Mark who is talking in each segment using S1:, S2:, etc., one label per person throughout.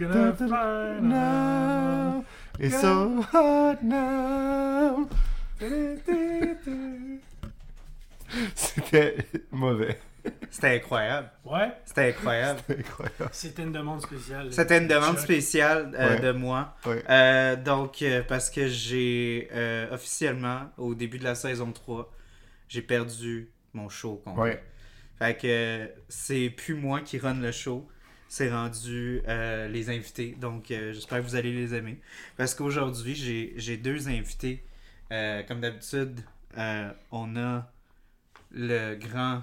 S1: Gonna find out.
S2: It's so hot now. C'était mauvais.
S3: C'était incroyable.
S1: Ouais,
S3: C'était incroyable.
S2: C'était incroyable.
S1: c'était une demande spéciale.
S3: C'était une demande
S1: Choc.
S3: spéciale euh,
S2: Ouais.
S3: de moi.
S2: Ouais.
S3: Euh, donc, euh, parce que j'ai euh, officiellement, au début de la saison 3, j'ai perdu mon show. complet.
S2: Ouais.
S3: Fait que euh, c'est plus moi qui run le show. C'est rendu euh, les invités. Donc, euh, j'espère que vous allez les aimer. Parce qu'aujourd'hui, j'ai- j'ai deux invités. Euh, comme d'habitude, euh, on a le grand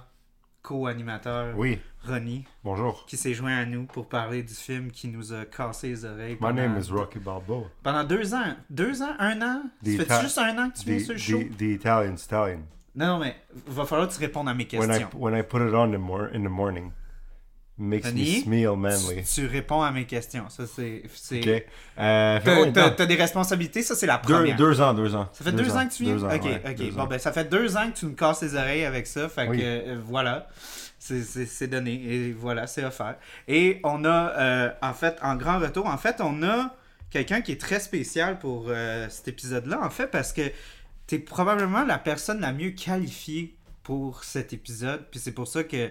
S3: co-animateur
S2: Oui,
S3: Ronnie
S2: bonjour.
S3: qui s'est joint à nous pour parler du film qui nous a cassé les oreilles.
S2: My
S3: Pendant,
S2: name is Rocky Balboa.
S3: pendant deux ans. Deux ans? Un an?
S2: Des
S3: Ça
S2: ta-
S3: fait juste un an que tu viens
S2: The,
S3: sur le show?
S2: the, the Italian stallion.
S3: Non, non, mais va falloir que tu répondes à mes
S2: When I
S3: questions.
S2: when I put it on in, mor- in the morning, makes me
S3: Denis,
S2: smell
S3: Tu,
S2: manly.
S3: tu réponds à mes questions. Ça, c'est. c'est-
S2: Ok. Euh, fait
S3: T'as,
S2: combien de
S3: t'as-
S2: temps?
S3: t'as des responsabilités, ça, c'est la
S2: deux,
S3: première.
S2: deux ans, deux ans.
S3: Ça fait deux, ans, que tu viens.
S2: deux ans,
S3: ok,
S2: ouais,
S3: ok.
S2: deux
S3: Bon,
S2: ans.
S3: ben, ça fait deux ans que tu me casses les oreilles avec ça. Fait
S2: Oui.
S3: que euh, voilà. C'est- C'est c'est donné. Et voilà, c'est offert. Et on a, euh, en fait, en grand retour, en fait, on a quelqu'un qui est très spécial pour euh, cet épisode-là, en fait, parce que t'es probablement la personne la mieux qualifiée pour cet épisode. Puis c'est pour ça que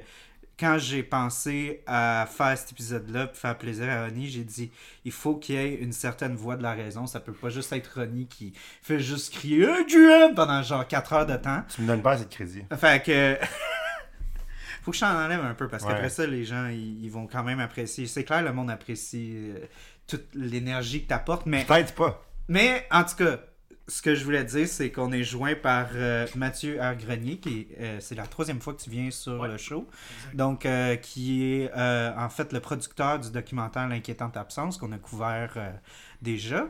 S3: quand j'ai pensé à faire cet épisode-là, pour faire plaisir à Ronnie, j'ai dit il faut qu'il y ait une certaine voix de la raison. Ça peut pas juste être Ronnie qui fait juste crier Euh, tu aimes pendant genre 4 heures de temps.
S2: Tu me donnes pas assez de crédit.
S3: Fait que. Faut que je t'en enlève un peu parce
S2: Ouais.
S3: qu'après ça, les gens, ils, ils vont quand même apprécier. C'est clair, le monde apprécie euh, toute l'énergie que t'apportes, mais
S2: Peut-être pas.
S3: mais en tout cas, ce que je voulais dire, c'est qu'on est joint par euh, Mathieu Argrenier, qui est, euh, c'est la troisième fois que tu viens sur
S1: Ouais.
S3: le show. Donc, euh, qui est euh, en fait le producteur du documentaire L'inquiétante absence qu'on a couvert euh, déjà.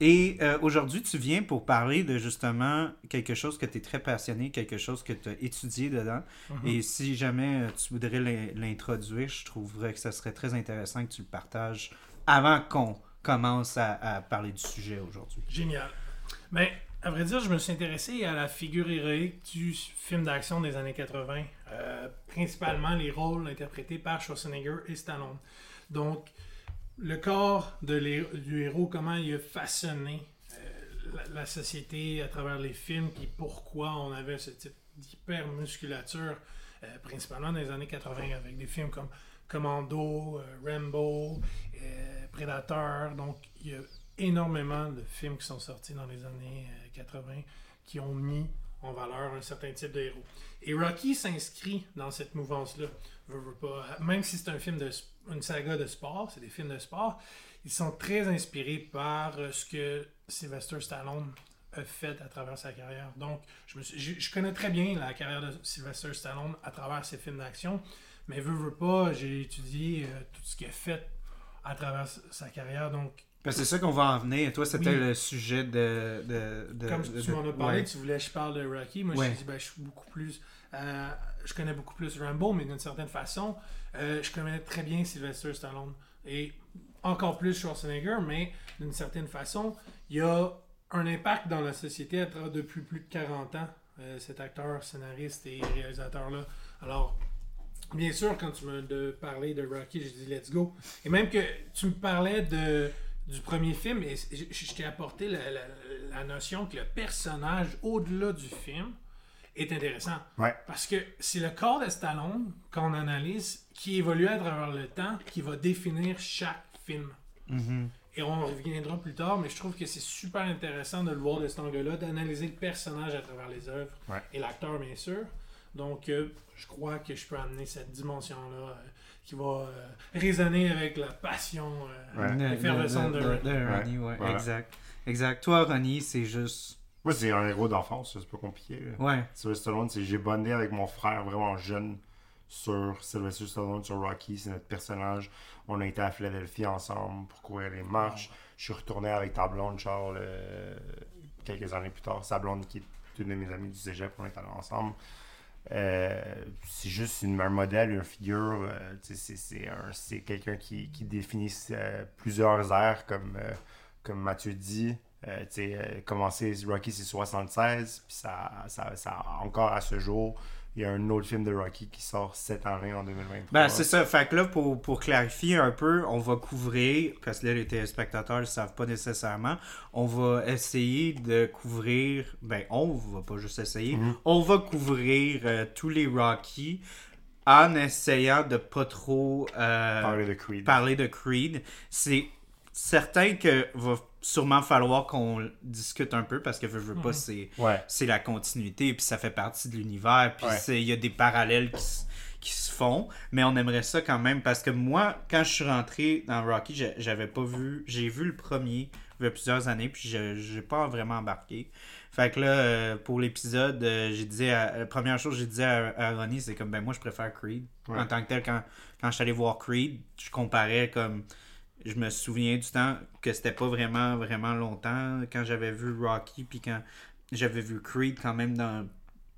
S3: Et euh, aujourd'hui, tu viens pour parler de justement quelque chose que tu es très passionné, quelque chose que tu as étudié dedans. Et si jamais euh, tu voudrais l'in- l'introduire, je trouverais que ça serait très intéressant que tu le partages avant qu'on commence à, à parler du sujet aujourd'hui.
S1: Génial. Mais à vrai dire, je me suis intéressé à la figure héroïque du film d'action des années 80, euh, principalement les rôles interprétés par Schwarzenegger et Stallone. Donc, le corps de l'hé- du héros, comment il a façonné euh, la, la société à travers les films, puis pourquoi on avait ce type d'hypermusculature, euh, principalement dans les années 80, avec des films comme Commando, euh, Rambo, euh, Predator. Donc, il y a énormément de films qui sont sortis dans les années euh, 80 qui ont mis en valeur un certain type de héros. Et Rocky s'inscrit dans cette mouvance-là. Veux, veux pas. Même si c'est un film de s- une saga de sport, c'est des films de sport, ils sont très inspirés par euh, ce que Sylvester Stallone a fait à travers sa carrière. Donc, je, me suis- je- je connais très bien la carrière de Sylvester Stallone à travers ses films d'action, mais veux, veux pas, j'ai étudié euh, tout ce qu'il a fait à travers s- sa carrière. Donc,
S3: Ben, c'est ça qu'on va en venir. Toi, c'était
S1: Oui.
S3: le sujet de. de, de-
S1: Comme
S3: de-
S1: tu m'en as parlé,
S3: ouais.
S1: tu voulais que je parle de Rocky. Moi,
S3: Ouais.
S1: je me suis dit, ben, je suis beaucoup plus. euh, je connais beaucoup plus Rambo, mais d'une certaine façon, euh, je connais très bien Sylvester Stallone. Et encore plus Schwarzenegger, mais d'une certaine façon, il y a un impact dans la société à travers depuis plus de 40 ans, euh, cet acteur, scénariste et réalisateur-là. Alors, bien sûr, quand tu me de parlé de Rocky, j'ai dit let's go. Et même que tu me parlais de, du premier film, et je, je t'ai apporté la, la- la notion que le personnage, au-delà du film, est intéressant.
S2: Ouais.
S1: Parce que c'est le corps de Stallone, qu'on analyse, qui évolue à travers le temps, qui va définir chaque film.
S3: Mm-hmm.
S1: Et on reviendra plus tard, mais je trouve que c'est super intéressant de le voir de cet angle-là, d'analyser le personnage à travers les œuvres
S2: Ouais.
S1: et l'acteur, bien sûr. Donc, euh, je crois que je peux amener cette dimension-là euh, qui va euh, résonner avec la passion. euh,
S2: Ouais.
S3: De- de-
S1: L'effervescence
S3: de-
S1: de Ronnie.
S3: de- de Ronnie, ouais,
S2: Voilà.
S3: Exact. Exact. Toi, Ronnie, c'est juste.
S2: Moi, c'est un héros d'enfance, ça, c'est pas compliqué. là.
S3: Ouais.
S2: Sylvester Stallone, c'est j'ai bondé avec mon frère vraiment jeune sur Sylvester Stallone, sur Rocky, c'est notre personnage. On a été à Philadelphie ensemble pour courir les marches. Je suis retourné avec ta blonde, Charles, euh, quelques années plus tard. Sa blonde qui est une de mes amies du cégep, on est allés ensemble. Euh, c'est juste une- un modèle, une figure. euh, tu sais, c'est- c'est un- c'est quelqu'un qui, qui définit euh, plusieurs airs, comme, euh, comme Mathieu dit. Euh, tu sais, euh, commencer Rocky, c'est 76, puis ça, ça, ça, encore à ce jour, il y a un autre film de Rocky qui sort cette année en 2023.
S3: Ben, c'est ça. Fait que là, pour, pour clarifier un peu, on va couvrir, parce que là, les téléspectateurs ne le savent pas nécessairement, on va essayer de couvrir, ben, on va pas juste essayer, on va couvrir euh, tous les Rocky en essayant de pas trop euh,
S2: Parler de Creed.
S3: parler de Creed. C'est certain que va sûrement falloir qu'on discute un peu parce que je veux pas, c'est
S2: Ouais.
S3: c'est la continuité, puis ça fait partie de l'univers, puis
S2: Ouais.
S3: c'est- il y a des parallèles qui, s- qui se font, mais on aimerait ça quand même, parce que moi, quand je suis rentré dans Rocky, j'a- j'avais pas vu, j'ai vu le premier il y a plusieurs années, puis je- j'ai pas vraiment embarqué. Fait que là, euh, pour l'épisode, euh, j'ai dit, à- la première chose que j'ai dit à, à Ronnie, c'est comme, ben moi, je préfère Creed.
S2: Ouais.
S3: En tant que tel, quand, quand je suis allé voir Creed, je comparais comme je me souviens du temps que c'était pas vraiment vraiment longtemps quand j'avais vu Rocky puis quand j'avais vu Creed quand même dans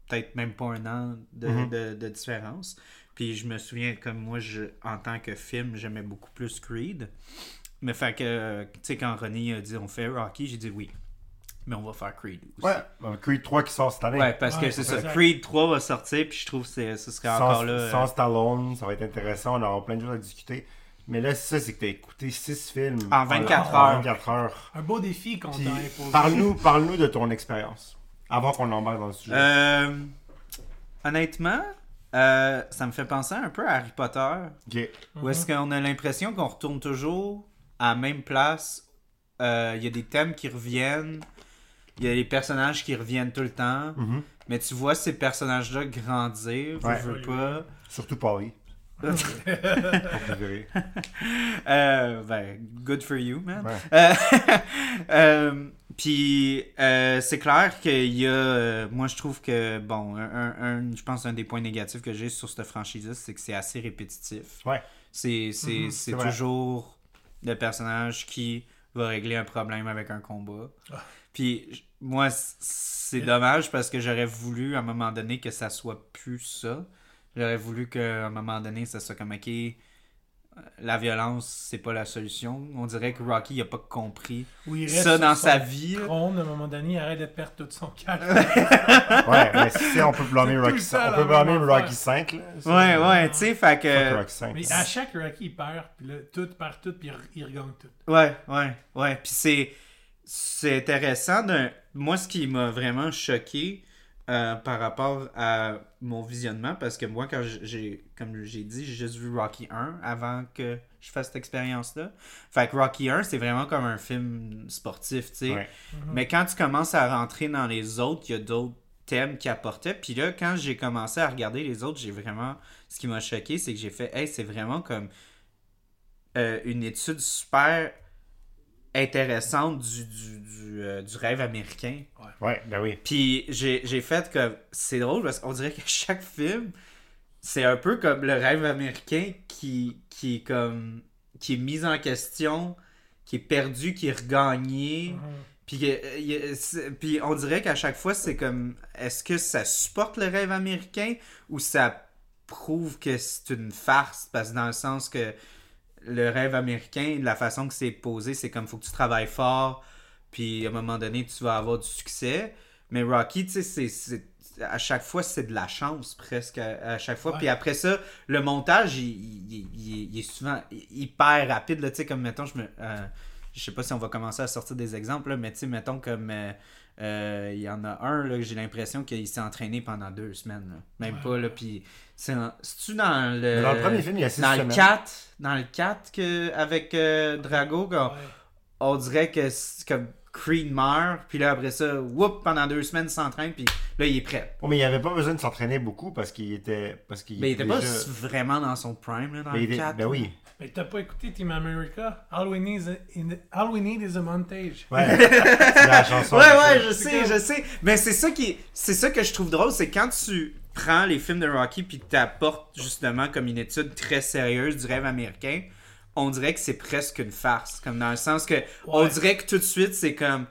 S3: peut-être même pas un an de,
S2: Mhm.
S3: de- de différence puis je me souviens comme moi je en tant que film j'aimais beaucoup plus Creed mais fait que euh, tu sais quand René a dit on fait Rocky j'ai dit oui mais on va faire Creed aussi
S2: Ouais, ben, Creed 3 qui sort cette année.
S3: Ouais, parce
S1: Ouais,
S3: que c'est
S1: c'est
S3: ça
S1: ça.
S3: Creed 3 va sortir puis je trouve que c'est- ce serait
S2: sans,
S3: encore là euh,
S2: sans Stallone, ça va être intéressant, on aura plein de choses à discuter. Mais là, c'est ça, c'est que t'as écouté 6 films.
S3: En 24
S2: en
S3: heures.
S2: 24 heures.
S1: Un beau défi qu'on t'a
S2: Puis,
S1: imposé.
S2: Parle-nous parle de ton expérience, avant qu'on embarque dans le sujet.
S3: Euh, honnêtement, euh, ça me fait penser un peu à Harry Potter.
S2: Ok.
S3: Où est-ce qu'on a l'impression qu'on retourne toujours à la même place. Euh, Il y a des thèmes qui reviennent. Il y a les personnages qui reviennent tout le temps.
S2: Mhm.
S3: Mais tu vois ces personnages-là grandir.
S2: Ouais.
S3: Je veux pas.
S2: Surtout Paris. Pour vous verrez.
S3: Euh, ben, good for you,
S1: Ah,
S3: man.
S2: Ouais.
S3: Euh, euh, Puis, euh, c'est clair qu'il y a. euh, moi, je trouve que, bon, un, un- un- je pense un des points négatifs que j'ai sur cette franchise c'est que c'est assez répétitif.
S2: Ouais.
S3: C'est c'est- c'est
S2: vrai.
S3: toujours le personnage qui va régler un problème avec un combat.
S1: Ah.
S3: Puis, j- moi, c- c'est dommage parce que j'aurais voulu, à un moment donné, que ça soit plus ça. J'aurais voulu qu'à un moment donné, ça soit comme, OK, euh, la violence, c'est pas la solution. On dirait que Rocky il a pas compris
S1: Où il reste
S3: ça
S1: sur
S3: dans
S1: son
S3: sa vie. là.
S1: Trône, à un moment donné, il arrête de perdre tout son calme.
S2: Ouais, mais si on peut blâmer
S1: C'est tout
S2: Rocky
S1: le temps
S2: 5.
S1: la
S2: On peut blâmer
S1: même
S2: Rocky
S1: affaire.
S2: 5, là. Ça,
S3: Ouais, ouais, tu sais, fait
S2: c'est
S3: que.
S2: Rocky 5.
S1: Mais à chaque Rocky, il perd, puis là, tout perd tout, puis il re- il regagne tout.
S3: Ouais, ouais, ouais. Puis c'est. C'est intéressant. d'un- Moi, ce qui m'a vraiment choqué euh, par rapport à mon visionnement, parce que moi, quand j- j'ai. Comme j'ai dit, j'ai juste vu Rocky 1 avant que je fasse cette expérience-là. Fait que Rocky 1, c'est vraiment comme un film sportif, tu sais.
S2: Ouais.
S3: Mais quand tu commences à rentrer dans les autres, il y a d'autres thèmes qui apportaient. Puis là, quand j'ai commencé à regarder les autres, j'ai vraiment. Ce qui m'a choqué, c'est que j'ai fait, hey, c'est vraiment comme euh, une étude super intéressante du, du, du, euh, du rêve américain.
S2: Ouais, ben oui.
S3: Puis j'ai j'ai fait comme. C'est drôle parce qu'on dirait que chaque film, c'est un peu comme le rêve américain qui, qui est comme. qui est mis en question, qui est perdu, qui est regagné. Puis, que- il y a- c'est- puis on dirait qu'à chaque fois, c'est comme. Est-ce que ça supporte le rêve américain ou ça prouve que c'est une farce? Parce que dans le sens que le rêve américain, la façon que c'est posé, c'est comme faut que tu travailles fort, puis à un moment donné, tu vas avoir du succès. Mais Rocky, tu sais, c'est- c'est. À chaque fois, c'est de la chance presque. À, à chaque fois.
S1: Ouais.
S3: Puis après ça, le montage, il, il- il- il est souvent hyper rapide. là, Tu sais, comme mettons, je me. euh, je sais pas si on va commencer à sortir des exemples, là, mais tu sais, mettons comme. euh, euh, Il y en a un, là, que j'ai l'impression qu'il s'est entraîné pendant deux semaines. là. Même pas, là. Puis, c'est en- c'est-tu dans le.
S2: Mais dans le premier film, il y a 6
S3: Euh, Dans
S2: semaines.
S3: le 4, dans le 4 que, avec euh, Drago, qu'on-
S1: Ouais.
S3: on dirait que c'est comme Creed meurt, puis là après ça, whoop, pendant deux semaines, il s'entraîne, puis là il est prêt.
S2: Oh, mais il avait pas besoin de s'entraîner beaucoup parce qu'il était. Parce qu'il
S3: Mais il était pas
S2: déjà-
S3: vraiment dans son prime là, dans
S2: Mais
S3: le
S2: il était-
S3: 4.
S2: Ben oui.
S1: Mais t'as pas écouté Team America? All we need is a, in- all we need is a montage.
S2: Ouais. C'est la chanson.
S3: Ouais, ouais, je
S1: C'est
S3: sais,
S1: comme-
S3: je sais. Mais c'est ça qui, c'est ça que je trouve drôle, c'est quand tu prends les films de Rocky puis t'apportes justement comme une étude très sérieuse du rêve américain, on dirait que c'est presque une farce, comme dans le sens que on dirait que tout de suite c'est comme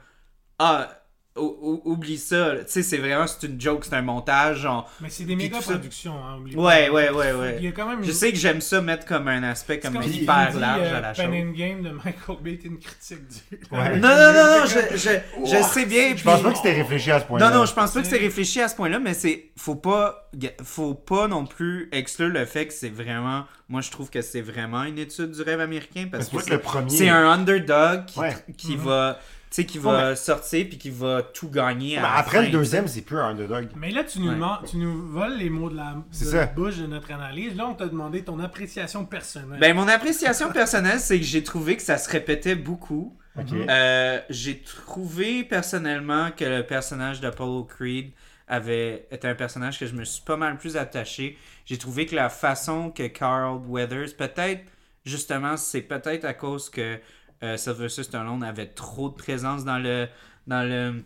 S3: ah ou- ou- oublie ça. là. Tu sais, c'est vraiment, c'est une joke, c'est un montage. on-
S1: Mais c'est des
S3: Puis
S1: méga
S3: tout ça-
S1: productions, hein, oublie
S3: Ouais,
S1: pas.
S3: ouais, ouais, ouais.
S1: Il y a quand même
S3: Je
S1: une-
S3: sais que j'aime ça mettre comme un aspect
S1: c'est
S3: comme
S1: si
S3: hyper
S1: on dit,
S3: large
S1: euh,
S3: à la
S1: Pan
S3: chose.
S1: and Game de Michael Bay est une critique du.
S2: Ouais.
S3: Non, non, non, non, je, je, je sais bien.
S2: Je pense
S3: puis-
S2: pas que c'était réfléchi à ce point-là.
S3: Non, non, je pense pas que c'est réfléchi à ce point-là, mais c'est faut pas faut pas non plus exclure le fait que c'est vraiment moi je trouve que c'est vraiment une étude du rêve américain parce
S2: Parce
S3: que
S2: que le
S3: c'est-
S2: premier.
S3: c'est un underdog qui,
S2: Ouais.
S3: qui
S1: Mhm.
S3: va tu sais qui
S2: Ouais,
S3: va sortir puis qui va tout gagner
S2: Mais
S3: à la
S2: après le
S3: fin.
S2: deuxième, c'est plus un underdog.
S1: Mais là, tu nous,
S3: Ouais.
S1: demandes- tu nous voles les mots de la,
S2: C'est
S1: de
S2: ça.
S1: la bouche de notre analyse. Là, on t'a demandé ton appréciation personnelle.
S3: Ben mon appréciation personnelle c'est que j'ai trouvé que ça se répétait beaucoup.
S2: Ok.
S3: Euh, j'ai trouvé personnellement que le personnage d'Apollo Creed avait était un personnage que je me suis pas mal plus attaché. J'ai trouvé que la façon que Carl Weathers, peut-être justement, c'est peut-être à cause que euh, Sylvester Stallone avait trop de présence dans le dans le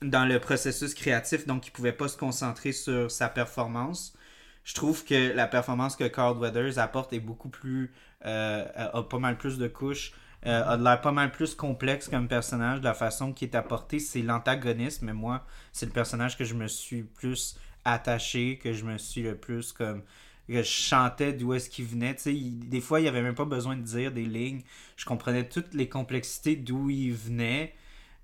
S3: dans le processus créatif, donc il pouvait pas se concentrer sur sa performance. Je trouve que la performance que Carl Weathers apporte est beaucoup plus euh, a a pas mal plus de couches, euh, a de l'air pas mal plus complexe comme personnage. La façon qui est apportée, c'est l'antagoniste, mais moi, c'est le personnage que je me suis plus attaché, que je me suis le plus comme que je chantais d'où est-ce qu'il venait. Tu sais, il- des fois, il n'y avait même pas besoin de dire des lignes. Je comprenais toutes les complexités d'où il venait.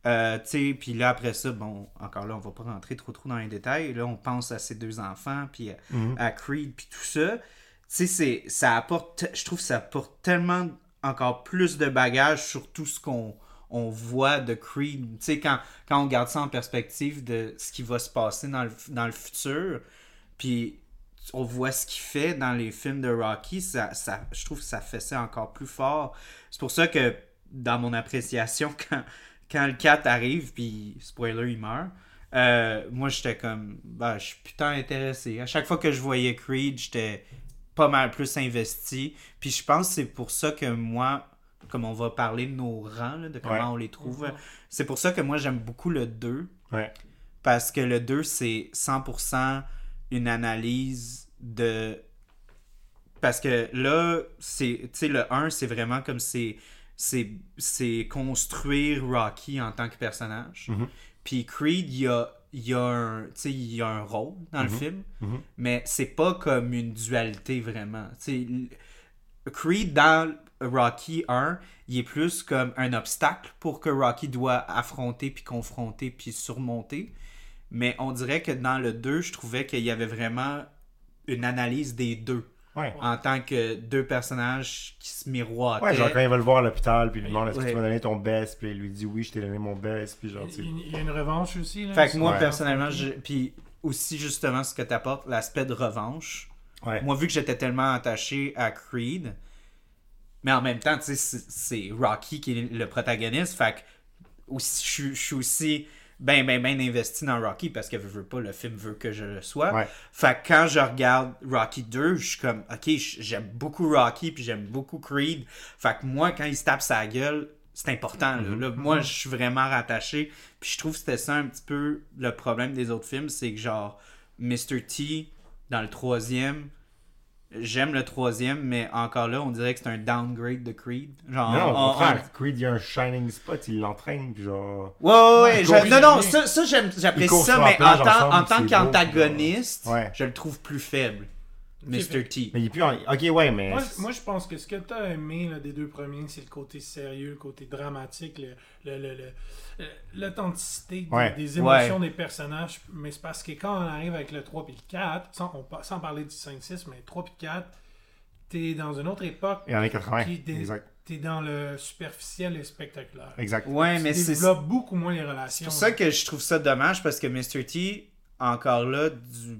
S3: Euh, tu sais, puis là, après ça, bon, encore là, on va pas rentrer trop trop dans les détails. Là, on pense à ses deux enfants, puis euh, à, à Creed, puis tout ça. Tu sais, c'est- ça apporte, je trouve que ça apporte tellement encore plus de bagages sur tout ce qu'on on voit de Creed. Tu sais, quand, quand on garde ça en perspective de ce qui va se passer dans le, dans le futur, puis on voit ce qu'il fait dans les films de Rocky, ça, ça, je trouve que ça fait ça encore plus fort. C'est pour ça que, dans mon appréciation, quand, quand le 4 arrive, puis spoiler, il meurt, euh, moi j'étais comme, bah, je suis putain intéressé. À chaque fois que je voyais Creed, j'étais pas mal plus investi. Puis je pense que c'est pour ça que moi, comme on va parler de nos rangs, là, de comment
S2: Ouais.
S3: on les trouve, c'est pour ça que moi j'aime beaucoup le 2
S2: Ouais.
S3: parce que le 2, c'est 100% une analyse de... Parce que là, c'est, tu sais, le 1, c'est vraiment comme c'est, c'est, c'est construire Rocky en tant que personnage.
S2: Mhm.
S3: Puis Creed, il y a, il y, a un, tu sais, il y a un rôle dans le film,
S2: Mhm.
S3: mais c'est pas comme une dualité vraiment. Tu sais, l- Creed dans Rocky 1, il est plus comme un obstacle pour que Rocky doit affronter, puis confronter, puis surmonter. Mais on dirait que dans le 2, je trouvais qu'il y avait vraiment une analyse des deux.
S2: Ouais.
S3: En tant que deux personnages qui se miroitaient.
S2: Ouais, genre quand ils veulent voir à l'hôpital, puis ils lui demandent est-ce que
S3: Euh, Ouais.
S2: tu m'as donné ton best, puis il lui dit oui, je t'ai donné mon best, puis genre, tu sais.
S1: il, il y a une revanche aussi. Là,
S3: Fait que moi,
S2: Ouais.
S3: personnellement, je- puis aussi justement ce que t'apportes, l'aspect de revanche.
S2: Ouais.
S3: Moi, vu que j'étais tellement attaché à Creed, mais en même temps, tu sais, c'est- c'est Rocky qui est le protagoniste, fait que aussi, je, suis- je suis aussi ben, ben, ben investi dans Rocky parce que je veux pas, le film veut que je le sois.
S2: Ouais.
S3: Fait que quand je regarde Rocky 2, je suis comme, ok, j- j'aime beaucoup Rocky puis j'aime beaucoup Creed. Fait que moi, quand il se tape sa gueule, c'est important. là. Là, moi, je suis vraiment rattaché. Puis je trouve que c'était ça un petit peu le problème des autres films, c'est que genre, Mr. T, dans le troisième, j'aime le troisième, mais encore là, on dirait que c'est un downgrade de Creed. Genre,
S2: Non,
S3: on-
S2: au
S3: on-
S2: contraire, Creed, il y a un shining spot, il l'entraîne, puis genre.
S3: Ouais, ouais, ouais,
S1: il
S3: je-
S1: court
S3: non,
S1: sur
S3: non,
S1: le
S3: ça, ça, j'aime- j'apprécie
S2: court
S3: ça,
S2: sur la
S3: mais en
S2: plage
S3: tant,
S2: ensemble,
S3: en tant
S2: c'est beau,
S3: qu'antagoniste,
S2: Ouais.
S3: je le trouve plus faible, Mr. T.
S2: Mais il est plus en- Ok, ouais, mais.
S1: Moi, moi, je pense que ce que tu as aimé là, des deux premiers, c'est le côté sérieux, le côté dramatique, le- le- le- le- euh, l'authenticité des-
S2: Ouais.
S1: des, émotions des personnages. Mais c'est parce que quand on arrive avec le 3 et le 4, sans, on pa- sans parler du 5-6, mais 3 et 4, tu es dans une autre époque.
S2: Il y en a 80.
S1: Puis des-
S2: Exact.
S1: Tu es dans le superficiel et spectaculaire.
S2: Exact.
S3: Ouais,
S1: Tu
S3: mais c'est
S1: développes beaucoup moins les
S3: c'est
S1: relations.
S3: pour ça que je trouve ça dommage parce que Mr. T, encore là, du.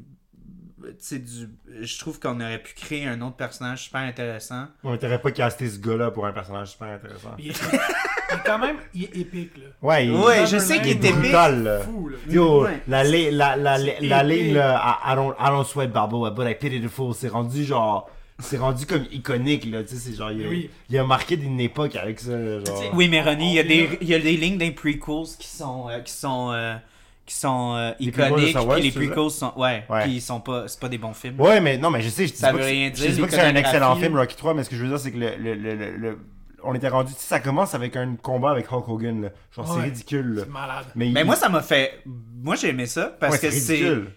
S3: tu sais, du, je trouve qu'on aurait pu créer un autre personnage super intéressant.
S2: On t'aurait pas casté ce gars-là pour un personnage super intéressant.
S1: Il est, il est quand même il est épique. Là.
S2: Ouais, il,
S3: Ouais, je
S1: Chamberlain
S3: sais qu'il
S2: il
S3: était
S2: est
S1: est
S3: big.
S2: brutal, là.
S1: Fou, là.
S2: Yo,
S3: Ouais.
S2: la, li- la, la, la, la
S1: C'est
S2: ligne,
S1: épais.
S2: là, I, I don't, I don't sweat Barbo, but I pity the fool, c'est rendu genre. C'est rendu comme iconique, là. Tu sais, c'est genre. Il a,
S1: Oui.
S2: il a marqué une époque avec ça, là,
S1: Tu sais,
S2: genre.
S3: Oui, mais Ronnie, il y a
S1: On-
S3: des, il y a des lignes des prequels qui sont, euh, qui sont, euh, qui sont euh,
S2: prequels de
S3: iconiques.
S2: Star Wars,
S3: puis les
S2: tu veux dire?
S3: prequels sont. Ouais,
S2: Ouais.
S3: puis ils sont pas. C'est pas des bons films.
S2: Ouais, mais non, mais je sais, je dis
S3: Ça
S2: pas
S3: veut
S2: que
S3: rien
S2: c'est- je
S3: dire,
S2: dis pas que c'est un
S3: l'iconographie.
S2: excellent film, Rocky 3, mais ce que je veux dire, c'est que le, le, le, le- le- on était rendu. tu sais, ça commence avec un combat avec Hulk Hogan. là. Genre, c'est
S1: Ouais.
S2: ridicule. là.
S1: C'est malade.
S2: Mais,
S3: Mais
S2: il-
S3: moi, ça m'a fait. Moi, j'ai aimé ça parce
S2: ouais,
S3: que c'est.
S2: ridicule.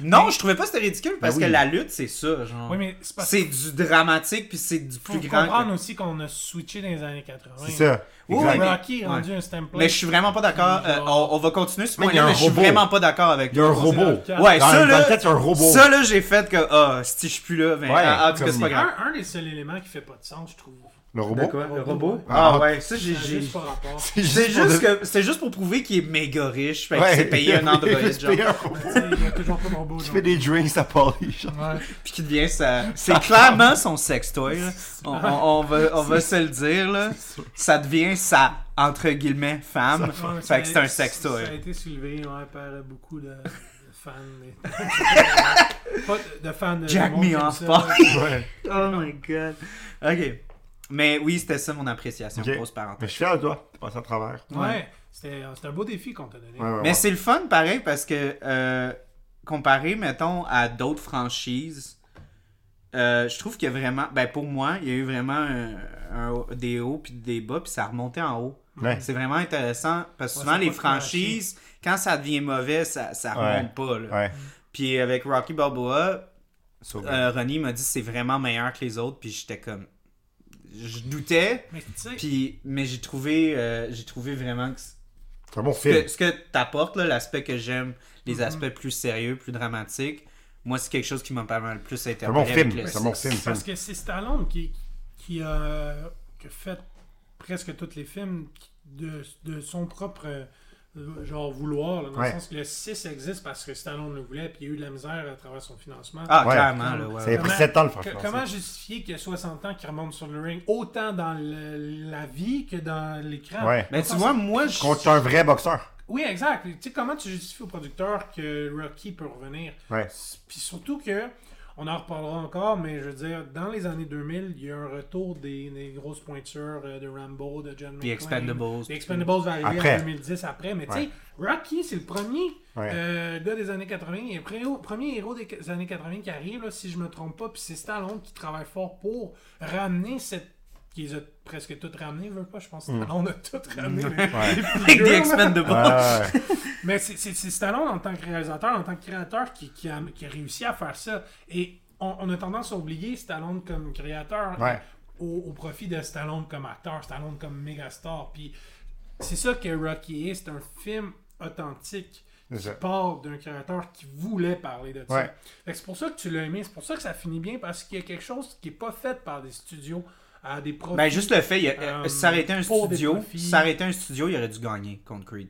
S3: Non, je trouvais pas que c'était ridicule parce
S2: Ben oui.
S3: que la lutte, c'est ça, genre.
S1: Oui, mais c'est parce
S3: C'est du dramatique puis c'est du
S1: faut
S3: plus grand.
S1: comprendre
S3: que-
S1: aussi qu'on a switché dans les années 80.
S2: C'est ça.
S3: Oui,
S2: Exact.
S3: mais-
S1: Rocky est rendu un stemplate.
S3: Mais je suis vraiment pas d'accord. euh, on, on va continuer ce
S2: Mais il y a
S3: point-là,
S2: un
S3: mais je suis
S2: robot.
S3: vraiment pas d'accord avec
S2: Il y a un
S1: C'est dans le
S2: robot.
S1: cadre.
S3: Ouais,
S2: Dans-
S3: ça
S2: dans
S3: là.
S2: le tête, il y a un robot.
S3: Ça là, j'ai fait que ah, si je suis plus là, ben,
S2: Ouais,
S3: ah, en tout cas,
S2: comme-
S3: c'est pas grave.
S1: un, un des seuls éléments qui fait pas de sens, je trouve.
S2: Le robot.
S1: Le robot?
S3: Ah
S2: Ah,
S3: ouais, ça j'ai.
S1: Ça a
S3: j'ai-
S1: juste pas rapport.
S2: pour
S3: C'est juste
S2: de-
S3: que c'est juste pour prouver qu'il est méga riche, fait
S2: Ouais.
S3: que c'est payé un android
S2: Juste
S3: genre.
S2: payer un robot
S1: Tu sais, Il y a toujours pas mon beau.
S2: qui fait des drinks à Paris. genre.
S3: Puis qui devient sa. C'est clairement son sextoy. là. On, on- on va, on va se le dire. Là. Ça devient sa, entre guillemets, femme. fait que c'est un
S1: sextoy. Ça a
S3: sextoy.
S1: été soulevé ouais, par beaucoup de de fans. et- pas de, de fans de.
S3: Jack
S1: du monde
S3: me
S1: qui aime
S3: off,
S1: ça.
S3: pas.
S2: Ouais.
S3: Oh my god. Ok. Mais oui, c'était ça mon appréciation.
S2: Ok.
S3: Grosse parenthèse.
S2: Mais je suis fier de toi. T'es passé à travers.
S1: Ouais, c'était euh, c'était un beau défi qu'on t'a donné.
S2: Ouais, ouais,
S3: Mais
S2: ouais.
S3: c'est le fun pareil parce que euh, comparé, mettons, à d'autres franchises, euh, je trouve qu'il y a vraiment. Ben pour moi, il y a eu vraiment un- un- des hauts puis des bas, puis ça remontait en haut.
S2: Ouais.
S3: C'est vraiment intéressant parce que
S1: Ouais,
S3: souvent
S1: c'est
S3: les
S1: pas très
S3: franchises, quand ça devient mauvais, ça, ça
S2: Ouais.
S3: remonte pas. là.
S2: Ouais.
S3: Puis avec Rocky Balboa,
S2: So good.
S3: euh, Ronnie m'a dit c'est vraiment meilleur que les autres, puis j'étais comme. Je doutais,
S1: Mais tu sais,
S3: puis, mais j'ai trouvé, euh, j'ai trouvé vraiment que c-
S2: C'est un bon film. Mm-hmm.
S3: que ce que t'apportes, là, l'aspect que j'aime, les aspects plus sérieux, plus dramatiques, moi, c'est quelque chose qui m'a pas mal plus
S2: C'est un bon
S3: interpellé. avec
S2: film.
S3: le
S2: C'est un bon
S3: sexe.
S2: film.
S1: parce
S2: film.
S1: que c'est Stallone qui, qui a qui a fait presque tous les films de, de son propre euh, genre vouloir, là, dans
S2: Ouais.
S1: le sens que le 6 existe parce que Stallone le voulait, puis il y a eu de la misère à travers son financement.
S3: Ah,
S2: Ouais.
S3: clairement, là, ouais,
S2: Ça
S3: ouais.
S2: a pris 7 ans le faire
S1: Que-
S2: financer.
S1: comment justifier qu'il y a 60 ans qui remonte sur le ring autant dans le- la vie que dans l'écran?
S2: Ouais.
S3: Ben, tu vois, moi, je...
S2: Contre un vrai boxeur.
S1: Oui, exact. Tu sais, comment tu justifies au producteur que Rocky peut revenir?
S2: Ouais.
S1: Puis surtout que, on en reparlera encore, mais je veux dire, dans les années 2000, il y a un retour des, des grosses pointures euh, de Rambo, de John
S3: The
S1: McClane.
S3: Expendables.
S1: The Expendables va arriver
S2: Après.
S1: en 2010 après, mais
S2: Ouais.
S1: tu sais, Rocky, c'est le premier
S2: Ouais.
S1: euh, gars des années 80, et le pré- premier héros des qu- années 80 qui arrive, là, si je me trompe pas, puis c'est Stallone qui travaille fort pour ramener cette qui les a presque toutes ramenées, veut pas, je pense.
S2: Mm.
S1: que Stallone a toutes ramenées. les- les
S3: Avec
S1: figures,
S3: des
S1: là.
S3: Expendables.
S2: Ouais.
S1: Mais c'est- c'est c'est Stallone en tant que réalisateur, en tant que créateur, qui, qui, a, qui a réussi à faire ça. Et on, on a tendance à oublier Stallone comme créateur
S2: Ouais.
S1: au, au profit de Stallone comme acteur, Stallone comme mégastar. Puis c'est ça que Rocky est, c'est un film authentique
S2: C'est
S1: qui
S2: ça.
S1: part d'un créateur qui voulait parler de ça.
S2: Ouais.
S1: Fait que C'est pour ça que tu l'as aimé, c'est pour ça que ça finit bien, parce qu'il y a quelque chose qui n'est pas fait par des studios à des profits.
S3: Ben, juste le fait, il y a-
S1: Euh,
S3: euh, s'arrêter un
S1: pour des
S3: studio,
S1: profits.
S3: s'arrêter un studio, il aurait dû gagner contre Creed.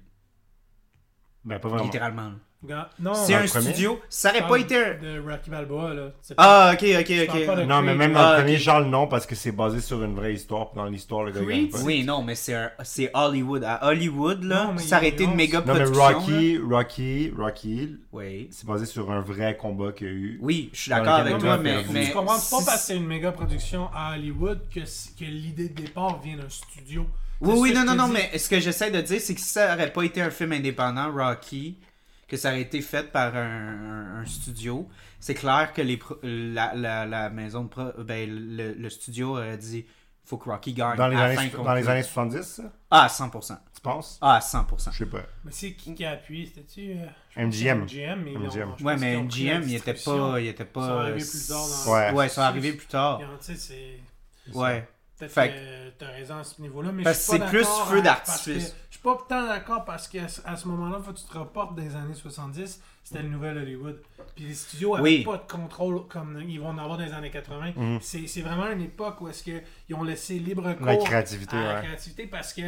S2: Ben, pas vraiment.
S3: Littéralement. là.
S1: Ga- Non,
S3: Si
S2: Dans
S3: un
S2: le premier?
S3: studio, ça aurait
S1: parle
S3: pas été un...
S1: de Rocky Balboa, là. C'est pas-
S3: Ah, ok, ok,
S1: Je parle pas de-
S3: ok.
S2: Non, mais même
S3: Ah,
S2: dans
S3: ok.
S2: le premier, Charles, non, parce que c'est basé sur une vraie histoire. puis Dans l'histoire, le gars gagne
S1: Creed,
S2: pas.
S3: Oui, non, mais c'est un... c'est Hollywood. À Hollywood, là,
S1: Non, mais il y a
S3: s'arrêter de
S1: nuance.
S3: méga
S2: Non, mais
S3: production... là.
S2: Rocky, Rocky, Rocky,
S3: Oui.
S2: c'est basé sur un vrai combat qu'il y a eu.
S3: Oui, je suis
S2: Dans
S3: d'accord
S2: lequel
S3: avec
S2: on
S3: toi,
S2: doit
S3: mais...
S2: faire
S1: Tu
S3: mais
S1: comprends, c'est pas
S3: si-
S1: parce que c'est une méga production à Hollywood que, c- que l'idée de départ vient d'un studio. C'est
S3: Oui,
S1: ce
S3: oui,
S1: que
S3: non,
S1: je
S3: non,
S1: te
S3: non,
S1: dis.
S3: mais ce que j'essaie de dire, c'est que si ça aurait pas été un film indépendant, Rocky, que ça aurait été fait par un, un- un studio, c'est clair que les pro- la, la- la maison de pro- ben, le, le studio aurait dit faut que Rocky gagne.
S2: Dans les,
S3: afin
S2: années,
S3: qu'on
S2: dans les
S3: puisse-
S2: années 70, ça,
S3: Ah, 100%.
S2: tu penses?
S3: Ah, 100%.
S2: Je sais pas.
S1: Mais c'est qui qui a appuyé C'était-tu. euh, je pense
S2: MGM.
S1: que c'est MGM, mais ils
S2: MGM.
S1: l'ont- je
S3: Ouais,
S1: pense
S3: mais
S1: qu'ils ont pris la
S3: MGM, il était
S1: distribution.
S3: pas. Il était
S1: Ils sont
S3: pas
S1: arrivés plus tard dans-
S2: Ouais.
S3: ouais, ils sont arrivés plus tard.
S1: Puis, Tu sais, c'est.
S3: Ouais.
S1: Peut-être
S3: Fait
S1: que t'as raison à ce niveau-là, mais
S3: Parce
S1: je suis
S3: que
S1: pas
S3: c'est plus
S1: d'accord
S3: feu
S1: à-
S3: d'artifice.
S1: parce que Je suis pas tant d'accord parce qu'à ce à ce moment-là, faut que tu te reportes des années 70, c'était le nouvel Hollywood. Puis les studios n'avaient
S3: Oui.
S1: pas de contrôle comme ils vont en avoir dans les années 80. C'est c'est vraiment une époque où est-ce que ils ont laissé libre cours
S2: La créativité,
S1: à la
S2: ouais.
S1: créativité parce que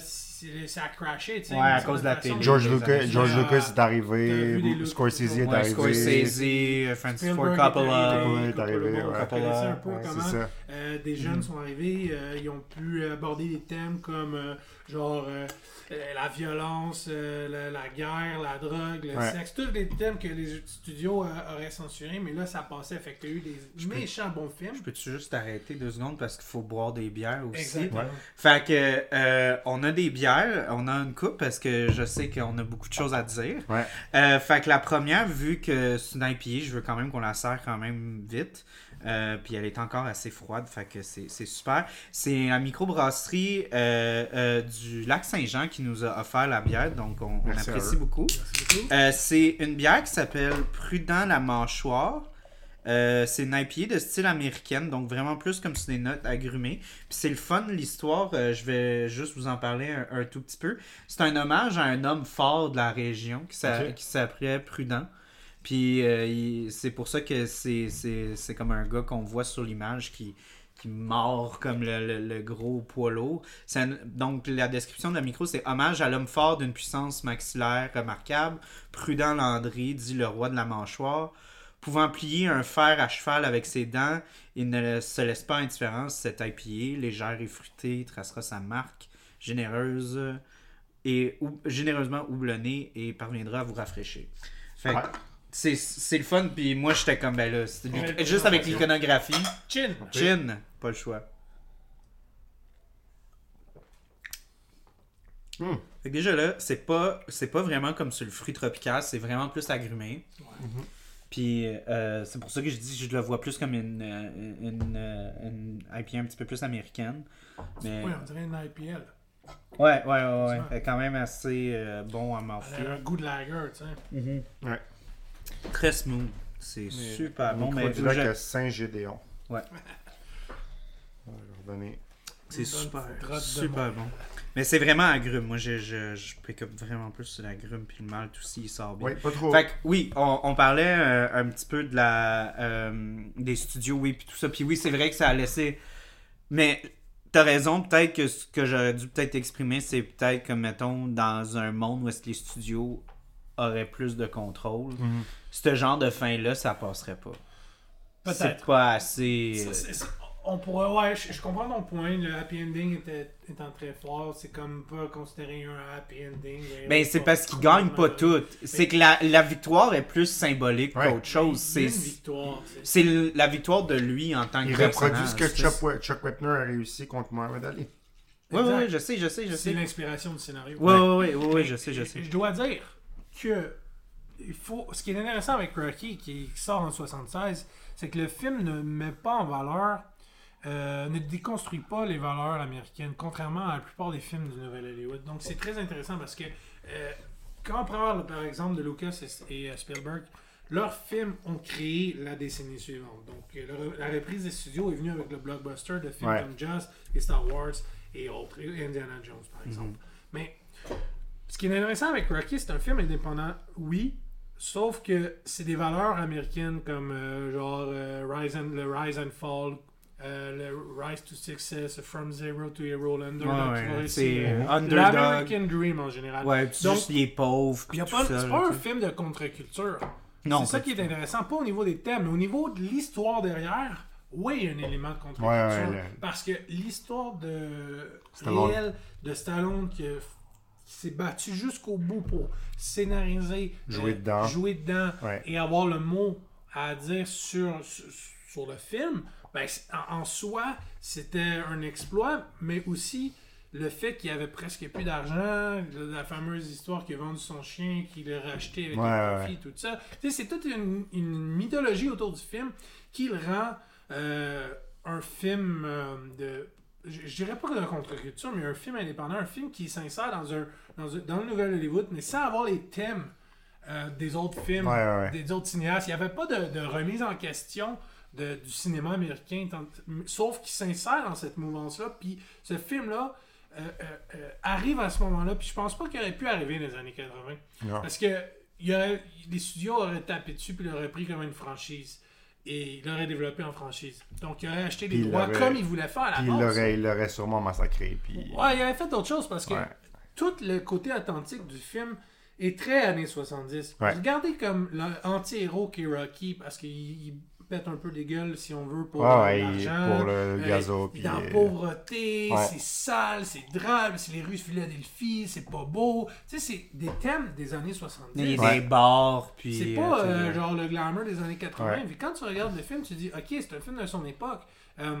S1: c'est- ça a crashé, tu sais.
S3: Ouais, à
S1: d'une
S3: cause de la
S1: certaine
S3: télé.
S1: façon.
S2: George Lucas, George
S1: Ouais.
S2: Lucas est
S1: T'as vu des
S2: arrivé,
S1: looks.
S2: Scorsese est
S1: Ouais,
S3: Ouais, Scorsese,
S2: arrivé.
S3: euh, Francis Ford
S1: Spielberg est
S3: Coppola.
S1: arrivé,
S2: Ouais, est arrivé,
S1: Coppola,
S2: ouais.
S1: on connaissait un peu
S2: Ouais,
S1: comment
S2: c'est ça. Mm.
S1: euh, des jeunes sont arrivés, euh, ils ont pu aborder des thèmes comme euh, genre euh, euh, la violence, euh, la, la guerre, la drogue, le
S2: Ouais.
S1: sexe, tous des thèmes que les studios euh, auraient censurés, mais là ça passait, fait que t'as eu des méchants bons films.
S3: Je peux-tu juste t'arrêter deux secondes parce qu'il faut boire des bières aussi?
S1: Exactement.
S3: Fait que euh, on a des bières, on a une coupe parce que je sais qu'on a beaucoup de choses à dire.
S2: Ouais.
S3: Euh, fait que la première, vu que c'est une IPA, je veux quand même qu'on la serre quand même vite. Euh, puis elle est encore assez froide, fait que c'est c'est super. C'est la microbrasserie euh, euh, du lac Saint-Jean qui nous a offert la bière, donc on, on
S2: Merci à
S3: apprécie
S2: eux.
S3: beaucoup.
S1: Merci beaucoup.
S3: Euh, c'est une bière qui s'appelle Prudent la mâchoire. Euh, c'est une IPA de style américaine, donc vraiment plus comme sur des notes agrumées. Puis c'est le fun, l'histoire, euh, je vais juste vous en parler un, un tout petit peu. C'est un hommage à un homme fort de la région qui s'a-
S2: Ok.
S3: qui s'appelait Prudent. Puis euh, il- c'est pour ça que c'est- c'est c'est comme un gars qu'on voit sur l'image qui, qui mord comme le, le- le gros poids lourd. C'est un- donc la description de la micro, c'est hommage à l'homme fort d'une puissance maxillaire remarquable, prudent Landry, dit le roi de la mâchoire. Pouvant plier un fer à cheval avec ses dents, il ne se laisse pas indifférent. Cet IPA, légère et fruitée, tracera sa marque généreuse et hou- généreusement houblonnée et parviendra à vous rafraîchir. Fait que
S2: Ouais.
S3: c'est- c'est le fun, puis moi j'étais comme ben là, c'était-
S1: Ouais.
S3: juste avec l'iconographie.
S1: Chin.
S3: Gin, pas le choix.
S2: Hmm.
S3: Fait que déjà là, c'est pas, c'est pas vraiment comme sur le fruit tropical, c'est vraiment plus agrumé. Puis euh, c'est pour ça que je dis que je le vois plus comme une, euh, une, euh, une IPA un petit peu plus américaine. Mais,
S1: Oui, on dirait une IPL.
S3: ouais, ouais, ouais, ouais. Fait quand même assez euh, bon à morphine.
S1: Elle a un goût de lager, tu sais.
S2: Ouais.
S3: Très smooth. C'est super Ah, bon. Mais
S2: Micro euh, du lac
S3: je-
S2: à Saint-Gédéon.
S3: Ouais.
S2: On va leur donner.
S3: C'est
S1: Une bonne drotte de
S3: super, super bon. Mais c'est vraiment agrume. Moi, je, je, je pick up vraiment plus sur l'agrume puis le malt aussi, il sort bien.
S2: Oui, pas trop.
S3: Fait que, oui, on, on parlait euh, un petit peu de la, euh, des studios, oui, puis tout ça. Puis oui, c'est vrai que ça a laissé. Mais t'as raison, peut-être que ce que j'aurais dû peut-être exprimer, c'est peut-être que, mettons, dans un monde où est-ce que les studios auraient plus de contrôle,
S2: Mhm.
S3: ce genre de fin-là, ça passerait pas. C'est
S1: Peut-être.
S3: pas assez.
S1: C'est- c'est- c'est- On pourrait, ouais, je, je comprends ton point. Le happy ending était, étant très fort, c'est comme pas considérer un happy ending.
S3: Ben, c'est parce qu'ils gagnent pas
S1: tout.
S3: toutes. C'est que la, la victoire est plus symbolique
S2: Ouais.
S3: qu'autre chose.
S1: C'est
S3: C'est,
S1: une victoire. tu sais.
S3: c'est le- la victoire de lui en tant que
S2: Il reproduit
S3: personnage.
S2: ce que
S3: C'est-
S2: Chuck, We- Chuck Wepner a réussi contre Mohamed Ali.
S3: Oui, oui,
S1: Exact.
S3: oui, je sais, je sais, je
S1: C'est
S3: sais.
S1: l'inspiration du scénario.
S3: Oui, oui, oui, oui, oui, je sais, je sais.
S1: Je dois dire que il faut, ce qui est intéressant avec Rocky, qui sort en 76, c'est que le film ne met pas en valeur, euh, ne déconstruit pas les valeurs américaines, contrairement à la plupart des films du Nouvel Hollywood. Donc c'est très intéressant parce que euh, quand on parle par exemple de Lucas et, et, euh, Spielberg, leurs films ont créé la décennie suivante. Donc euh, le- la reprise des studios est venue avec le blockbuster de films
S2: Ouais.
S1: comme Jazz et Star Wars et autres, et Indiana Jones par exemple. Mais ce qui est intéressant avec Rocky, c'est un film indépendant, oui, sauf que c'est des valeurs américaines comme euh, genre euh, Rise and, le Rise and Fall, euh, le Rise to Success, From Zero to Hero, l'Underdog,
S3: Ouais,
S1: tu vois, c'est,
S3: ouais, c'est
S1: euh,
S3: Underdog.
S1: l'American Dream en général.
S3: Ouais, puis
S1: Donc,
S3: juste les pauvres.
S1: Il
S3: Puis
S1: y a
S3: tout
S1: pas-
S3: ça,
S1: c'est
S3: là,
S1: pas un
S3: tu sais.
S1: film de contre-culture.
S3: Non,
S1: C'est ça
S3: pas
S1: qui est intéressant, pas au niveau des thèmes, mais au niveau de l'histoire derrière. Oui, il y a un élément de contre-culture.
S2: Ouais, ouais, le-
S1: Parce que l'histoire de
S2: Stallone.
S1: réelle de Stallone qui, a- qui s'est battu jusqu'au bout pour scénariser, euh,
S2: Jouer dedans.
S1: jouer dedans
S2: Ouais.
S1: et avoir le mot à dire sur, sur, sur le film, ben, c'est- en, en soi, c'était un exploit, mais aussi le fait qu'il y avait presque plus d'argent, la la fameuse histoire qu'il a vendu son chien, qu'il l'a racheté avec
S2: Ouais,
S1: le
S2: ouais,
S1: profit, tout ça. Tu sais, c'est toute une, une mythologie autour du film qui le rend euh, un film euh, de. Je je dirais pas de contre-culture, mais un film indépendant, un film qui s'insère dans, un, dans, un- dans le nouvel Hollywood, mais sans avoir les thèmes euh, des autres films,
S2: Ouais, ouais, ouais.
S1: des autres cinéastes. Il n'y avait pas de, de remise en question de- du cinéma américain, tant- sauf qu'il s'insère dans cette mouvance-là. Puis ce film-là euh, euh, euh, arrive à ce moment-là, puis je pense pas qu'il aurait pu arriver dans les années 80.
S2: Non.
S1: Parce que il y aurait- les studios auraient tapé dessus puis l'auraient pris comme une franchise. Et il l'aurait développé en franchise. Donc, il aurait acheté des
S2: Puis il
S1: droits
S2: l'aurait-
S1: comme il voulait faire à la
S2: Puis il
S1: base.
S2: l'aurait il l'aurait sûrement massacré. Puis...
S1: Ah, Ouais, il avait fait d'autres choses parce que
S2: Ouais.
S1: tout le côté authentique du film est très années 70.
S2: Ouais.
S1: Regardez comme l'anti-héros qui est Rocky parce qu'il il pète un peu les gueules, si on veut, pour
S2: Ouais,
S1: euh,
S2: ouais, il-
S1: l'argent.
S2: pour le gazo,
S1: Il est
S2: puis,
S1: dans la
S2: euh,
S1: pauvreté,
S2: ouais.
S1: c'est sale, c'est drôle, c'est les rues de Philadelphie, c'est pas beau. Tu sais, c'est des thèmes des années 70.
S3: Il y a
S2: Ouais.
S3: des bars, puis.
S1: C'est pas
S3: euh, tu sais,
S1: euh,
S3: là.
S1: genre le glamour des années 80.
S2: Ouais.
S1: Puis quand tu regardes le film, tu dis, ok, c'est un film de son époque. Euh,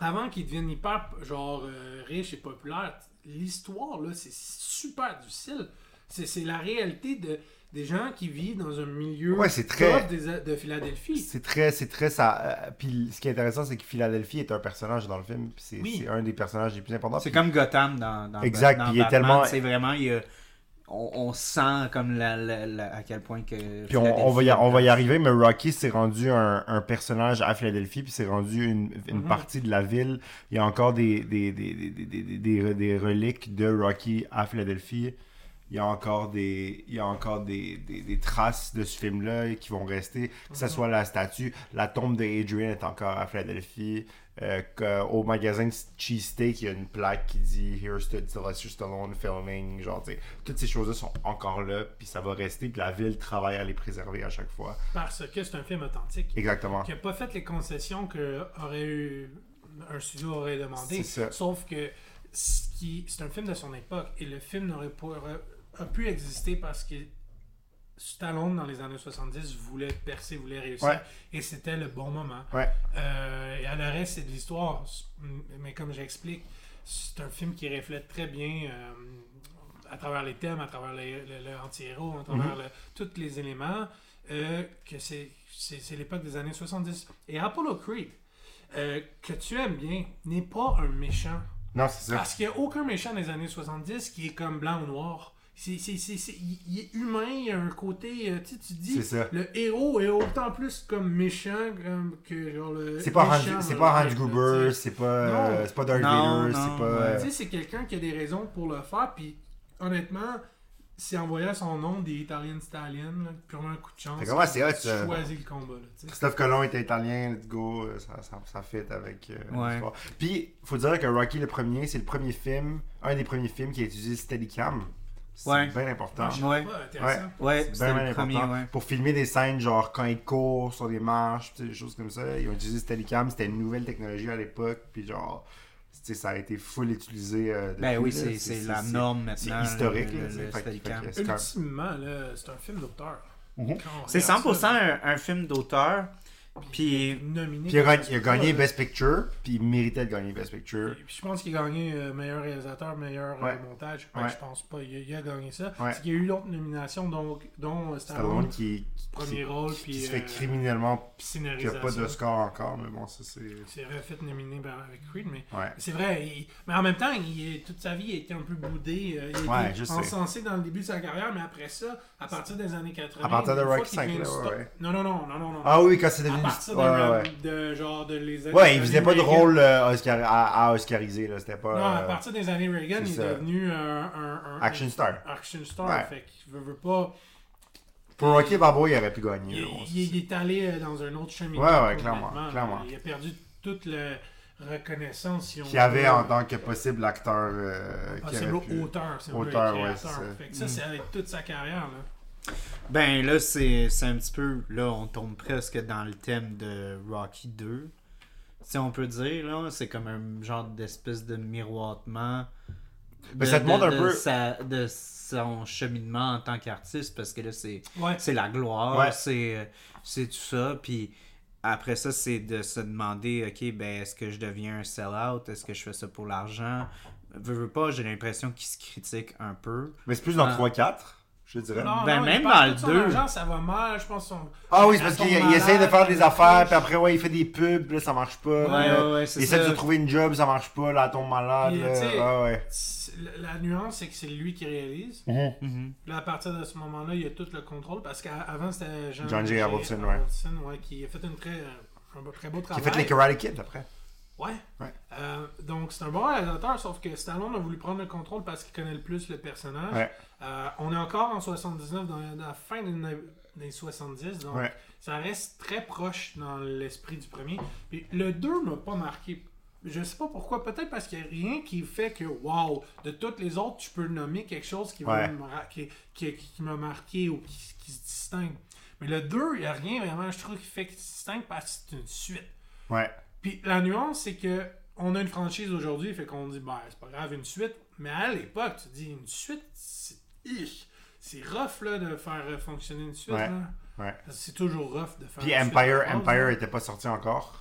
S1: avant qu'il devienne hyper genre euh, riche et populaire, l'histoire là, c'est super difficile. C'est c'est la réalité de des gens qui vivent dans un milieu
S2: Ouais, c'est très-
S1: top des- de Philadelphie.
S2: C'est très, c'est très ça. euh, Puis ce qui est intéressant, c'est que Philadelphie est un personnage dans le film. Puis c'est
S1: Oui.
S2: c'est un des personnages les plus importants.
S3: C'est
S2: Puis
S3: comme Gotham dans, dans
S2: Exact,
S3: dans
S2: puis il est
S3: Batman,
S2: tellement-
S3: C'est vraiment. il y a- on, on sent comme la, la- la- à quel point que.
S2: Puis on, on va y, on va y arriver, mais Rocky s'est rendu un, un personnage à Philadelphie, puis s'est rendu une, une
S1: Mhm.
S2: partie de la ville. Il y a encore des, des, des, des, des, des- des- des reliques de Rocky à Philadelphie. Il y a encore des, il y a encore des, des, des traces de ce film-là qui vont rester, que
S1: Mhm.
S2: ce soit la statue, la tombe de Adrian est encore à Philadelphie. Euh, que- au magasin Cheesesteak, il y a une plaque qui dit Here stood Sylvester Stallone filming. Genre, tu sais, toutes ces choses-là sont encore là, puis ça va rester, puis la ville travaille à les préserver à chaque fois.
S1: Parce que c'est un film authentique.
S2: Exactement.
S1: Qui n'a pas fait les concessions que aurait eu un studio aurait
S2: C'est
S1: demandé.
S2: ça.
S1: Sauf que ce qui- c'est un film de son époque et le film n'aurait pas aurait- a pu exister parce que Stallone dans les années 70 voulait percer, voulait réussir
S2: Ouais.
S1: et c'était le bon moment.
S2: Ouais.
S1: Euh, et à le reste, c'est de l'histoire. S- m- Mais comme j'explique, c'est un film qui reflète très bien euh, à travers les thèmes, à travers les- le, le anti-héros, à travers le-
S2: Mm-hmm.
S1: tous les éléments, euh, que c'est c'est- c'est l'époque des années 70. Et Apollo Creed, euh, que tu aimes bien, n'est pas un méchant.
S2: Non, c'est
S3: Ah,
S2: ça.
S1: Parce qu'il n'y a aucun méchant des années 70 qui est comme blanc ou noir. C'est, c'est- c'est- c'est- il il est humain, il y a un côté. euh, tu sais, tu dis,
S2: C'est ça.
S1: le héros est autant plus comme méchant comme que genre le.
S2: C'est pas,
S1: méchant
S2: Hans- c'est
S1: dans
S2: pas Hans
S1: le film,
S2: Gruber,
S1: tu sais.
S2: c'est pas, euh,
S1: Non.
S2: c'est pas Darth
S3: euh, Non,
S2: Vader,
S3: non,
S2: c'est pas.
S3: ouais.
S2: euh,
S1: Tu sais, c'est quelqu'un qui a des raisons pour le faire, puis honnêtement, c'est en voyant son nom des Italian Stallion, là, purement un coup de chance.
S2: Fait comment c'est hot,
S1: tu
S2: ça?
S1: choisis le combat, là, tu sais.
S2: Christophe Colomb était italien, let's go, euh, ça, ça, ça fit avec euh,
S3: Ouais.
S2: l'histoire. Puis, faut dire que Rocky le premier, c'est le premier film, un des premiers films qui a utilisé le Steadicam. C'est
S3: Ouais.
S2: bien important.
S3: Ouais,
S1: Pas intéressant.
S3: ouais
S2: C'est
S3: c'était
S2: Ben bien, bien
S3: le premier,
S2: important.
S3: ouais.
S2: Pour filmer des scènes, genre quand ils courent sur des marches, pis des choses comme ça, ils ont utilisé Steadicam, c'était une nouvelle technologie à l'époque, puis genre, tu sais, ça a été full utilisé. euh, depuis,
S3: Ben oui,
S2: là.
S3: c'est c'est la norme
S2: c'est
S3: maintenant.
S2: historique,
S3: le-
S2: là,
S3: le-
S2: c'est-
S3: le
S2: fait-
S3: Steadicam.
S2: fait que c'est quand-
S1: Ultimement, là, c'est un film d'auteur.
S2: Mhm.
S1: Quand on
S3: C'est
S1: regarde
S3: 100%
S1: ça,
S3: un, un film d'auteur. Puis
S1: nominé.
S2: Puis il a, gagné-
S1: pour
S2: il a
S1: ça,
S2: gagné
S1: là.
S2: Best Picture, puis il méritait de gagner Best Picture.
S1: Puis je pense qu'il a gagné euh, meilleur réalisateur, meilleur euh,
S2: Ouais.
S1: montage. Ben,
S2: Ouais.
S1: Je pense pas. Il a, il a gagné ça.
S2: Ouais.
S1: C'est qu'il y a eu l'autre nomination, donc, dont euh, Stallone,
S2: Stallone qui, qui-
S1: premier
S2: qui-
S1: rôle,
S2: qui
S1: puis
S2: se
S1: euh,
S2: fait criminellement
S1: puis
S2: Il n'y a pas de
S1: scénarisation.
S2: score encore, mais bon, ça c'est. Ouais.
S1: C'est refait nominé par- avec Creed, mais c'est vrai. il- Mais en même temps, il est- toute sa vie, il a été un peu boudé. euh, Il a
S2: Ouais,
S1: été
S2: je sais.
S1: encensé dans le début de sa carrière, mais après ça, à partir des années 80.
S2: À partir de
S1: une fois
S2: Rocky
S1: qu'il devient
S2: 5, là,
S1: star-
S2: ouais, ouais.
S1: Non, non, non, non, non. non.
S2: Ah oui, quand c'est
S1: à
S2: devenu.
S1: partir de,
S2: ouais, ouais,
S1: Ram-
S2: ouais.
S1: de genre de les années.
S2: Ouais, il faisait pas de
S1: Reagan.
S2: rôle euh, Oscar- à, à Oscarisé, là, c'était pas.
S1: Non, à
S2: euh,
S1: partir des années Reagan,
S2: c'est
S1: il est
S2: ça.
S1: devenu un, un- un-
S2: Action star.
S1: action star.
S2: Ouais.
S1: Fait qu'il veut, veut pas.
S2: Pour Rocky Balboa, il aurait pu gagner.
S1: Il,
S2: là, on
S1: il- il est allé euh, dans un autre chemin.
S2: Ouais, ouais,
S1: complètement.
S2: clairement, clairement.
S1: Il a perdu toute la reconnaissance. Si on
S2: sait. Qui avait
S1: veut,
S2: en tant que possible acteur. euh, qui
S1: possible
S2: aurait pu-
S1: auteur, Ah, c'est vrai,
S2: Auteur, ouais,
S1: créateur.
S2: c'est ça.
S1: Fait que ça, c'est avec toute sa carrière. Là.
S3: Ben là, c'est c'est un petit peu. Là, on tombe presque dans le thème de Rocky 2. Si on peut dire, là, c'est comme un genre d'espèce de miroitement.
S2: Ben, ça te montre un
S3: de
S2: peu-
S3: sa- de son cheminement en tant qu'artiste, parce que là, c'est
S1: Ouais.
S3: c'est la gloire,
S2: Ouais.
S3: c'est c'est tout ça. Puis après ça, c'est de se demander ok, ben est-ce que je deviens un sell-out Est-ce que je fais ça pour l'argent Veux, veux pas, j'ai l'impression qu'il se critique un peu.
S2: Mais c'est plus dans
S3: Ah.
S2: 3-4, je dirais.
S1: Non,
S3: Ben,
S1: non,
S3: même
S1: il parle
S3: dans
S1: tout
S3: le
S1: de son
S3: deux.
S1: argent, ça va mal, je pense. Son...
S2: Ah oui, c'est
S1: Ils
S2: parce
S1: sont
S2: qu'il il
S1: malades,
S2: essaye de faire
S1: ils
S2: des
S1: sont
S2: affaires,
S1: riches.
S2: puis après, ouais, il fait des pubs, là, ça marche pas.
S3: Ouais,
S2: là.
S3: ouais, ouais, c'est
S2: il essaie
S3: ça.
S2: de trouver une job, ça marche pas, là, elle tombe malade.
S1: Puis,
S2: là.
S1: tu sais,
S2: Ah ouais.
S1: c'est- la- La nuance, c'est que c'est lui qui réalise.
S2: Mhm.
S1: Là, à partir de ce moment-là, il y a tout le contrôle parce qu'avant, c'était Jean
S2: John J. Avildsen, ouais.
S1: ouais, qui a fait une très, euh, un beau- très beau
S2: Qui a
S1: travail.
S2: fait les Karate Kids après.
S1: Ouais.
S2: Ouais.
S1: Euh, donc, c'est un bon réalisateur, sauf que Stallone a voulu prendre le contrôle parce qu'il connaît le plus le personnage.
S2: Ouais.
S1: Euh, on est encore en 79, dans, dans la fin des, années- des 70, donc
S2: Ouais.
S1: ça reste très proche dans l'esprit du premier. Puis le 2 m'a pas marqué. Je sais pas pourquoi, peut-être parce qu'il n'y a rien qui fait que, wow, de toutes les autres, tu peux nommer quelque chose qui, va
S2: Ouais.
S1: me ra- qui, qui- qui m'a marqué ou qui, qui se distingue. Mais le 2, il n'y a rien vraiment, je trouve, qui fait qu'il se distingue parce que c'est une suite.
S2: Ouais.
S1: Puis la nuance, c'est que on a une franchise aujourd'hui, fait qu'on dit, ben, c'est pas grave, une suite. Mais à l'époque, tu dis, une suite, c'est Ich. C'est rough, là, de faire euh, fonctionner une suite.
S2: Ouais.
S1: là.
S2: Ouais.
S1: Ah, C'est hein. toujours rough de faire
S2: Puis
S1: une suite
S2: Empire,
S1: de base,
S2: Empire
S1: là.
S2: était pas sorti encore.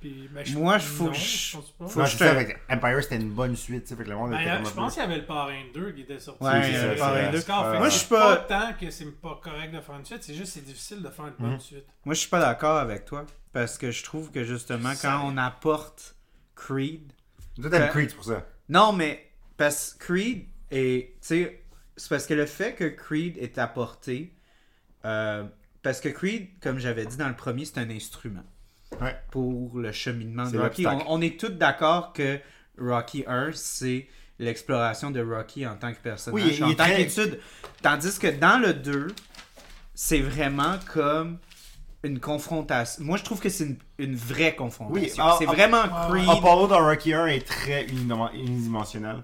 S1: Puis, ben,
S3: Moi, je- faut
S1: non,
S3: que je-
S1: pense pas.
S3: faut
S2: Non,
S3: que
S2: je
S3: je
S2: sais,
S3: te-
S2: avec Empire, c'était une bonne suite. tu sais, Fait que le monde
S1: Ben,
S2: était comme
S1: je
S2: un
S1: pense
S2: peu-
S1: qu'il y avait le Parrain 2 qui était sorti.
S3: Ouais,
S2: il y avait le Parrain 2.
S1: Score, fait que
S2: Moi,
S3: je
S1: c'est
S3: suis pas-
S1: tant que c'est pas correct de faire une suite, c'est juste c'est difficile de faire une
S3: Mhm.
S1: bonne suite.
S3: Moi, je suis pas d'accord avec toi. Parce que je trouve que justement, quand on apporte Creed.
S2: Toi, t'aimes
S3: Ouais.
S2: Creed, c'est pour ça.
S3: Non, mais parce que Creed est. Tu sais, c'est parce que le fait que Creed est apporté. euh, parce que Creed, comme j'avais dit dans le premier, c'est un instrument
S2: Ouais.
S3: pour le cheminement
S2: C'est
S3: de Rocky. On,
S2: l'obstacle.
S3: on est tous d'accord que Rocky 1, c'est l'exploration de Rocky en tant que personnage,
S2: Oui, il-
S3: en
S2: il est
S3: tant
S2: très-
S3: qu'étude. Tandis que dans le 2, c'est vraiment comme une confrontation. Moi, je trouve que c'est une, une vraie confrontation.
S2: Oui, ah,
S3: c'est
S2: ah,
S3: vraiment
S1: ah,
S3: Creed.
S2: Apollo dans Rocky 1 est très unidim- unidimensionnel.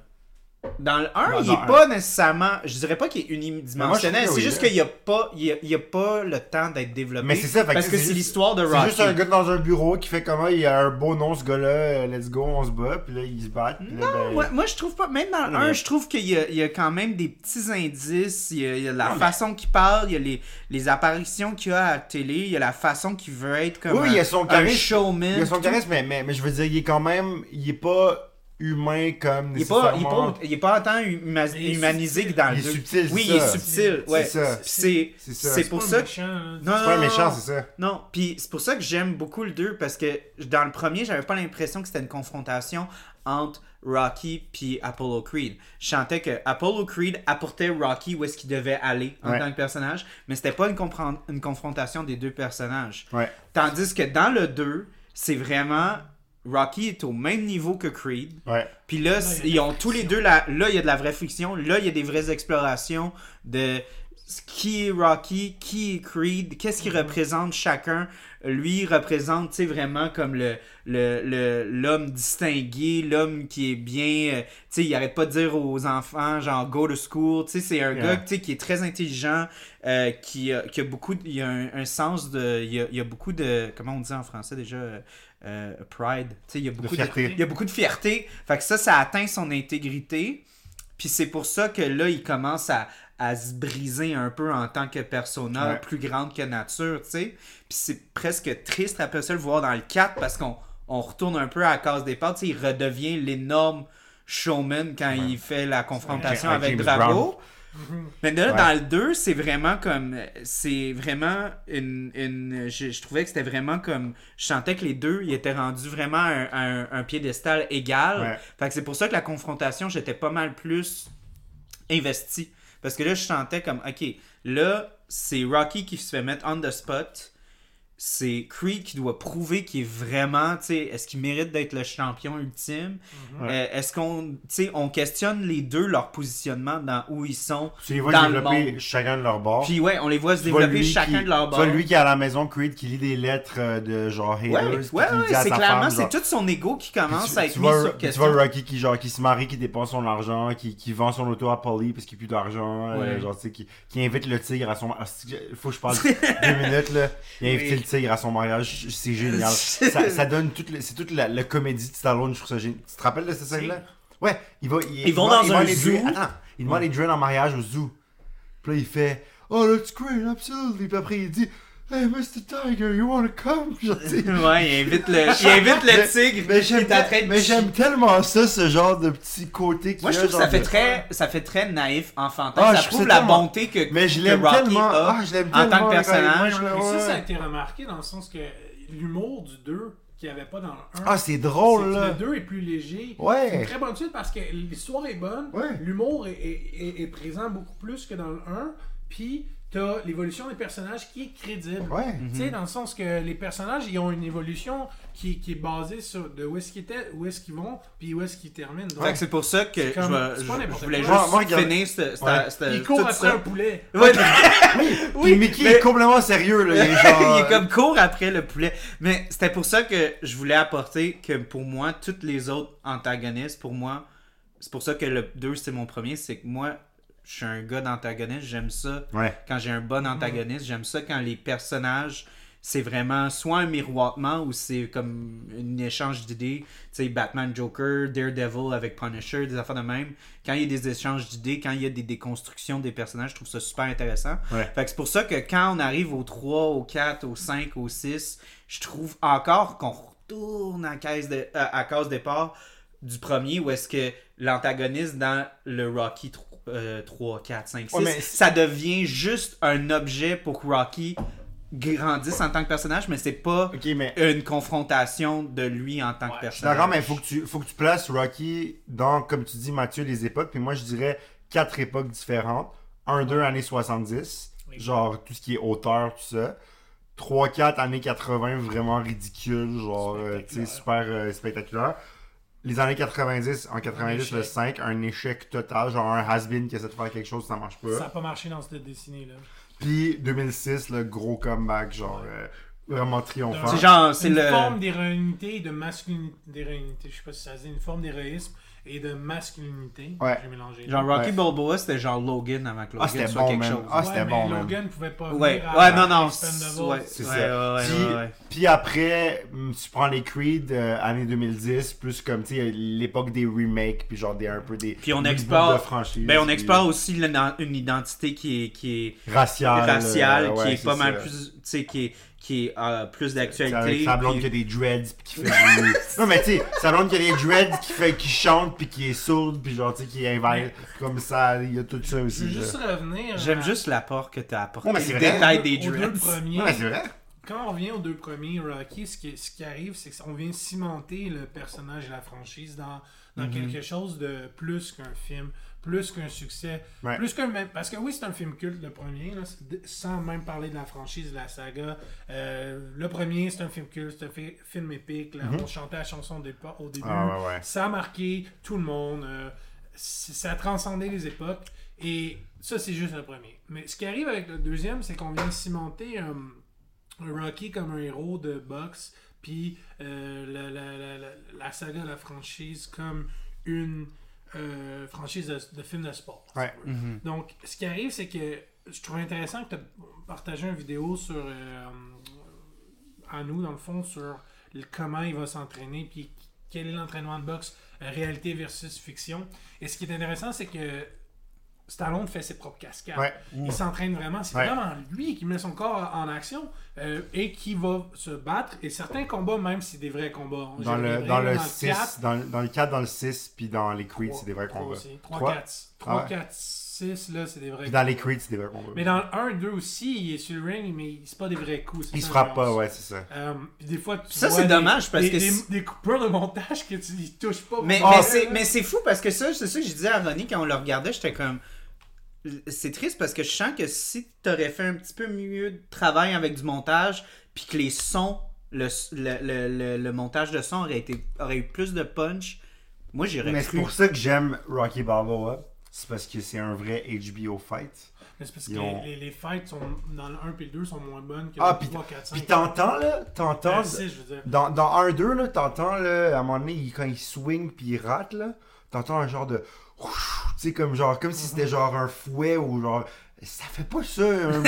S3: Dans le 1,
S2: Dans
S3: il
S2: le
S3: n'est
S2: un.
S3: pas nécessairement. Je dirais pas qu'il est
S2: ah. Mais moi, je trouve
S3: unidimensionnel.
S2: que
S3: C'est
S2: oui,
S3: juste
S2: là.
S3: qu'il n'y a, pas- il y a, il y a pas le temps d'être développé.
S2: Mais c'est ça, fait que
S3: Parce que
S2: c'est
S3: c'est
S2: juste-
S3: l'histoire de
S2: C'est
S3: Rocky.
S2: juste un gars dans un bureau qui fait comment il a un beau nom, ce gars-là, euh, let's go, on se bat, puis là, ils se battent. puis là, ben,
S3: Ouais, moi, je trouve pas. Même dans le
S2: Non,
S3: 1,
S2: mais-
S3: je trouve qu'il y, a- il y a quand même des petits indices. Il y a, il y a la
S2: Non, mais-
S3: façon qu'il parle, il y a les, les apparitions qu'il y a à la télé, il y a la façon qu'il veut être comme
S2: Oui,
S3: un,
S2: il y a son
S3: un
S2: charisme.
S3: showman.
S2: Il a son
S3: tout.
S2: charisme, mais, mais, mais je veux dire, il est quand même. Il est pas humain comme
S3: Il est pas, il est
S2: nécessairement.
S3: pas- il est pas autant huma-
S1: Il est
S3: humanisé que
S1: subtil.
S3: dans le
S2: Il est
S3: deux.
S2: subtil, c'est
S3: Oui,
S2: ça.
S3: il est subtil.
S1: C'est-
S3: Ouais.
S2: c'est ça.
S3: Puis C'est
S2: C'est ça.
S3: c'est
S2: C'est
S3: pour
S1: pas
S3: ça que.
S1: méchant, hein. là.
S3: Non,
S2: C'est pas un
S3: non,
S2: méchant,
S3: non.
S2: c'est ça.
S3: Non, puis c'est pour ça que j'aime beaucoup le 2 parce que dans le premier, j'avais pas l'impression que c'était une confrontation entre Rocky puis Apollo Creed. Je sentais que Apollo Creed apportait Rocky où est-ce qu'il devait aller en
S2: Ouais.
S3: tant que personnage, mais c'était pas une, compren- une confrontation des deux personnages.
S2: Ouais.
S3: Tandis que dans le 2, c'est vraiment Rocky est au même niveau que Creed.
S2: Ouais.
S3: Puis
S1: il y
S3: là,
S1: a de
S3: ils
S1: la
S3: ont tous les
S1: friction.
S3: deux. La... Là, il y a de la vraie friction. Là, il y a des vraies explorations de ce qui est Rocky, qui est Creed, qu'est-ce
S1: Mhm.
S3: qu'il représente chacun. Lui, il représente tu sais, vraiment comme le le- le- l'homme distingué, l'homme qui est bien. euh, tu sais, il arrête pas de dire aux enfants, genre, go to school. Tu sais, c'est un
S2: Yeah.
S3: gars tu sais, qui est très intelligent, euh, qui, a, qui a beaucoup. de- Il a un, un sens de. Il y a, il y a beaucoup de. Comment on dit en français déjà euh, euh, Pride. Tu sais, il y a beaucoup de
S2: fierté.
S3: il y a beaucoup de fierté. Fait que ça, ça atteint son intégrité. Puis c'est pour ça que là, il commence à, à se briser un peu en tant que persona
S2: Ouais.
S3: plus grande que nature, tu sais. Puis c'est presque triste après ça le voir dans le 4 parce qu'on on retourne un peu à la case départ. Tu sais, il redevient l'énorme showman quand il fait la confrontation
S2: Ouais,
S3: avec
S2: James
S3: Drago. Mais là,
S2: Ouais.
S3: dans le 2, c'est vraiment comme. C'est vraiment une. une- je, je trouvais que c'était vraiment comme. Je sentais que les deux, ils étaient rendus vraiment à un, à un- un piédestal égal.
S2: Ouais.
S3: Fait que c'est pour ça que la confrontation, j'étais pas mal plus investi. Parce que là, je sentais comme, OK, là, c'est Rocky qui se fait mettre on the spot. C'est Creed qui doit prouver qu'il est vraiment, tu sais, est-ce qu'il mérite d'être le champion ultime? Euh, est-ce qu'on, tu sais, on questionne les deux, leur positionnement dans où ils sont.
S2: Tu les vois
S3: dans le
S2: développer
S3: monde.
S2: chacun de leur bord.
S3: Puis ouais, on les voit se
S2: Tu vois
S3: développer
S2: lui
S3: chacun
S2: qui-
S3: de leur
S2: tu
S3: bord.
S2: vois lui qui est à la maison, Creed, qui lit des lettres euh, de genre haters.
S3: ouais, ouais,
S2: puis qui
S3: ouais,
S2: dit à
S3: c'est
S2: sa
S3: clairement,
S2: femme,
S3: c'est
S2: genre,
S3: tout son ego qui commence
S2: tu,
S3: à être
S2: tu
S3: mis
S2: vois,
S3: sur
S2: tu
S3: question.
S2: vois Rocky qui, genre, qui se marie, qui dépense son argent, qui, qui vend son auto à Polly parce qu'il n'y a plus d'argent, euh,
S3: Ouais.
S2: genre, tu sais, qui, qui invite le tigre à son ah, c'est- Faut que je parle deux minutes, là. Il a invité
S3: Oui.
S2: le tigre à son mariage, c'est génial. ça, ça donne toute, le- c'est toute la, la comédie de Stallone, je trouve ça génial. Tu te rappelles de cette scène-là? Ouais, il va. il-
S3: Ils
S2: il
S3: vont
S2: demande-
S3: dans
S2: il demande
S3: un
S2: les druides-
S3: zoo.
S2: Attends, il demande les druides en mariage au zoo. Puis là, il fait Oh, that's great, absolutely. Puis après, il dit Hey, Mr. Tiger, you wanna come? Puis genre, tu sais,
S3: ouais, il invite le, il invite le
S2: Mais-
S3: tigre.
S2: mais
S3: qui
S2: j'aime
S3: est en train
S2: te-
S3: de
S2: mais
S3: chier.
S2: j'aime tellement ça, ce genre de petit côté qui
S3: Moi, je trouve que ça fait, très, ça fait très naïf, enfantin.
S2: Ah,
S3: ça
S2: je
S3: prouve
S2: sais
S3: la
S2: tellement.
S3: bonté que,
S2: Mais je
S3: que
S2: l'aime
S3: Rocky
S2: tellement.
S3: a
S2: Ah, je l'aime
S3: en
S2: tellement.
S3: tant que
S2: quand il
S3: personnage.
S2: mange, là,
S1: Mais ça, ça a
S2: ouais.
S1: été remarqué dans le sens que l'humour du 2 qu'il n'y avait pas dans le 1.
S2: Ah, c'est drôle,
S1: c'est que
S2: là.
S1: Le 2 est plus léger.
S2: Ouais.
S1: C'est une très bonne suite parce que l'histoire est bonne.
S2: Ouais.
S1: L'humour est, est- est- est présent beaucoup plus que dans le 1. Puis, t'as l'évolution des personnages qui est crédible.
S2: Ouais.
S1: Tu
S3: Mhm.
S1: sais, dans le sens que les personnages, ils ont une évolution qui, qui est basée sur de où est-ce qu'ils étaient, où est-ce qu'ils vont, puis où est-ce qu'ils terminent. Donc,
S3: Fait que c'est pour ça que
S1: C'est
S3: je,
S1: comme-
S3: vais-
S1: c'est pas
S3: je-
S1: n'importe
S3: je voulais
S1: quoi.
S3: juste
S2: Moi, moi,
S3: finir ce, ce-
S2: Ouais.
S3: ce-
S1: il court
S3: euh, tout
S1: après
S3: ça.
S1: un poulet.
S3: Ouais,
S2: Puis Mickey
S3: mais-
S2: est complètement sérieux, là. hein. Il est genre.
S3: il est comme court après le poulet. Mais c'était pour ça que je voulais apporter que pour moi, toutes les autres antagonistes, pour moi, c'est pour ça que le 2, c'est mon premier, c'est que moi, je suis un gars d'antagoniste, j'aime ça.
S2: euh, Ouais.
S3: Quand j'ai un bon antagoniste, j'aime ça quand les personnages, c'est vraiment soit un miroitement ou c'est comme un échange d'idées. Tu sais, Batman, Joker, Daredevil avec Punisher, des affaires de même. Quand il y a des échanges d'idées, quand il y a des déconstructions des personnages, je trouve ça super intéressant.
S2: Ouais.
S3: Fait que c'est pour ça que quand on arrive au 3, au 4, au 5, au 6, je trouve encore qu'on tourne à, caisse de, euh, à, à cause départ du premier où est-ce que l'antagoniste dans le Rocky 3, euh, 3, 4, 5, 6,
S2: Ouais, mais-
S3: ça devient juste un objet pour que Rocky grandisse en tant que personnage, mais c'est pas
S2: Ok, mais.
S3: une confrontation de lui en tant que
S1: Ouais,
S2: Je
S3: personnage.
S2: suis d'accord, mais faut que, tu, faut que tu places Rocky dans, comme tu dis, Mathieu, les époques. Puis moi, je dirais quatre époques différentes. Un, deux, années 70.
S1: Oui.
S2: Genre, tout ce qui est hauteur, tout ça. 3, 4, années 80, vraiment ridicule, genre, euh, tu sais, super euh, spectaculaire. Les années 90, en 90, le
S1: échec.
S2: 5, un échec total, genre un has-been qui essaie de faire quelque chose, ça marche pas.
S1: Ça n'a pas marché dans cette dessinée-là.
S2: Puis 2006, le gros comeback, genre, euh, vraiment triomphant.
S3: C'est genre, c'est
S1: une
S3: le.
S1: forme d'héroïnité et de masculinité. d'héroïnité, Je sais pas si ça se dit, une forme d'héroïsme et de masculinité.
S2: Ouais.
S1: J'ai mélangé.
S3: Genre Rocky
S2: Ouais.
S3: Balboa, c'était genre Logan avant que Logan
S2: Ah, c'était
S3: soit
S2: bon,
S3: quelque
S2: man.
S3: chose.
S2: Ah, c'était
S1: mais
S2: bon, man.
S1: Logan pouvait pas
S3: ouais,
S1: venir à
S3: ouais,
S1: la
S3: non, non. c'est-
S1: Expendables.
S3: Ouais,
S2: C'est
S3: ouais,
S2: ça.
S3: ouais, ouais,
S2: Puis-
S3: ouais, ouais.
S2: Puis après, hum, tu prends les Creed, euh, années 2010, plus comme, tu sais, l'époque des remakes, puis genre des, un peu des...
S3: Puis on
S2: des
S3: explore-
S2: bouts de franchise,
S3: Ben, on
S2: puis
S3: explore aussi l'ident- une identité qui est, qui est
S2: Raciale.
S3: raciale,
S2: euh,
S3: qui
S2: ouais,
S3: est
S2: c'est
S3: pas mal
S2: ça.
S3: plus, tu sais, qui est, qui est euh, plus
S2: C'est Avec
S3: d'actualité.
S2: sa blonde qui
S3: puis-
S2: a des dreads pis qui fait du... Non mais tu sais, sa blonde qui a des dreads qui fait qui chante puis qui est sourde puis genre tu sais qui invite comme ça, il y a tout ça
S1: Je veux
S2: aussi.
S1: juste
S2: là.
S1: revenir. à-
S3: J'aime juste l'apport que t'as apporté.
S2: Ouais, mais c'est
S3: le
S2: vrai.
S3: détail des
S1: aux deux
S3: dreads.
S1: premiers.
S2: Non mais c'est vrai.
S1: Quand on revient aux deux premiers Rocky, ce qui, ce qui arrive, c'est qu'on vient cimenter le personnage et la franchise dans,
S2: Mhm.
S1: dans quelque chose de plus qu'un film, plus qu'un succès,
S2: Ouais.
S1: plus qu'un même. Parce que oui, c'est un film culte, le premier, là, c'est de- sans même parler de la franchise, de la saga. Euh, le premier, c'est un film culte, c'est un fi- film épique. là, On chantait la chanson au dépa- au début.
S2: Mhm. Ah ouais ouais.
S1: Ça a marqué tout le monde. euh, c- ça a transcendé les époques. Et ça, c'est juste le premier. Mais ce qui arrive avec le deuxième, c'est qu'on vient cimenter euh, Rocky comme un héros de boxe, puis euh, la, la- la- la- la saga, la franchise, comme une euh, franchise de, de films de sport.
S2: Ouais. mm-hmm.
S1: Donc, ce qui arrive, c'est que je trouve intéressant que tu partagé une vidéo sur euh, à nous, dans le fond, sur le- comment il va s'entraîner, puis quel est l'entraînement de boxe, euh, réalité versus fiction. Et ce qui est intéressant, c'est que Stallone fait ses propres
S3: Ah.
S1: cascades.
S2: Ouais.
S1: Il s'entraîne vraiment. C'est
S2: Ouais.
S1: vraiment lui qui met son corps en action euh, et qui va se battre. Et certains combats, même si des vrais combats.
S2: Dans
S1: Je
S2: le,
S1: reviendrai
S2: dans le
S1: quatre,
S2: 6, dans, le- dans le 4, dans le 6, puis dans les Creed, c'est des vrais
S1: trois
S2: combats.
S1: aussi. Trois,
S2: Trois?
S1: quatre. Trois,
S2: Ah ouais.
S1: quatre, six, là, c'est des vrais
S2: Puis dans les Creed, c'est des vrais combats.
S1: mais dans le 1 2 aussi, il est sur le ring, mais c'est pas des vrais coups. c'est
S2: Il se
S1: ça,
S2: frappe
S1: la
S2: pas,
S1: nuance.
S2: ouais, c'est ça.
S1: Euh, puis des fois, tu
S3: Ça,
S1: vois
S3: c'est
S1: des-
S3: dommage, parce
S1: des-
S3: que
S1: des,
S3: si-
S1: des coupures de montage que tu y touches pas.
S3: Mais,
S2: Ah,
S3: mais
S2: ouais.
S3: c'est- mais c'est fou parce que ça, c'est ça que je disais à Ronnie quand on le regardait, j'étais comme. C'est triste parce que je sens que si t'aurais fait un petit peu mieux de travail avec du montage, puis que les sons, le, le, le, le- le montage de son aurait, été, aurait eu plus de punch, moi j'aurais
S2: Mais c'est
S3: cru.
S2: pour ça que j'aime Rocky Balboa. C'est parce que c'est un vrai HBO fight.
S1: Mais c'est parce que
S2: Ils ont-
S1: les, les fights sont, dans le 1 puis le 2 sont moins bonnes que
S2: Ah,
S1: le
S2: pis
S1: 3, 4, 5.
S2: pis t'entends là, t'entends.
S1: le 6, Euh, je veux dire.
S2: Dans, dans 1-2, là, t'entends là, à un moment donné, il- quand il swing puis il rate, là, t'entends un genre de. ouf, Tu sais, comme genre, comme si c'était genre un fouet ou genre. Ça fait pas ça. un-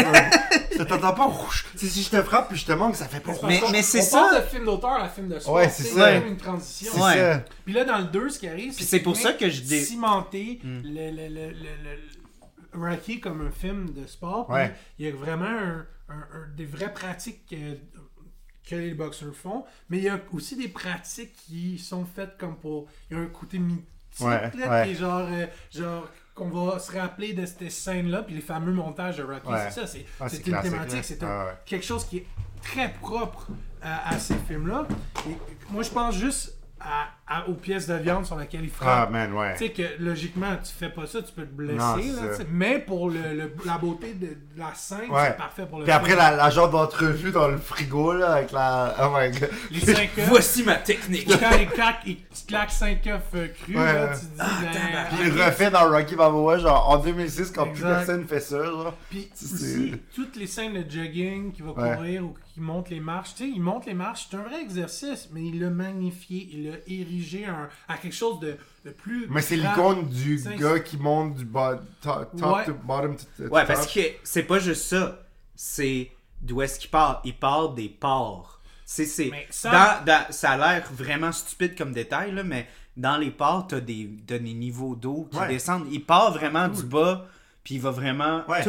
S2: un- ça t'entends pas. ouf, Tu sais, si je te frappe puis je te manque, ça fait pas.
S1: Parce
S3: Mais-
S1: qu'on-
S3: mais c'est
S1: on
S3: ça.
S1: Parle de film d'auteur à film de sport.
S2: Ouais, c'est
S1: tu sais,
S2: ça.
S1: il y a même une transition.
S2: C'est
S3: Ouais.
S2: ça.
S1: Puis là, dans le 2, ce qui arrive,
S3: Puis c'est
S1: qu'il
S3: pour
S1: vient
S3: ça que je dé-
S1: cimenter
S2: Hmm.
S1: le, le- le- le- le- Rocky comme un film de sport. puis
S2: Ouais.
S1: Il y a vraiment un- un- un- des vraies pratiques que, que les boxeurs font, mais il y a aussi des pratiques qui sont faites comme pour. Il y a un côté mythique,
S2: Ouais,
S1: là,
S2: ouais.
S1: qui est genre. euh, genre qu'on va se rappeler de cette scène-là, puis les fameux montages de Rocky,
S2: Ouais.
S1: c'est ça, c'est
S2: Ah,
S1: c'est
S2: c'est
S1: une
S2: classique,
S1: thématique,
S2: là.
S1: c'est un-
S2: Ah, ouais.
S1: quelque chose qui est très propre euh, à, à ces films-là. Et Moi, je pense juste à, à- aux pièces de viande sur lesquelles ils
S2: Ah,
S1: frappent.
S2: man, ouais.
S1: tu sais que logiquement, tu fais pas ça, tu peux te blesser.
S2: Non, c'est
S1: là,
S2: ça.
S1: tu sais. mais pour le- le- la beauté de, de la scène,
S2: Ouais.
S1: c'est parfait pour le
S2: Puis
S1: film.
S2: après, la, la genre d'entrevue dans le frigo, là, avec la. Oh my god.
S1: Les 5 œufs,
S3: Voici ma technique!
S1: quand ils claquent, ils claquent 5 œufs euh, crus,
S2: Ouais,
S1: là,
S2: ouais.
S1: tu te dis...
S2: Puis
S1: ben,
S2: il refait dans Rocky Balboa, genre en 2006, quand plus
S1: Exact.
S2: personne fait ça, genre.
S1: Puis
S2: C'est-
S1: aussi, toutes les scènes de jogging qui va
S2: Ouais.
S1: courir ou qui monte les marches, tu sais, il monte les marches, c'est un vrai exercice, mais il l'a magnifié, il l'a érigé à, un- à quelque chose de, de plus.
S2: Mais c'est
S1: grand.
S2: l'icône du
S1: Cinq-
S2: gars qui monte du bo- top, top
S1: Ouais.
S2: to bottom to, to
S3: Ouais,
S2: top.
S3: parce que c'est pas juste ça. C'est d'où est-ce qu'il part. Il part des ports. C'est, c'est,
S1: Mais ça-
S3: ça... Dans, dans- ça a l'air vraiment stupide comme détail, là, mais dans les ports, t'as des, t'as des niveaux d'eau qui
S2: Ouais.
S3: descendent. Il part vraiment du bas. Puis il va vraiment
S2: Ouais.
S3: tout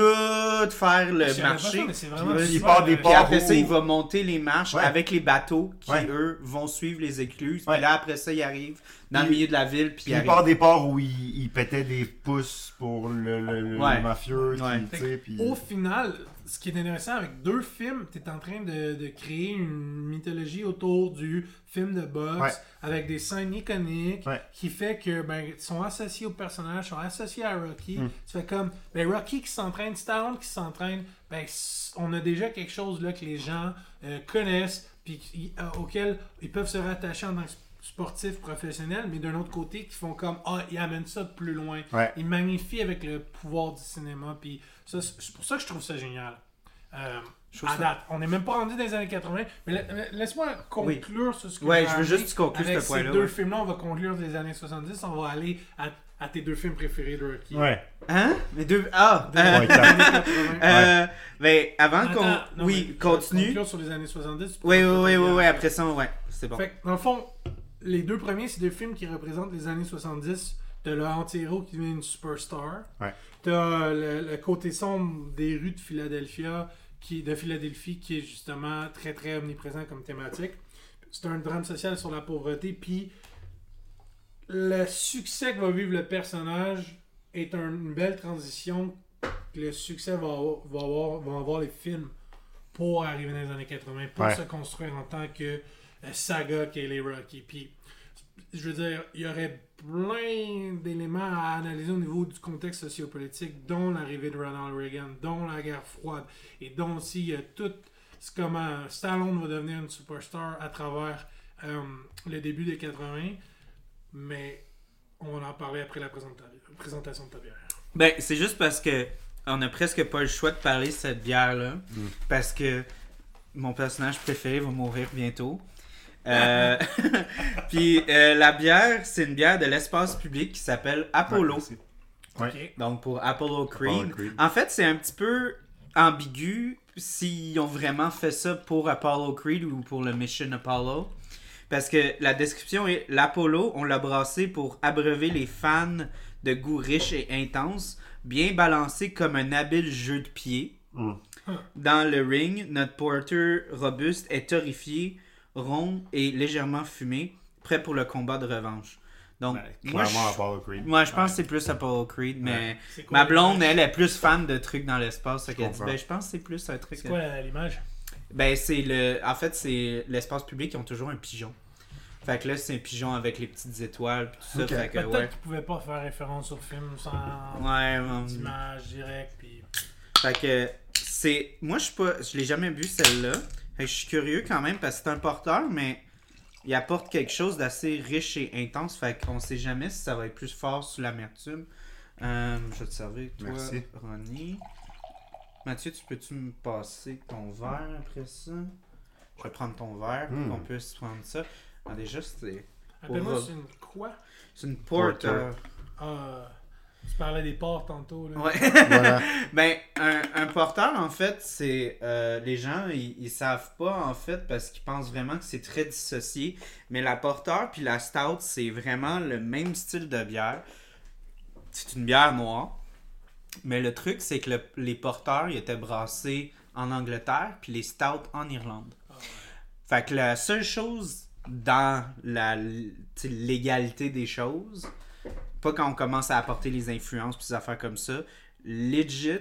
S3: faire
S1: Je
S3: le
S1: savais pas
S3: marché.
S1: ça, mais c'est vraiment
S2: Puis là, il
S1: super,
S2: part des
S1: euh,
S3: Puis
S2: ports.
S3: après ça,
S2: où-
S3: il va monter les marches
S2: Ouais.
S3: avec les bateaux qui,
S2: Ouais.
S3: eux, vont suivre les écluses.
S2: Ouais.
S3: Puis là, après ça, il arrive dans le
S2: Puis-
S3: milieu de la ville.
S2: Puis
S3: Puis, il
S2: il
S3: arrive.
S2: part des ports où il, il pétait des pouces pour le, le- le- le
S3: Ouais.
S2: mafieux. qui,
S3: Ouais.
S2: tu sais, puis- euh,
S1: Au final, ce qui est intéressant avec deux films, tu es en train de, de créer une mythologie autour du film de boxe
S2: Ouais.
S1: avec des scènes iconiques
S2: Ouais.
S1: qui fait que ben ils sont associés au personnage, sont associés à Rocky.
S2: Hmm.
S1: Tu fais comme ben, Rocky qui s'entraîne, Stallone qui s'entraîne, ben s- on a déjà quelque chose là que les gens euh, connaissent puis qui- euh, auquel ils peuvent se rattacher en tant que sportifs professionnels, mais d'un autre côté qui font comme ah ils amènent ça de plus loin.
S2: Ouais.
S1: Il magnifie avec le pouvoir du cinéma. Puis ça, c'est c'est pour ça que je trouve ça génial. Euh,
S3: trouve
S1: à
S3: ça-
S1: date, on n'est même pas rendu dans les années 80. Mais la- la- laisse-moi conclure sur ce que
S3: Ouais,
S1: j'ai
S3: je veux
S1: amené.
S3: juste conclure
S1: Avec
S3: ce point-là,
S1: Ces deux
S3: ouais.
S1: films-là, on va conclure des années 70. On va aller à, à tes deux films préférés de Rocky.
S2: Ouais.
S3: Hein? Mais deux. Ah! euh,
S2: Ouais, exact.
S1: Années 80.
S3: euh, mais avant qu'on.
S1: Attends, non, mais
S3: oui,
S1: je-
S3: continue.
S1: Conclure sur les années 70.
S3: Oui, oui, oui, oui, oui, après ça, ouais. C'est bon.
S1: Fait que, dans le fond, les deux premiers, c'est deux films qui représentent les années 70. T'as le anti-héros qui devient une superstar.
S2: Ouais.
S1: T'as le, le côté sombre des rues de Philadelphia, qui, de Philadelphie, qui est justement très, très omniprésent comme thématique. C'est un drame social sur la pauvreté, puis le succès que va vivre le personnage est un- une belle transition que le succès va, avoir- va avoir, vont avoir les films pour arriver dans les années 80, pour
S2: Ouais.
S1: se construire en tant que euh, saga qu'est les Rocky. Puis, je veux dire, il y aurait plein d'éléments à analyser au niveau du contexte sociopolitique, dont l'arrivée de Ronald Reagan, dont la guerre froide, et dont aussi il y a tout c'est comment Stallone va devenir une superstar à travers euh, le début des 80, mais on va en parler après la présenta- présentation de ta bière.
S3: Ben, c'est juste parce que on a presque pas le choix de parler de cette bière-là. Parce que mon personnage préféré va mourir bientôt. Euh, Puis euh, la bière, c'est une bière de l'espace public qui s'appelle Apollo.
S2: Ouais, Ouais.
S1: Ok.
S3: Donc pour Apollo Creed.
S2: Creed.
S3: En fait, c'est un petit peu ambigu s'ils ont vraiment fait ça pour Apollo Creed ou pour le Mission Apollo. Parce que la description est l'Apollo, on l'a brassé pour abreuver les fans de goûts riches et intenses, bien balancé comme un habile jeu de pied.
S2: Mm.
S3: Dans le ring, notre porter robuste est horrifié, rond et légèrement fumé, prêt pour le combat de revanche. Donc, moi, je,
S2: Ben, Clairement, à part le Creed.
S3: moi, je pense que c'est plus Apollo Creed, mais
S1: C'est quoi euh,
S3: ma
S1: les
S3: blonde,
S1: images?
S3: elle, est plus fan de trucs dans l'espace. fait qu'elle dit,
S2: comprends.
S3: ben, je pense que c'est plus un truc.
S1: C'est quoi euh, l'image
S3: Ben, c'est le. En fait, c'est l'espace public, ils ont toujours un pigeon. Fait que là, c'est un pigeon avec les petites étoiles, puis tout ça.
S2: Ok.
S3: Fait que,
S1: Peut-être
S3: ouais.
S1: qu'ils pouvaient pas faire référence au film sans
S3: Ouais, hum.
S1: image directe. Puis...
S3: Fait que c'est. Moi, je suis pas. Je l'ai jamais bu celle-là. Fait que je suis curieux quand même parce que c'est un porteur, mais il apporte quelque chose d'assez riche et intense. Fait qu'on sait jamais si ça va être plus fort sous l'amertume. Euh, je vais te servir, toi,
S2: Merci.
S3: Ronnie. Mathieu, tu peux-tu me passer ton verre après ça? Je vais prendre ton verre pour
S2: Hmm.
S3: qu'on puisse prendre ça. Ah, déjà, c'est
S1: Appelle-moi,
S3: Pour-
S1: c'est une quoi
S3: c'est une porter.
S1: Ah, Tu parlais des ports tantôt. Là.
S3: Ouais.
S2: Voilà.
S3: Ben, un, un porteur, en fait, c'est. euh, les gens, ils, ils savent pas, en fait, parce qu'ils pensent vraiment que c'est très dissocié. Mais la porteur puis la stout, c'est vraiment le même style de bière. C'est une bière noire. Mais le truc, c'est que le- les porteurs, ils étaient brassés en Angleterre, puis les stouts en Irlande. Fait que la seule chose dans la l- t'sais, l'égalité des choses, pas quand on commence à apporter les influences puis des affaires comme ça, legit,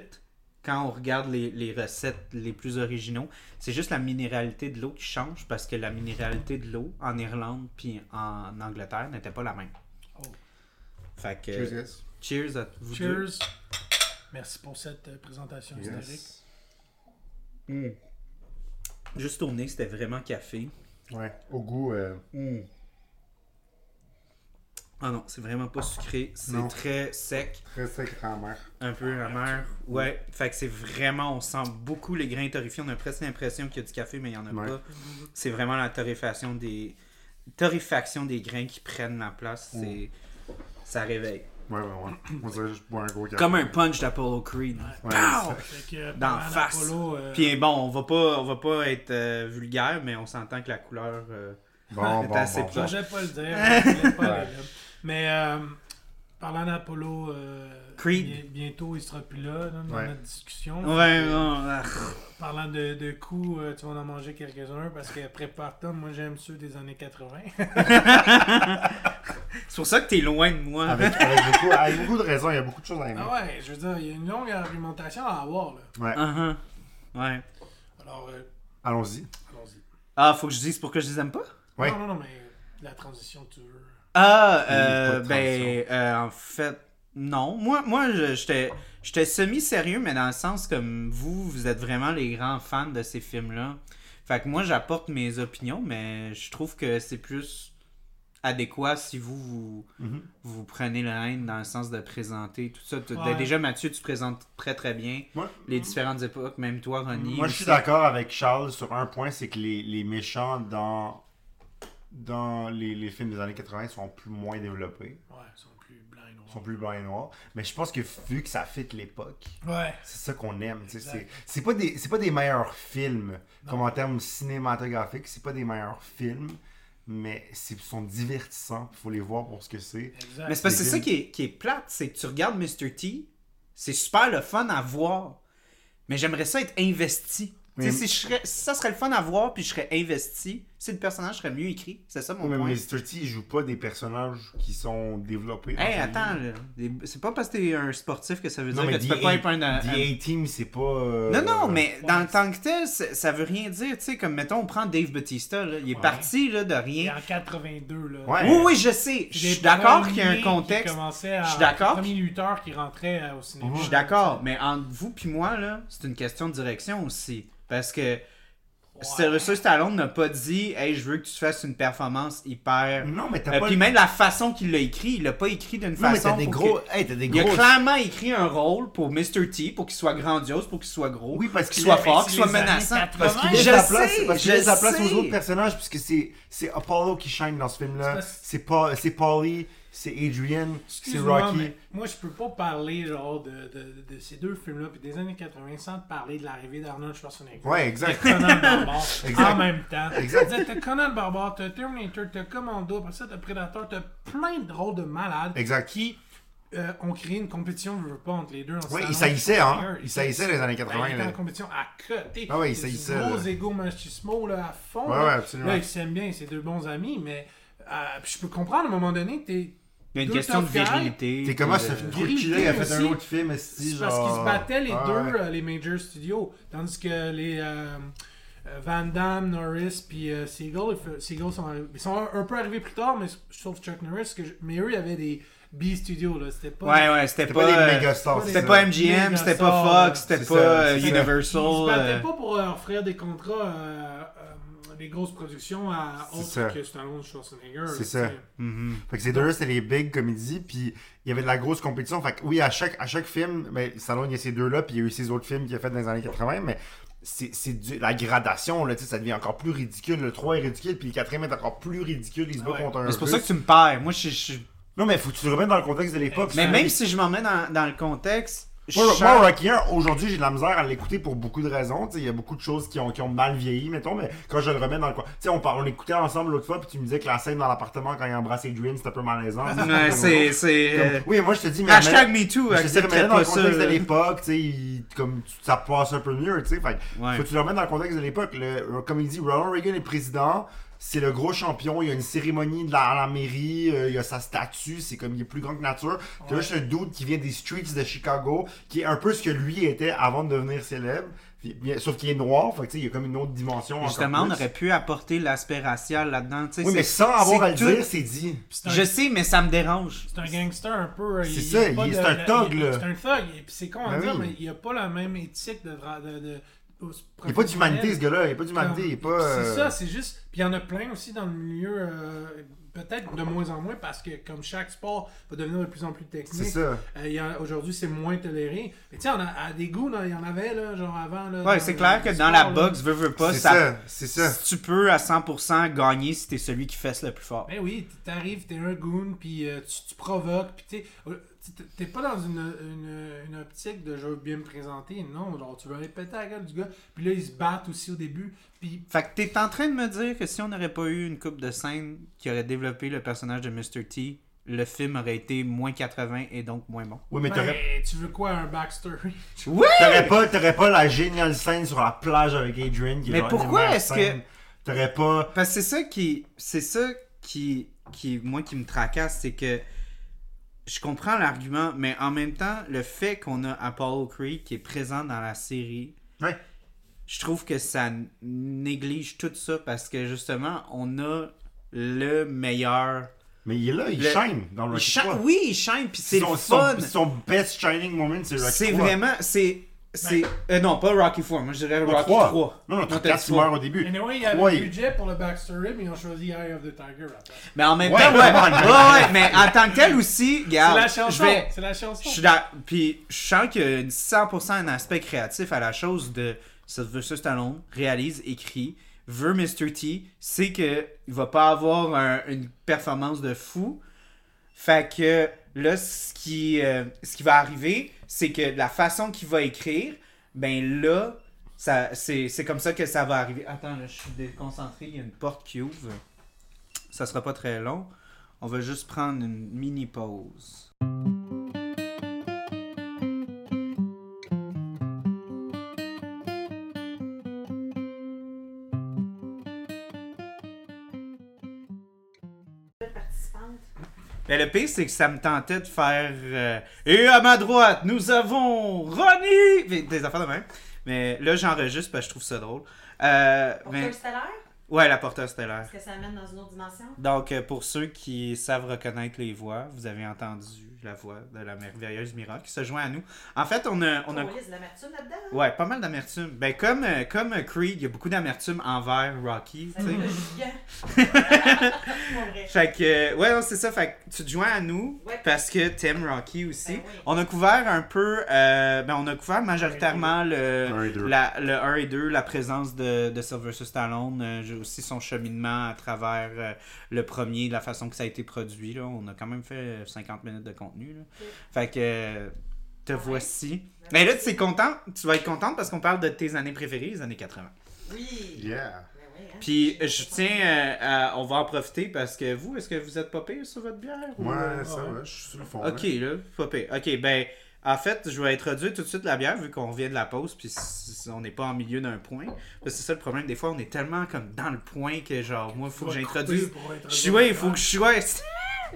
S3: quand on regarde les, les recettes les plus originaux, c'est juste la minéralité de l'eau qui change parce que la minéralité de l'eau en Irlande puis en Angleterre n'était pas la même.
S1: Oh.
S3: Fait que
S2: Cheers, yes.
S3: cheers à vous deux.
S1: Cheers. Merci pour cette euh, présentation historique.
S2: Yes.
S3: Juste au nez, c'était vraiment café.
S2: Ouais. Au goût, euh,
S3: Ah non, c'est vraiment pas sucré, c'est
S2: Non.
S3: très sec.
S2: très sec grand-mère.
S3: un peu amer. Ouais, fait que c'est vraiment, on sent beaucoup les grains torréfiés. On a presque l'impression qu'il y a du café, mais il n'y en a
S2: Ouais.
S3: pas. C'est vraiment la torréfaction des torréfaction des grains qui prennent la place. C'est ça réveille.
S2: Ouais, ouais, ouais. On dirait que je bois un gros café.
S3: Comme un punch d'Apollo Creed.
S2: Ouais,
S3: Pow!
S1: Fait que, euh,
S3: D'en
S1: Pan
S3: face.
S1: Apollo, euh,
S3: Puis bon, on va pas, on va pas être euh, vulgaire, mais on s'entend que la couleur. euh,
S2: Bon,
S3: C'est
S2: bon,
S3: assez
S2: bon, bon.
S3: proche.
S1: J'osais pas le dire. je voulais pas aller là. Mais euh, Pan Parlant d'Apollo, euh,
S3: Creed.
S1: bien- bientôt il sera plus là, là, dans
S2: Ouais.
S1: notre discussion.
S3: Ouais, non, ah,
S1: Parlant de, de coups, euh, tu vas en manger quelques-uns parce que prépare-toi, moi j'aime ceux des années 80.
S3: C'est pour ça que t'es loin de moi.
S2: Avec, avec beaucoup, avec beaucoup de raisons, il y a beaucoup de choses à aimer.
S1: ah ouais, je veux dire, il y a une longue argumentation à avoir là.
S2: Ouais.
S3: Uh-huh. Ouais.
S1: Alors, euh,
S2: Allons-y.
S1: allons-y.
S3: Ah, faut que je dise pourquoi je les aime pas?
S2: Ouais.
S1: Non, non, non, mais la transition, tu veux.
S3: Ah,
S2: Il y a pas
S3: euh,
S2: de
S3: ben, euh, en fait, non. Moi, moi je- j'étais j'étais semi-sérieux, mais dans le sens comme vous, vous êtes vraiment les grands fans de ces films-là. Fait que moi, j'apporte mes opinions, mais je trouve que c'est plus adéquat si vous, vous,
S2: Mhm.
S3: vous prenez la haine dans le sens de présenter tout ça. Tu-
S1: Ouais.
S3: Déjà, Mathieu, tu présentes très, très bien
S2: Moi,
S3: les différentes époques, même toi, Ronnie.
S2: moi, je suis
S3: aussi.
S2: d'accord avec Charles sur un point, c'est que les, les méchants dans, dans les, les films des années 80 sont plus moins développés,
S1: Ouais, ils sont plus blancs et noirs.
S2: sont plus blancs et noirs. Mais je pense que vu que ça fit l'époque,
S1: Ouais.
S2: c'est ça qu'on aime. tu sais,
S1: Exact.
S2: C'est c'est pas, des- c'est pas des meilleurs films, comme en termes cinématographiques, c'est pas des meilleurs films, mais c'est- ils sont divertissants. Il faut les voir pour ce que c'est.
S1: Exact.
S3: Mais c'est parce que
S2: Les
S3: c'est ça
S2: films.
S3: qui est, qui est plate, c'est que tu regardes Mr. T, c'est super le fun à voir, mais j'aimerais ça être investi. Tu sais,
S2: Mais-
S3: si, je serais- si ça serait le fun à voir, puis je serais investi, si le personnage serait mieux écrit, c'est ça mon
S2: Mais
S3: point.
S2: Mr. T, il joue pas des personnages qui sont développés. dans
S3: Hey,
S2: sa vie.
S3: attends, là. Des- c'est pas parce que t'es un sportif que ça veut
S2: Non,
S3: dire
S2: mais
S3: que tu peux
S2: The
S3: pas
S2: A-
S3: être un... un-
S2: The A-Team, c'est pas. euh,
S3: Non, non, mais dans le
S1: ouais.
S3: tant que tel, ça ça veut rien dire, tu sais, comme mettons, on prend Dave Bautista, là, il est
S2: Ouais.
S3: parti là, de
S1: Et
S3: rien.
S1: en 82, là.
S2: Ouais.
S3: Oui, oui, je sais, je
S1: Des
S3: suis d'accord qu'il y a un
S1: premiers qui
S3: contexte,
S1: commençaient à-
S3: Je suis d'accord.
S1: Les premiers lutteurs qui rentraient euh, au cinéma.
S2: Ouais.
S3: Je suis d'accord, mais entre vous puis moi, là, c'est une question de direction aussi. Parce que Sylvester Stallone n'a pas dit Hey, je veux que tu fasses une performance hyper.
S2: Non, mais t'as
S3: Euh,
S2: pas.
S3: puis même la façon qu'il l'a écrit, il l'a pas écrit d'une
S2: Non, mais
S3: façon.
S2: t'as des
S3: pour
S2: gros.
S3: que-
S2: Hey, t'as des
S3: Il a
S2: gros.
S3: clairement écrit un rôle pour Mr. T, pour qu'il soit grandiose, pour qu'il soit gros,
S2: Oui, parce
S3: qu'il
S2: qu'il
S3: soit
S2: est-
S3: fort,
S1: mais
S3: qu'il
S1: c'est
S3: soit
S1: les années
S3: menaçant.
S1: 80.
S2: Parce qu'il
S3: Je
S2: laisse la place,
S3: sais,
S2: parce qu'il
S3: je
S2: laisse la place
S3: sais.
S2: aux autres personnages, puisque c'est, c'est Apollo qui shine dans ce
S1: C'est
S2: film-là.
S1: parce-
S2: C'est, Paul, c'est Paulie, c'est Adrian, c'est
S1: Excuse-moi,
S2: Rocky.
S1: mais Moi, je peux pas parler genre de, de- de ces deux films-là puis des années 80 sans te parler de l'arrivée d'Arnold Schwarzenegger.
S2: Ouais,
S1: T'as
S2: exact.
S1: Conan le Barbare
S2: Exact.
S1: en même temps.
S2: Exact.
S1: T'as- T'as Conan le Barbare, t'as Terminator, t'as Commando, après ça t'as Predator, t'as plein de rôles de malades
S2: Exact.
S1: qui euh, ont créé une compétition, je veux pas, entre les deux. entre
S2: Ouais,
S1: Stallone
S2: ils saillissaient, hein.
S1: et
S2: Ils saillissaient dans les années 80.
S1: Ben, il était
S2: là.
S1: en compétition à côté.
S2: Ah ouais, il
S1: C'est du
S2: saillissait,
S1: Gros
S2: là.
S1: égo machismo là, à fond.
S2: Ouais,
S1: là.
S2: ouais, absolument.
S1: Là, ils s'aiment bien, c'est deux bons amis, mais euh, je peux comprendre à un moment donné que t'es.
S3: Il y a une
S1: Deux
S3: question de
S1: tough guys.
S3: virilité.
S2: T'es comment
S3: puis
S2: ce
S3: de-
S2: trou
S1: Grilly
S2: de culé a fait
S1: aussi.
S2: un autre film, esti,
S1: C'est parce
S2: genre-
S1: qu'ils se battaient les
S2: Ouais,
S1: deux,
S2: Ah, ouais.
S1: euh, les major studios. Tandis que les euh, euh, Van Damme, Norris, puis euh, Seagal, ils fe- Seagal sont, arri- ils sont un, un peu arrivés plus tard, mais s- sauf Chuck Norris, que je- mais eux, ils avaient des B-studios. là. C'était pas.
S3: Ouais, ouais, c'était
S2: C'était
S3: pas.
S2: pas des
S3: euh,
S2: méga stars.
S1: c'était
S2: c'est
S3: C'était
S2: ça.
S3: pas MGM, c'était pas
S1: Mégastars,
S3: Fox, c'était
S2: c'est
S3: pas
S2: ça,
S3: euh,
S2: c'est ça.
S3: Universal.
S1: Ils se battaient
S3: euh,
S1: pas pour leur offrir des contrats euh, euh, des grosses productions à
S2: C'est ça.
S1: autres que Stallone Schwarzenegger.
S2: C'est
S1: tu
S2: ça.
S1: sais.
S3: Mhm.
S2: Fait que ces deux-là, c'était les big comédies, puis il y avait de la grosse compétition. Fait que oui, à chaque, à chaque film, ben, Stallone, il y a ces deux-là, puis il y a eu ces autres films qu'il a fait dans les années 80, mais c'est c'est du- la gradation, là, tu sais, ça devient encore plus ridicule. Le 3 est ridicule, puis le 4 est encore plus ridicule. Il se bat
S1: Ouais.
S2: contre un.
S3: Mais C'est pour ça
S2: Russe.
S3: que tu me perds. Moi, je- je
S2: Non, mais faut que tu le remettes dans le contexte de l'époque.
S3: Mais
S2: ça.
S3: même si je m'en mets dans, dans le contexte, je
S2: Moi,
S3: sens-
S2: moi, Rocky 1, aujourd'hui, j'ai de la misère à l'écouter pour beaucoup de raisons. Tu sais, Il y a beaucoup de choses qui ont, qui ont mal vieilli, mettons, mais quand je le remets dans le coin. Tu sais, on, par- on l'écoutait ensemble l'autre fois, puis tu me disais que la scène dans l'appartement quand il embrasse Adrian, c'était un peu malaisant.
S3: Ouais, c'est. c'est, euh,
S2: Comme- Oui, moi je te dis, mais.
S3: Hashtag MeToo,
S2: mais je te dis,
S3: accepte
S2: mais là, dans
S3: pas
S2: le
S3: ça. euh.
S2: contexte de
S3: là.
S2: l'époque, tu sais, il- comme tu- ça passe un peu mieux, tu sais. Fait que
S3: Ouais.
S2: faut que tu le remettes dans le contexte de l'époque. Le- euh, Comme il dit, Ronald Reagan est président, c'est le gros champion, il y a une cérémonie de la, à la mairie, euh, il y a sa statue, c'est comme il est plus grand que nature. T'as juste un dude qui vient des streets de Chicago, qui est un peu ce que lui était avant de devenir célèbre, Puis, bien- sauf qu'il est noir, fait que tu sais, il y a comme une autre dimension. encore
S3: Justement, on
S2: plus.
S3: aurait pu apporter l'aspect racial là-dedans. tu sais,
S2: Oui, mais
S3: c'est-
S2: sans avoir
S3: c'est
S2: à le
S3: tout-
S2: dire, c'est dit.
S1: C'est un-
S3: Je sais, mais ça me dérange.
S1: C'est un gangster un peu. euh,
S2: C'est
S1: il-
S2: ça,
S1: il a pas
S2: il-
S1: de-
S2: c'est un
S1: la-
S2: thug,
S1: il-
S2: là.
S1: C'est un thug, et puis c'est con à
S2: Ben
S1: dire,
S2: oui.
S1: mais il a pas la même éthique de. dra- de, de- au-
S2: Il n'y a pas d'humanité, ce gars-là, il n'y a pas d'humanité, il n'y a pas.
S1: Puis C'est
S2: euh,
S1: ça, c'est juste. Puis il y en a plein aussi dans le milieu, euh, peut-être de moins en moins, parce que comme chaque sport va devenir de plus en plus technique.
S2: C'est ça.
S1: euh, il y a- Aujourd'hui, c'est moins toléré. Mais tu sais, on a- à des goûts, là, il y en avait, là, genre avant. Là,
S3: Ouais,
S1: dans
S3: c'est
S1: le-
S3: clair que
S1: le
S3: dans
S1: sport,
S3: la
S1: là.
S3: boxe, veux, veux pas,
S2: C'est
S3: ça-
S2: ça, c'est ça.
S3: si tu peux à 100% gagner si t'es celui qui fesse le plus fort.
S1: Ben oui, t- t'arrives, t'es un goon, puis euh, tu, tu provoques, puis t'es- euh, tu- t'es- t'es pas dans une, une- une optique de je veux bien me présenter, non, genre tu veux aller péter la gueule du gars, puis là ils se battent aussi au début, puis
S3: Fait que t'es en train de me dire que si on n'aurait pas eu une coupe de scène qui aurait développé le personnage de Mr. T, le film aurait été moins 80 et donc moins bon.
S2: Oui, mais t'aurais
S1: Ben, tu veux quoi, un backstory?
S3: Oui!
S2: t'aurais pas, t'aurais pas la géniale scène sur la plage avec Adrian qui est
S3: Mais
S2: genre
S3: pourquoi
S2: une
S3: est-ce
S2: scène. T'aurais pas.
S3: Parce que c'est ça qui. C'est ça qui, qui. Moi, qui me tracasse, c'est que. Je comprends l'argument, mais en même temps, le fait qu'on a Apollo Creed qui est présent dans la série,
S2: Ouais.
S3: je trouve que ça néglige tout ça parce que justement, on a le meilleur.
S2: Mais il est là, il
S3: Le-
S2: shine dans
S3: Il
S2: Rocky
S3: shine-
S2: 3.
S3: oui, il shine, puis c'est le
S2: son,
S3: fun.
S2: son, son best shining moment, c'est Rocky
S3: C'est
S2: 3.
S3: vraiment. C'est. c'est euh, non, pas Rocky 4, moi je dirais
S2: Non,
S3: Rocky 3.
S2: Ben. trois. Non, non,
S3: t'as dit
S2: 4
S3: trois.
S2: meurt au début.
S1: Anyway, il y avait
S2: Ouais.
S1: le budget pour le backstory, mais ils ont choisi Eye of the Tiger après. C'est
S3: Mais en même
S2: Ouais,
S3: temps, ouais,
S2: come on.
S3: ouais, ouais, mais en tant que tel aussi, regarde,
S1: la
S3: je
S1: chanson!
S3: vais,
S1: C'est la chanson!
S3: je suis d'ac- Puis je sens qu'il y a une 100% un aspect créatif à la chose de Sylvester Stallone réalise, écrit, veut Mr. T, sait que il va pas avoir un- une performance de fou. Fait que là, ce qui, euh, ce qui va arriver, c'est que de la façon qu'il va écrire, ben là, ça, c'est, c'est comme ça que ça va arriver. Attends, là, je suis déconcentré, il y a une porte qui ouvre. Ça sera pas très long. On va juste prendre une mini pause.
S4: participante.
S3: Mais le pire, c'est que ça me tentait de faire. euh, et à ma droite, nous avons Ronnie! Des- Des affaires de même. Mais là, j'enregistre parce que je trouve ça drôle. Euh,
S4: Pour
S3: mais...
S4: quel salaire?
S3: Ouais, la porteur stellaire.
S4: Est-ce que ça amène dans une autre dimension?
S3: Donc, euh, pour ceux qui savent reconnaître les voix, vous avez entendu la voix de la merveilleuse Mira qui se joint à nous. En fait, on a. On a...
S4: On lise de l'amertume là-dedans? hein?
S3: Ouais, pas mal d'amertume. Ben, comme, euh, comme euh, Creed, il y a beaucoup d'amertume envers Rocky.
S4: Ça
S3: tu sais.
S4: fait le gigant. C'est pas vrai.
S3: Fait que, euh, ouais, non, c'est ça. Fait que tu te joins à nous
S4: Ouais.
S3: parce que t'aimes Rocky aussi.
S4: Ben oui.
S3: On a couvert un peu, euh, ben on a couvert majoritairement
S2: Un
S3: le,
S2: et deux.
S3: la- le 1 et 2, la présence de, de Sylvester Stallone, euh, j'ai aussi son cheminement à travers euh, le premier, la façon que ça a été produit. Là. On a quand même fait euh, 50 minutes de contenu. là.
S4: Ok.
S3: Fait que, euh, te
S4: Ouais.
S3: voici. Mais là, tu es content, tu vas être contente parce qu'on parle de tes années préférées, les années 80.
S4: Oui.
S2: Yeah.
S4: Ben oui, hein.
S3: Puis je tiens, euh, à- on va en profiter parce que vous, est-ce que vous êtes pas pire sur votre bière? ou, euh,
S2: Ouais, ça va, je suis sur le fond.
S3: Ok, là, pas pire. Ok, ben, en fait, je vais introduire tout de suite la bière vu qu'on revient de la pause, puis si- si on n'est pas en milieu d'un point. Parce que c'est ça le problème, des fois, on est tellement comme dans le point que genre, moi, faut que j'introduise. Je suis, ouais, il
S1: hein.
S3: faut que je suis, ouais.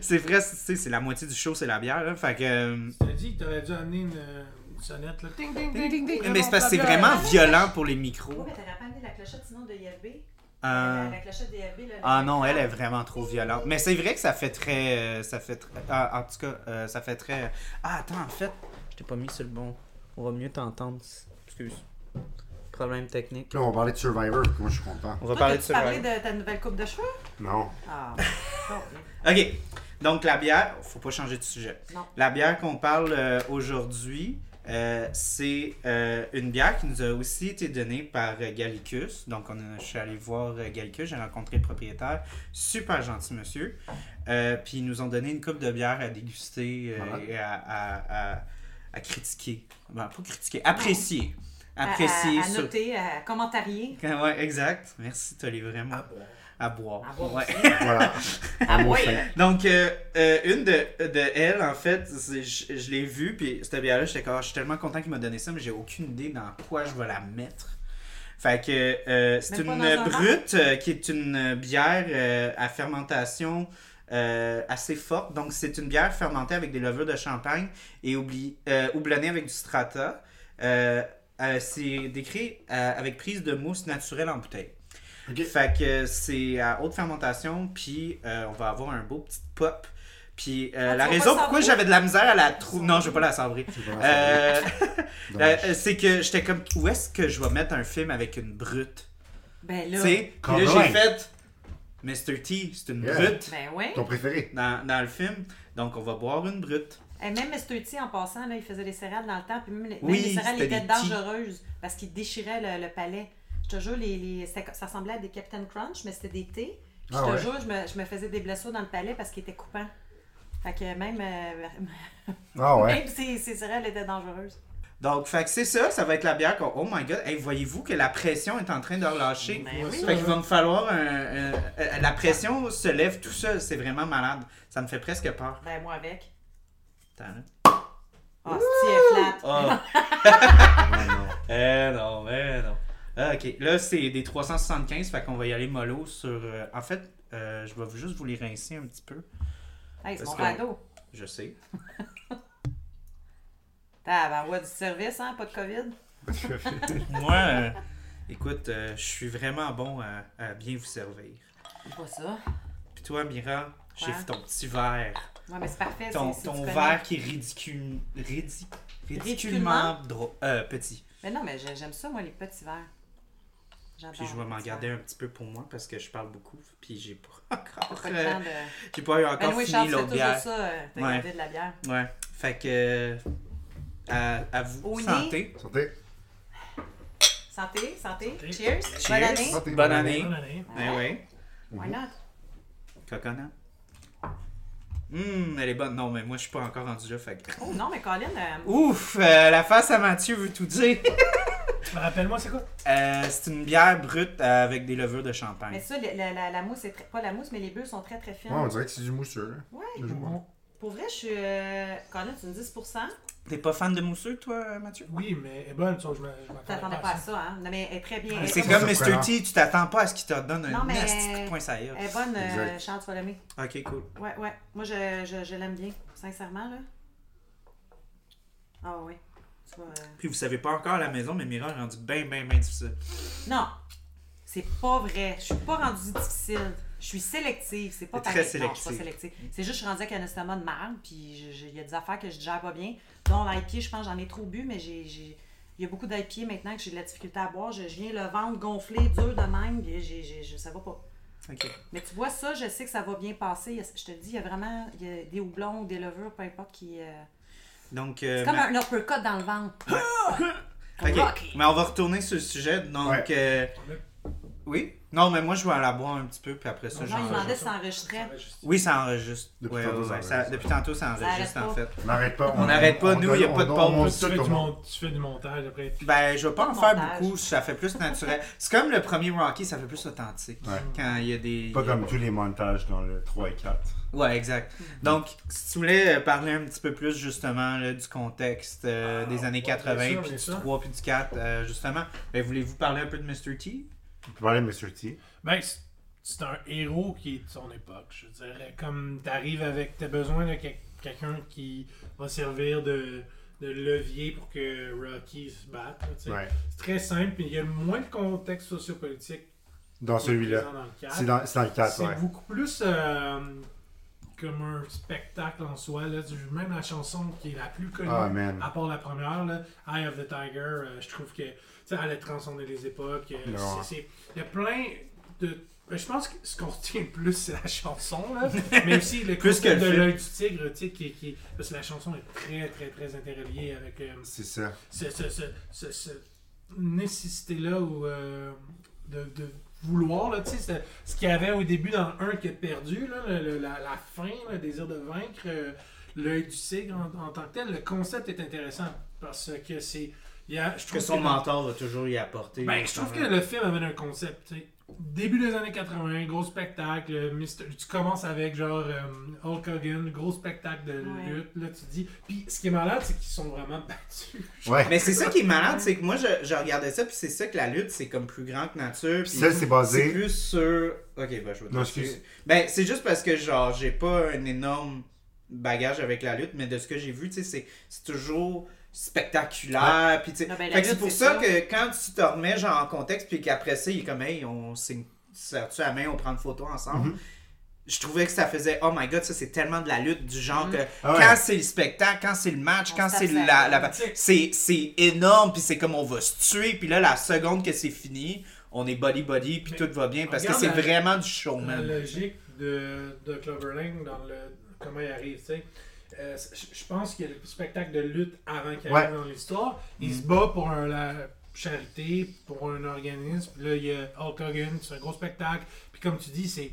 S3: C'est vrai, c'est- tu sais, c'est la moitié du show, c'est la bière, là. Fait que. euh,
S1: Je te dis, t'aurais dû amener une, euh, une sonnette là. Ding, ding, ding, ding,
S3: Mais c'est parce que c'est
S1: Gabriel.
S3: vraiment violent pour les micros.
S4: Ouais, mais t'aurais pas amené la clochette sinon de ILB?
S3: Euh,
S4: La, la clochette de ILB, là.
S3: Ah
S4: la-
S3: non, elle est vraiment trop violente. Mais c'est vrai que ça fait très. euh, ça fait très- ah, en tout cas, euh, ça fait très. Ah, attends, en fait, je t'ai pas mis sur le bon. On va mieux t'entendre. Excuse. Problème technique.
S2: Là, on va parler de Survivor, moi je suis content.
S3: On va
S4: Toi,
S3: parler de
S4: t'as-tu
S3: ça.
S4: parlé de ta nouvelle coupe de cheveux?
S2: Non.
S4: Ah, bon.
S3: Ok. Donc, la bière, faut pas changer de sujet.
S4: Non.
S3: La bière qu'on parle euh, aujourd'hui, euh, c'est euh, une bière qui nous a aussi été donnée par euh, Gallicus. Donc, on a- je suis allé voir euh, Gallicus, j'ai rencontré le propriétaire. Super gentil monsieur. Euh, Puis, ils nous ont donné une coupe de bière à déguster euh,
S2: Voilà.
S3: et à, à- à- à critiquer. Ben, pas critiquer, apprécier. Apprécier.
S4: À, à, à
S3: sur-
S4: noter, à commentarier.
S3: Ouais, exact. Merci, t'as vraiment. À boire.
S4: À boire
S3: Ouais.
S2: Voilà. À mon fin.
S3: Donc, euh, euh, une de, de elles, en fait, c'est- je, je l'ai vue, puis cette bière-là, j'étais comme, Ah, je suis tellement content qu'il m'a donné ça, mais j'ai aucune idée dans quoi je vais la mettre. Fait que euh, c'est
S4: Même pas
S3: une
S4: dans un
S3: brute euh, qui est une bière euh, à fermentation euh, assez forte. Donc, c'est une bière fermentée avec des levures de champagne et oubli- euh, houblonnée avec du strata. Euh, euh, c'est décrit euh, avec prise de mousse naturelle en bouteille.
S2: Ok.
S3: Fait que c'est à haute fermentation, puis euh, on va avoir un beau petit pop. Puis euh,
S4: Ah,
S3: la
S4: tu vas pas
S3: raison
S4: le
S3: pourquoi
S4: sabrer?
S3: j'avais de la misère à la trouver. Non, je vais pas la sabrer.
S2: C'est vraiment ça.
S3: Euh,
S2: Dommage.
S3: euh, c'est que j'étais comme, où est-ce que je vais mettre un film avec une brute
S4: Ben
S3: Tu
S4: là.
S3: sais,
S2: Quand
S3: puis là
S2: même.
S3: j'ai fait Mr. T, c'est une
S2: Yeah.
S3: brute
S4: Ben ouais.
S2: Ton préféré.
S3: dans, dans le film, donc on va boire une brute.
S4: Et Eh, même Mr. T, en passant, là, il faisait des céréales dans le temps, puis même, les- même
S3: Oui,
S4: les céréales
S3: c'était
S4: étaient
S3: des petits.
S4: dangereuses parce qu'ils déchiraient le, le palais. Je te jure, les, les- c'était- ça ressemblait à des Captain Crunch, mais c'était des thés. Puis
S2: Ah
S4: je te
S2: ouais.
S4: jure, je me, je me faisais des blessures dans le palais parce qu'ils étaient coupants. Fait que même, euh,
S2: Ah ouais.
S4: même ces, ces céréales étaient dangereuses.
S3: Donc, fait que c'est ça, ça va être la bière qu'on. Oh my god, hey, voyez-vous que la pression est en train de relâcher.
S4: Ben oui.
S3: Fait qu'il va me falloir un, un- euh, La pression se lève tout seul, c'est vraiment malade. Ça me fait presque peur.
S4: Ben, moi avec.
S3: Attends, là.
S4: Ah, si elle est flat.
S3: Oh. Ah. eh non, eh non. Ah, ok, là c'est des 375, fait qu'on va y aller mollo sur. euh, en fait, euh, je vais vous- juste vous les rincer un petit peu.
S4: Hey, c'est
S3: Ah, Parce
S4: mon
S3: que-
S4: cadeau.
S3: Je sais.
S4: T'as ben, ouais, du service, hein, pas de COVID.
S3: Moi, euh, écoute, euh, je suis vraiment bon à, à bien vous servir.
S4: C'est pas ça.
S3: Puis toi, Mira, j'ai
S4: Ouais.
S3: vu ton petit verre.
S4: Ouais, mais c'est parfait.
S3: Ton,
S4: c'est- c'est-
S3: ton
S4: tu connais.
S3: verre qui est ridicule, ridi- ridiculement dro- euh, petit.
S4: Mais non, mais j'ai- j'aime ça, moi, les petits verres. J'adore
S3: Puis je vais
S4: les
S3: m'en
S4: petits
S3: garder
S4: verres.
S3: un petit peu pour moi parce que je parle beaucoup. Puis j'ai pas encore.
S4: Pas le
S3: euh,
S4: temps de-
S3: j'ai pas eu encore
S4: Ben oui,
S3: fini
S4: Charles, c'est
S3: l'autre
S4: toujours
S3: bière.
S4: ça, euh, de
S3: Ouais.
S4: garder de la bière.
S3: Ouais. Fait que. euh, À, à vous.
S4: Au nez.
S3: santé.
S2: Santé.
S4: Santé, santé.
S1: Santé.
S4: Cheers.
S3: Cheers.
S4: Bonne année.
S2: Santé,
S3: Bonne année.
S1: Bonne année.
S3: Ben ouais.
S4: Why not?
S3: Coconut. Hum, elle est bonne. Non, mais moi, je suis pas encore rendu là. Fait que.
S4: Oh non, mais Colin, euh,
S3: Ouf, euh, la face à Mathieu veut tout dire.
S1: Rappelle-moi, c'est quoi?
S3: Euh, c'est une bière brute euh, avec des levures de champagne.
S4: mais ça, le- la, la- la mousse est très- pas la mousse, mais les bulles sont très très fines.
S2: Ouais, on dirait que c'est du mousseux. là.
S4: Ouais.
S2: Je vois.
S4: Pour vrai, je suis. euh, Colin, tu me dis 10%.
S3: T'es pas fan de mousseux, toi, Mathieu?
S1: Oui, mais elle est bonne, sauf que je m'a- je
S4: Tu t'attendais
S1: m'attendais
S4: pas à ça, hein? Non, mais elle est très bien.
S3: Mais
S4: Elle-
S3: c'est
S4: elle-
S3: comme Mr.
S2: surprenant.
S3: T, tu t'attends pas à ce qu'il te donne
S4: Non,
S3: un
S4: mais-
S3: nasty point ça
S4: Elle est bonne, euh,
S2: Exact.
S4: Charles, tu vas l'aimer.
S3: Ok, cool.
S4: Ouais, ouais. Moi, je, je, je l'aime bien, sincèrement, là. Ah, ouais. Tu vas, euh,
S3: Puis vous savez pas encore à la maison, mais Mira a rendu bien, bien, bien difficile.
S4: Non, c'est pas vrai. Je suis pas rendue difficile. Je suis sélective. C'est pas
S3: T'es
S4: pareil.
S3: très
S4: Non, je suis pas
S3: sélective.
S4: sélective. C'est juste que je suis rendue avec un estomac de marde, puis je- je- il y a des affaires que je digère pas bien. Dont l'IPA, je pense que j'en ai trop bu, mais j'ai. j'ai- Il y a beaucoup d'IPA maintenant que j'ai de la difficulté à boire. Je, je viens le ventre gonflé, dur de même, puis j'ai, j'ai- je- ça va pas.
S3: Ok.
S4: Mais tu vois ça, je sais que ça va bien passer. Il y a- Je te le dis, il y a vraiment il y a des houblons ou des levures, peu importe, qui. euh,
S3: Donc. euh,
S4: Comme
S3: Ma-
S4: un uppercut dans le ventre.
S3: Ok,
S4: Rocky.
S3: mais on va retourner sur le sujet. Donc,
S2: Ouais.
S3: euh, oui. Non, mais moi, je vais aller la boire un petit peu, puis après ça,
S4: Les gens, ils
S3: j'en
S4: demandaient
S3: rajoute.
S4: si ça enregistrait.
S3: Oui, ça enregistre.
S2: Depuis
S3: Ouais,
S2: tantôt,
S3: ouais,
S2: ça
S3: ouais, ça-
S2: enregistre.
S3: depuis tantôt, ça
S4: arrête
S3: enregistre, en
S4: pas.
S3: fait.
S2: On n'arrête pas.
S3: On n'arrête pas, nous,
S2: on-
S3: y a pas de
S2: on-
S3: pause.
S2: on- on-
S1: Tu fais, du
S2: on-
S1: mon- tu fais du montage après.
S3: Ben, je vais pas en
S4: Pas de
S3: faire
S4: montage.
S3: beaucoup, ça fait plus naturel. C'est comme le premier Rocky, ça fait plus authentique.
S2: Ouais.
S3: Quand il y a des.
S2: Pas
S1: euh,
S2: comme tous les montages dans le 3 et 4.
S3: Ouais, exact.
S1: Mm-hmm.
S3: Donc, si tu voulais euh, parler un petit peu plus justement là, du contexte euh,
S1: Ah,
S3: des années
S1: ouais,
S3: 80,
S1: bien sûr,
S3: puis
S1: bien
S3: du
S1: sûr.
S3: 3, puis du 4, euh, justement, ben, voulez-vous parler un peu de Mr. T
S2: On peut parler de Mr. T.
S1: Ben, c'est- c'est un héros qui est de son époque, je dirais. Comme t'arrives avec, t'as besoin de quel- quelqu'un qui va servir de, de levier pour que Rocky se batte. là, tu sais.
S2: Ouais.
S1: C'est très simple, puis il y a moins de contexte sociopolitique
S2: Dans
S1: qui est
S2: Ah, celui-là.
S1: présent dans le cadre.
S2: C'est dans, c'est dans le 4,
S1: C'est
S2: ouais.
S1: beaucoup plus euh, comme un spectacle en soi. Là. Tu- Même la chanson qui est la plus connue,
S2: Ah, man.
S1: à part la première, là, Eye of the Tiger, euh, je trouve que tu sais, elle a transcendé les époques. euh,
S2: Ouais.
S1: c'est- c'est- Il y a plein de. ben, Je pense que ce qu'on retient le plus, c'est la chanson. Là. Mais aussi le
S3: Plus que
S1: concept
S3: le
S1: de
S3: film.
S1: l'œil du tigre, tu sais, qui, qui- parce que la chanson est très, très, très interreliée avec euh,
S2: C'est ça.
S1: ce, ce- ce- ce- ce- nécessité-là ou, euh, de, de vouloir, là, tu sais, ce- ce qu'il y avait au début dans un qui est perdu, là, le- le- la, la faim, le désir de vaincre, euh, l'œil du tigre en, en tant que tel, le concept est intéressant parce que c'est. il y a- je
S3: Que
S1: trouve
S3: son
S1: que-
S3: mentor va toujours y apporter.
S1: ben, je trouve que le film avait un concept. tu sais. Début des années 80, gros spectacle. euh, Mr. Tu commences avec genre euh, Hulk Hogan, gros spectacle de
S4: Ouais.
S1: lutte. Là, tu dis. Puis ce qui est malade, c'est qu'ils sont vraiment battus.
S2: Ouais.
S3: Mais c'est ça qui est malade, c'est que moi je, je regardais ça, puis c'est ça que la lutte, c'est comme plus grand que nature. puis
S2: Puis ça, c'est
S3: C'est
S2: basé.
S3: plus sur. Ok, ben je vais te
S2: Non,
S3: laisser.
S2: excuse.
S3: Ben, c'est juste parce que, genre, j'ai pas un énorme bagage avec la lutte, mais de ce que j'ai vu, tu sais, c'est- c'est toujours spectaculaire. Puis, tu sais.
S4: Non, ben, la
S3: Fait que c'est
S4: lutte,
S3: pour
S4: c'est
S3: ça,
S4: ça.
S3: que quand tu te remets, genre, en contexte, puis qu'après ça, il est comme, hey, on signe. Serre-tu la main, on prend une photo ensemble.
S2: Mhm.
S3: Je trouvais que ça faisait, oh my god, ça c'est tellement de la lutte, du genre
S4: Mhm.
S3: que
S2: Ah ouais.
S3: quand c'est le spectacle, quand c'est le match,
S4: On
S3: quand
S4: se
S3: c'est
S4: tape
S3: la,
S4: sa
S3: la-
S4: gueule.
S3: c'est c'est énorme puis c'est comme on va se tuer puis là la seconde que c'est fini on est body body puis
S1: Mais
S3: tout va bien parce que
S1: regarde
S3: c'est
S1: la-
S3: vraiment
S1: la
S3: du showman
S1: logique de, de Clover Lang dans le comment il arrive, tu sais. Euh, c- je je pense qu'il y a le spectacle de lutte avant qu'il
S2: Ouais. Mm.
S1: arrive dans l'histoire. Il se bat pour un- la charité, pour un organisme. Puis là, il y a Hulk Hogan, c'est un gros spectacle. Puis comme tu dis, c'est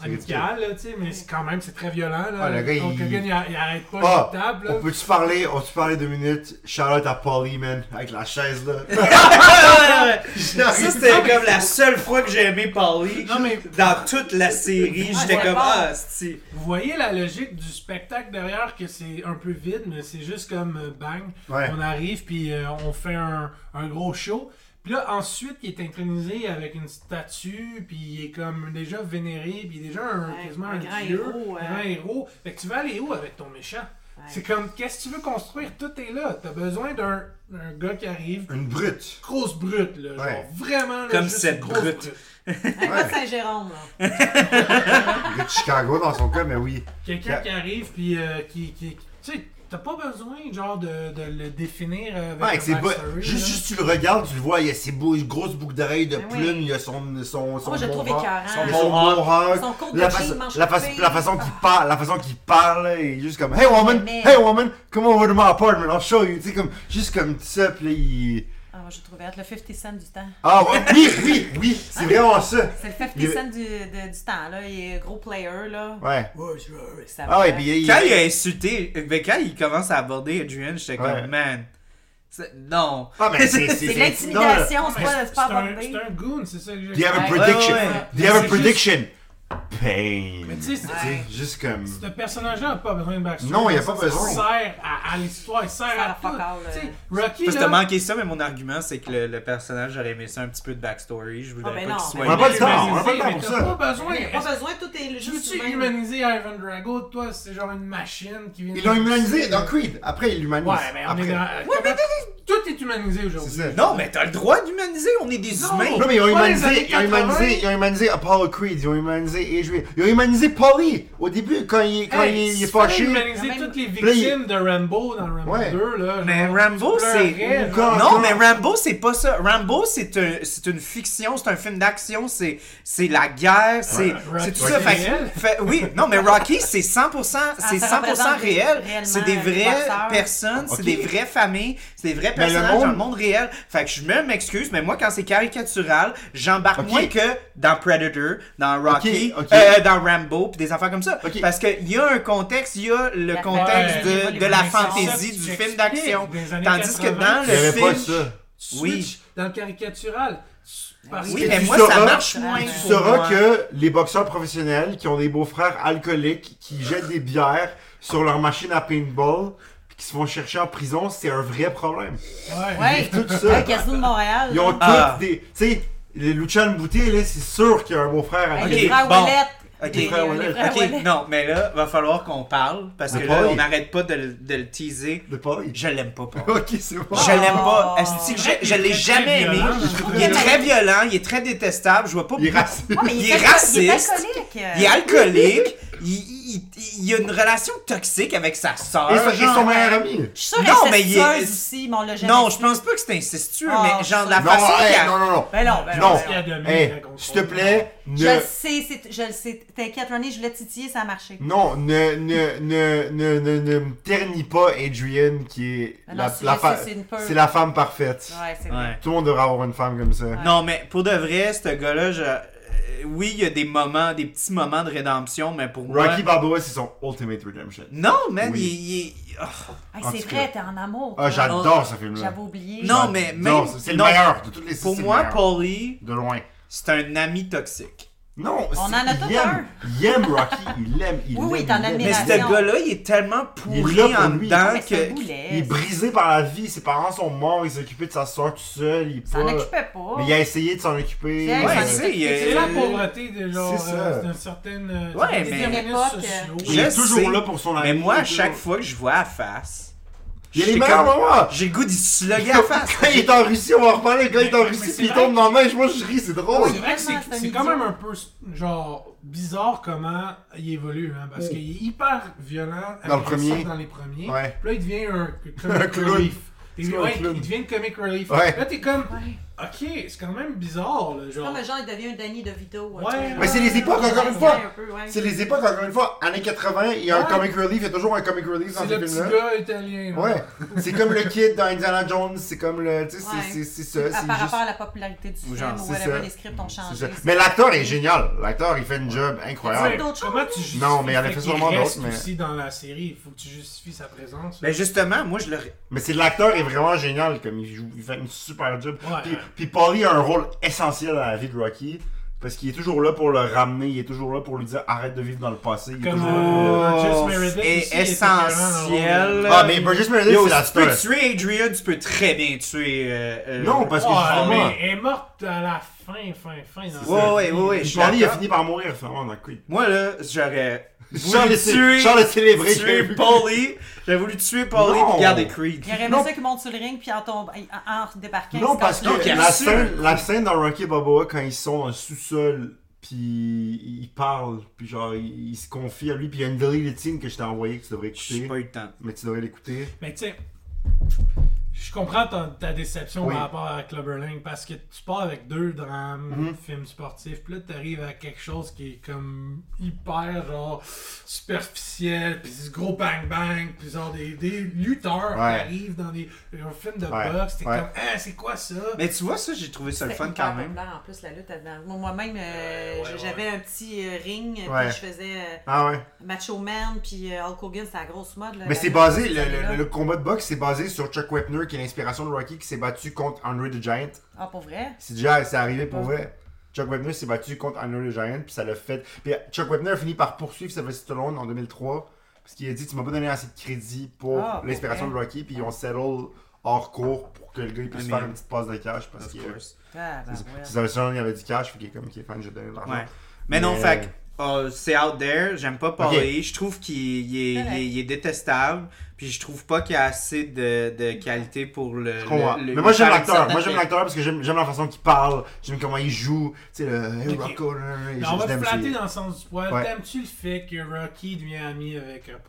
S1: amical, là, tu sais, mais c'est quand même, c'est très violent. Là.
S2: Ah, le gars,
S1: Donc,
S2: il-
S1: le gars, il, a- il arrête pas
S2: Ah,
S1: sur la table. là.
S2: on peut-tu parler, on peut parler deux minutes? Charlotte à Polly, man, avec la chaise là.
S3: Ah, Ça, c'était comme la seule fois que j'ai aimé Polly.
S1: Non, mais-
S3: Dans toute la série,
S4: Ah,
S3: j'étais
S4: c'est
S3: comme,
S4: bon.
S3: ah, c'est
S1: Vous voyez la logique du spectacle derrière, que c'est un peu vide, mais c'est juste comme euh, bang.
S2: Ouais.
S1: On arrive, puis euh, on fait un, un gros show. Puis là, ensuite, il est intronisé avec une statue, puis il est comme déjà vénéré, puis il est déjà un,
S4: Ouais,
S1: quasiment
S4: un
S1: un,
S4: grand
S1: dieu,
S4: héros,
S1: un
S4: hein.
S1: grand héros. Fait que tu vas aller où avec ton méchant? C'est comme, qu'est-ce que tu veux construire? Tout est là. T'as besoin d'un d'un gars qui arrive,
S2: Une brute.
S1: grosse brute, là. Genre,
S2: Ouais.
S1: vraiment, là,
S3: Comme
S1: juste
S3: cette
S1: une grosse
S3: brute.
S4: Un gars de Saint-Jérôme, là.
S2: Une brute de Chicago dans son cas, mais oui.
S1: Quelqu'un
S2: Yeah.
S1: qui arrive, puis euh, qui, qui- Tu sais, t'as pas besoin, genre, de, de le définir euh, avec
S2: Ouais,
S1: un
S2: c'est pas-
S1: backstory,
S2: Juste,
S1: là.
S2: juste tu le regardes, tu le vois, il a ses beaux, grosses boucles d'oreilles de
S4: Ben oui.
S2: plumes, il a son son son
S4: Moi, je le
S2: bon
S4: trouve
S2: rock,
S4: écœurant.
S2: son
S4: Son
S2: bon
S3: bon
S2: rock,
S4: Son cours de
S2: la,
S4: jean,
S2: façon-
S4: manche
S2: la, façon-
S4: coupée.
S2: la façon qu'il parle, la façon qu'il parle, là, il est juste comme Hey woman,
S4: Mais-
S2: hey woman, come over to my apartment, I'll show you, tu sais comme juste comme ça, puis là il
S4: Ah, moi, je le trouvais être le 50 cent du temps.
S2: ah ouais, oui oui oui, c'est vraiment ça,
S4: C'est le 50
S2: Il-
S4: cent du, de- du temps, là. Il est gros player, là.
S2: ouais,
S4: Ouais, je- ouais, ça
S2: ah ouais,
S4: va.
S2: puis il,
S3: Quand il a insulté, mais quand il commence à aborder Adrian, j'étais comme,
S2: Ouais.
S3: man, c'est- non.
S2: ah mais c'est
S4: C'est
S2: non, là.
S4: l'intimidation, c'est pas, c'est
S1: C'est
S4: pas
S1: un,
S4: abordé.
S1: c'est un goon, c'est ça que
S2: Do you
S1: j'ai
S2: have a
S4: Ouais.
S2: prediction?
S3: Ouais, ouais.
S2: Do you have a
S1: C'est juste-
S2: prediction? Pain.
S1: Mais tu sais, c'est-
S2: sais, juste comme.
S1: Ce personnage-là n'a pas besoin de backstory.
S2: Non, il a
S1: Ça-
S2: pas
S1: ça
S2: besoin.
S1: sert à, à l'histoire, il sert
S4: Sert
S1: à,
S4: à
S1: tout.
S4: fuck all,
S1: Tu sais,
S4: euh.
S1: Rocky,
S3: Parce que
S1: là,
S3: t'as manqué ça, mais mon argument, c'est que le, le personnage, j'aurais aimé ça un petit peu de backstory. Je voulais
S4: Ah, ben
S3: pas
S4: non,
S3: qu'il soit.
S4: mais-
S2: On a pas le temps, on a
S1: humanisé,
S2: pas le temps
S1: mais
S2: pour
S1: t'as
S2: ça.
S1: pas besoin.
S4: Il a pas besoin, tout est
S1: Je
S4: juste
S1: veux-tu
S4: humain.
S1: humaniser Ivan Drago? Toi, c'est genre une machine qui vient...
S2: Ils l'ont humanisé dans Creed. Après, ils l'humanisent.
S1: Ouais, mais on
S2: Après.
S1: est dans... comment- Tout est humanisé aujourd'hui.
S2: C'est ça.
S3: Non, mais t'as le droit d'humaniser, on est des
S1: Non.
S3: humains.
S2: Non, mais ils ont
S1: Pas les
S2: humanisé,
S1: années
S2: ils ont humanisé,
S1: 80.
S2: ils ont humanisé Apollo Creed, ils ont humanisé Adrian, ils ont humanisé Polly au début quand il, quand
S1: Hey,
S2: il, il est
S1: si fallait
S2: fâché.
S1: humaniser
S4: Quand même-
S1: toutes les victimes de Rambo dans Rambo
S2: Ouais.
S1: 2, là.
S3: Mais
S1: genre,
S3: Rambo,
S1: tu
S3: c'est-
S1: pleurais,
S2: Ou
S1: genre.
S2: quand-
S3: Non, mais Rambo, c'est pas ça. Rambo, c'est un- c'est une fiction, c'est un film d'action, c'est c'est la guerre, c'est c'est tout ça.
S1: Rocky,
S3: Fait,
S1: c'est réel.
S3: fait- oui, non, mais Rocky, c'est 100%, c'est
S4: ça
S3: 100%
S4: représente des-
S3: réel.
S4: réellement
S3: C'est des
S4: les
S3: vraies
S4: boxeurs.
S3: personnes, c'est
S2: Ok.
S3: des vraies familles, c'est des vrais
S2: Mais le
S3: personnages dans le
S2: monde-
S3: monde réel. Fait que je me m'excuse, mais moi, quand c'est caricatural, j'embarque
S2: Ok.
S3: moins que dans Predator, dans Rocky,
S2: Ok, ok.
S3: euh, dans Rambo, puis des affaires comme ça.
S2: Ok.
S3: Parce qu'il y a un contexte, il y a le
S4: La-
S3: contexte
S1: Ouais,
S3: de,
S4: les
S3: de la
S4: évolutions.
S3: fantaisie
S1: Ça,
S3: du
S1: tu
S3: film
S1: t'expliques.
S3: d'action.
S1: Des années
S3: Tandis que
S1: 80,
S3: dans
S2: Il y
S3: le
S2: avait
S3: film...
S2: pas ça.
S1: Switch
S3: Oui.
S1: dans le caricatural. Parce
S3: Oui,
S1: que
S3: mais
S1: tu-
S3: moi, ça
S2: sauras-
S3: marche moins.
S4: tu
S2: Tu
S3: pour moi.
S2: sauras que les boxeurs professionnels qui ont des beaux-frères alcooliques qui jettent des bières sur leur machine à paintball puis qui se font chercher en prison, c'est un vrai problème.
S1: Ouais.
S4: Ouais,
S2: Tout ça.
S4: le casino de Montréal.
S2: Ils ont
S4: là.
S2: tous
S3: Ah.
S2: des. Tu sais, les Lucian Bouté, là, c'est sûr qu'il y a un beau-frère
S4: Hey,
S2: alcoolique.
S3: Ok,
S4: Les frères
S3: bon.
S4: Ouellette.
S3: Ok.
S4: Les-
S3: Les
S2: frères
S4: les
S2: Ouellette.
S4: frères
S3: Ok,
S4: Ouellette.
S3: non, mais là, va falloir qu'on parle parce que
S2: Ah, Mais
S3: là,
S2: Paul,
S3: on
S2: il-
S3: n'arrête pas de, le- de le teaser.
S2: De Paul.
S3: Je l'aime pas, Paul.
S2: Ok, c'est bon.
S3: Je l'aime pas.
S4: Oh.
S3: Esti que
S1: C'est vrai
S3: je,
S1: qu'il
S3: je
S1: est
S3: l'ai
S1: très
S3: jamais aimé.
S1: violent.
S3: Il est très violent, il est très détestable. Je vois pas
S2: Il est
S3: pourquoi-
S2: raciste.
S4: Ah, mais
S3: Il
S4: fait-
S3: est raciste.
S4: alcoolique.
S3: Il est alcoolique. il, il- il- il a une relation toxique avec sa sœur.
S2: Et son, et
S3: genre.
S2: son meilleur ami.
S4: Je suis sûre
S3: Non,
S4: non,
S3: mais
S4: mais
S3: il est-
S4: aussi, mais on l'a jamais
S3: Non,
S4: su.
S3: je pense pas que c'est incestueux,
S4: Oh,
S3: mais genre la
S4: ça-
S2: Non,
S3: façon
S2: hey,
S3: qu'il a-
S2: non, non, non.
S4: Ben non, ben
S2: Non.
S4: non.
S1: Parce qu'il y a demi,
S2: Hey,
S1: la grosse
S2: s'il te plaît,
S4: Je le
S2: ne.
S4: sais, c'est- je le sais. T'inquiète, René, je voulais titiller, ça a marché.
S2: Non, ne, ne, ne, ne, ne, ne me ternis pas Adrienne qui est
S4: Ah non,
S2: la,
S4: c'est
S2: la
S4: juste
S2: fa-
S4: que c'est une peur.
S2: C'est la femme parfaite.
S4: Ouais, c'est vrai.
S3: Ouais.
S2: Tout le monde devrait avoir une femme comme ça.
S3: Non, mais pour de vrai, ce gars-là, je- euh, oui, il y a des moments, des petits moments de rédemption, mais pour moi.
S2: Rocky Balboa, c'est son ultimate redemption.
S3: Non, man,
S2: Oui.
S3: il, il- oh.
S4: Hey,
S2: En tout
S4: c'est
S2: cas.
S4: vrai, t'es en amour.
S2: Ah,
S4: toi.
S2: j'adore ce film-là.
S4: J'avais oublié.
S3: Non, mais
S2: Non,
S3: même.
S2: c'est le
S3: non,
S2: meilleur de toutes les
S3: Pour
S2: c'est le
S3: moi,
S2: meilleur.
S3: Paulie,
S2: De loin.
S3: c'est un ami toxique.
S2: Non, c'est-
S4: en a
S2: il
S4: tout
S2: aime, il aime Rocky, il l'aime, il
S4: Oui, oui,
S2: l'aime,
S4: t'en
S2: il l'aime.
S4: admires.
S3: Mais
S4: Relation.
S3: ce gars-là, il est tellement pourri
S2: Il est là pour
S3: en
S2: lui.
S3: dedans
S4: Mais c'est un
S3: que.
S4: boulet.
S2: Il est brisé par la vie, ses parents sont morts, il s'est occupé de sa soeur tout seul, il est
S4: S'en
S2: pas-
S4: occupait
S1: Oh.
S4: pas.
S2: Mais il a essayé de s'en occuper.
S4: C'est
S3: Ouais,
S4: Ouais,
S3: tu sais, il
S1: C'est
S3: est.
S1: la pauvreté de genre
S2: c'est ça.
S1: euh, d'une certaine euh,
S3: Ouais,
S1: des
S3: mais- euh,
S1: déterminismes
S4: Époque,
S1: sociaux.
S2: Il est
S3: Je
S2: toujours
S3: sais,
S2: là pour son ami.
S3: Mais moi,
S2: il
S3: à
S2: est
S3: chaque
S2: toujours-
S3: fois que je vois à face.
S2: Il y a les
S3: j'étais
S2: meilleurs
S3: comme-
S2: moments!
S3: J'ai le goût d'y sloguer à face.
S2: Quand il est en Russie, on va en reparler. Quand il est en
S1: Mais
S2: Russie,
S1: c'est
S2: puis il
S1: vrai.
S2: tombe dans la neige, moi je ris, c'est drôle.
S1: C'est vrai que c'est-
S4: Vraiment, c'est un
S1: c'est
S4: idiot.
S1: quand même un peu genre bizarre comment il évolue hein, parce qu'il est hyper violent
S2: Dans le
S1: agressif
S2: premier.
S1: dans les premiers.
S2: Ouais.
S1: Puis là il devient un
S2: Un
S1: comic
S2: clown.
S1: relief. Il,
S2: C'est un
S1: ouais,
S2: clown.
S1: il devient une comic relief.
S2: Ouais.
S1: Là t'es comme Ok, c'est quand même bizarre, là, genre.
S4: Comme le genre, il devient un Danny DeVito.
S1: Ouais.
S2: Mais c'est les époques, encore une fois.
S4: Un peu, ouais.
S2: C'est les époques, encore une fois, années 80, il y a un
S1: Ouais.
S2: comic relief, il y a toujours un comic relief dans
S1: C'est
S2: ces
S1: le petit
S2: films-là.
S1: gars italien. là.
S2: Ouais, c'est comme le kid dans Indiana Jones, c'est comme le. Tu sais, c'est-
S4: Ouais.
S2: c'est- c'est ça.
S4: À-
S1: Ah,
S2: c'est
S4: par
S2: juste-
S4: rapport à la popularité du film,
S3: Genre,
S4: ou
S2: c'est
S4: whatever,
S2: ça.
S4: les scripts ont changé.
S2: c'est ça.
S4: c'est-
S2: Mais l'acteur est génial. L'acteur, il fait une job
S1: Tu
S4: Ouais.
S1: sais,
S2: incroyable.
S4: D'autres
S1: Comment
S4: choses.
S1: tu justifies
S2: Non, mais il y en a fait
S1: qu'il
S2: sûrement d'autres,
S1: reste
S2: mais-
S1: aussi dans la série, il faut que tu justifies sa présence.
S3: Ben justement, moi je le.
S2: Mais c'est l'acteur est vraiment génial, comme il joue, il fait une super job.
S1: Ouais.
S2: Puis, puis Paulie a un rôle essentiel dans la vie de Rocky. Parce qu'il est toujours là pour le ramener, il est toujours là pour lui dire arrête de vivre dans le passé. Il est
S1: Comme
S2: toujours là pour-
S1: euh,
S3: Oh,
S1: Jess Meredith
S3: est
S1: aussi, il était
S3: essentiel.
S1: carrément dans le rôle de-
S2: Ah, mais Burgess Meredith,
S3: Yo,
S2: c'est la
S3: si tu peux
S2: star.
S3: tuer Adrian, tu peux très bien tuer. euh, euh,
S2: Non, parce que
S1: Ah,
S2: justement,
S1: mais elle est morte à la fin, fin, fin. dans
S3: Ouais,
S1: la
S3: ouais,
S1: vie.
S3: ouais, ouais.
S2: Puis
S3: je suis
S2: Paulie a
S3: d'accord.
S2: fini par mourir finalement dans Creed.
S3: Moi là, j'aurais.
S2: Sans
S3: voulu
S2: le
S3: tuer-
S2: cé- sans le célébrer.
S3: Tuer Paulie. J'aurais voulu tuer Paulie
S2: Non.
S3: et garder Creed.
S4: Il aurait aimé
S2: Non.
S4: ça qu'il monte sur le ring puis en, tombe, en- en débarquant.
S2: Non, parce que
S3: Non, qu'il
S2: la,
S3: assume.
S2: scène, la scène dans Rocky Balboa, quand ils sont dans le sous-sol, puis ils parlent, puis genre, ils, ils se confient à lui, puis il y a une deleted scene que je t'ai envoyée que tu devrais
S3: J'ai
S2: écouter.
S3: pas eu le temps.
S2: Mais tu devrais l'écouter.
S1: Mais tu sais, je comprends ton- ta déception
S2: Oui.
S1: par rapport à Clubberling parce que tu pars avec deux drames,
S2: Mhm.
S1: films sportifs, puis là t'arrives à quelque chose qui est comme hyper genre superficiel, puis ce gros bang bang, puis genre des, des lutteurs
S2: Ouais.
S1: qui arrivent dans des un film de
S2: Ouais.
S1: boxe, t'es
S2: Ouais.
S1: comme ah c'est quoi ça
S3: Mais tu vois, ça, j'ai trouvé ça le
S4: C'était
S3: fun
S4: hyper
S3: quand même.
S4: populaire, En plus, la lutte, elle- moi- moi-même, euh,
S1: Ouais, ouais,
S4: j'avais un petit euh, ring,
S2: Ouais.
S4: puis je faisais euh,
S2: Ah ouais. Mais
S4: Macho Man, puis euh, Hulk Hogan, c'était la grosse mode. Euh, là, la
S2: c'est
S4: lutte,
S2: basé,
S4: cette
S2: le, le-
S4: année-là.
S2: le combat de boxe, c'est basé sur Chuck Wepner, qui est l'inspiration de Rocky, qui s'est battu contre Andre the Giant.
S4: Ah, pour vrai?
S2: C'est déjà, c'est arrivé pour vrai. Chuck Wepner s'est battu contre Andre the Giant, puis ça l'a fait. Puis euh, Chuck Wepner a fini par poursuivre Sylvester Stallone en 2003, parce qu'il a dit Tu m'as pas donné assez de crédit pour
S4: Ah, pour
S2: l'inspiration de
S4: vrai?
S2: Rocky, puis ils ont settle hors cours pour que le gars il puisse
S3: I
S2: faire
S3: mean,
S2: une petite passe de cash. Parce
S3: Of
S2: que
S3: course.
S4: Ah, ben, ouais.
S2: Sylvester Stallone, il avait du cash, fait qu'il est comme, qui est fan, je vais donner de l'argent.
S3: Ouais. Mais non,
S2: Mais-
S3: fait que, euh, c'est out there, j'aime pas Paulie,
S2: Ok.
S3: je trouve qu'il il est,
S4: Correct.
S3: il est- il est détestable, puis je trouve pas qu'il y a assez de, de qualité pour le.
S2: Je comprends.
S3: le- le-
S2: mais moi j'aime
S3: faire une
S2: l'acteur, moi
S3: certaine-
S2: j'aime l'acteur parce que j'aime j'aime la façon qu'il parle, j'aime comment il joue, tu sais le Hey,
S1: Ok.
S2: Rocco, là, là, là,
S3: Ben,
S1: Mais Ben, on
S2: je-
S1: va te
S2: j'aime
S1: flatter
S2: ça.
S1: dans le sens du poil.
S2: Ouais.
S1: T'aimes-tu le fait que Rocky devient ami avec Apollo?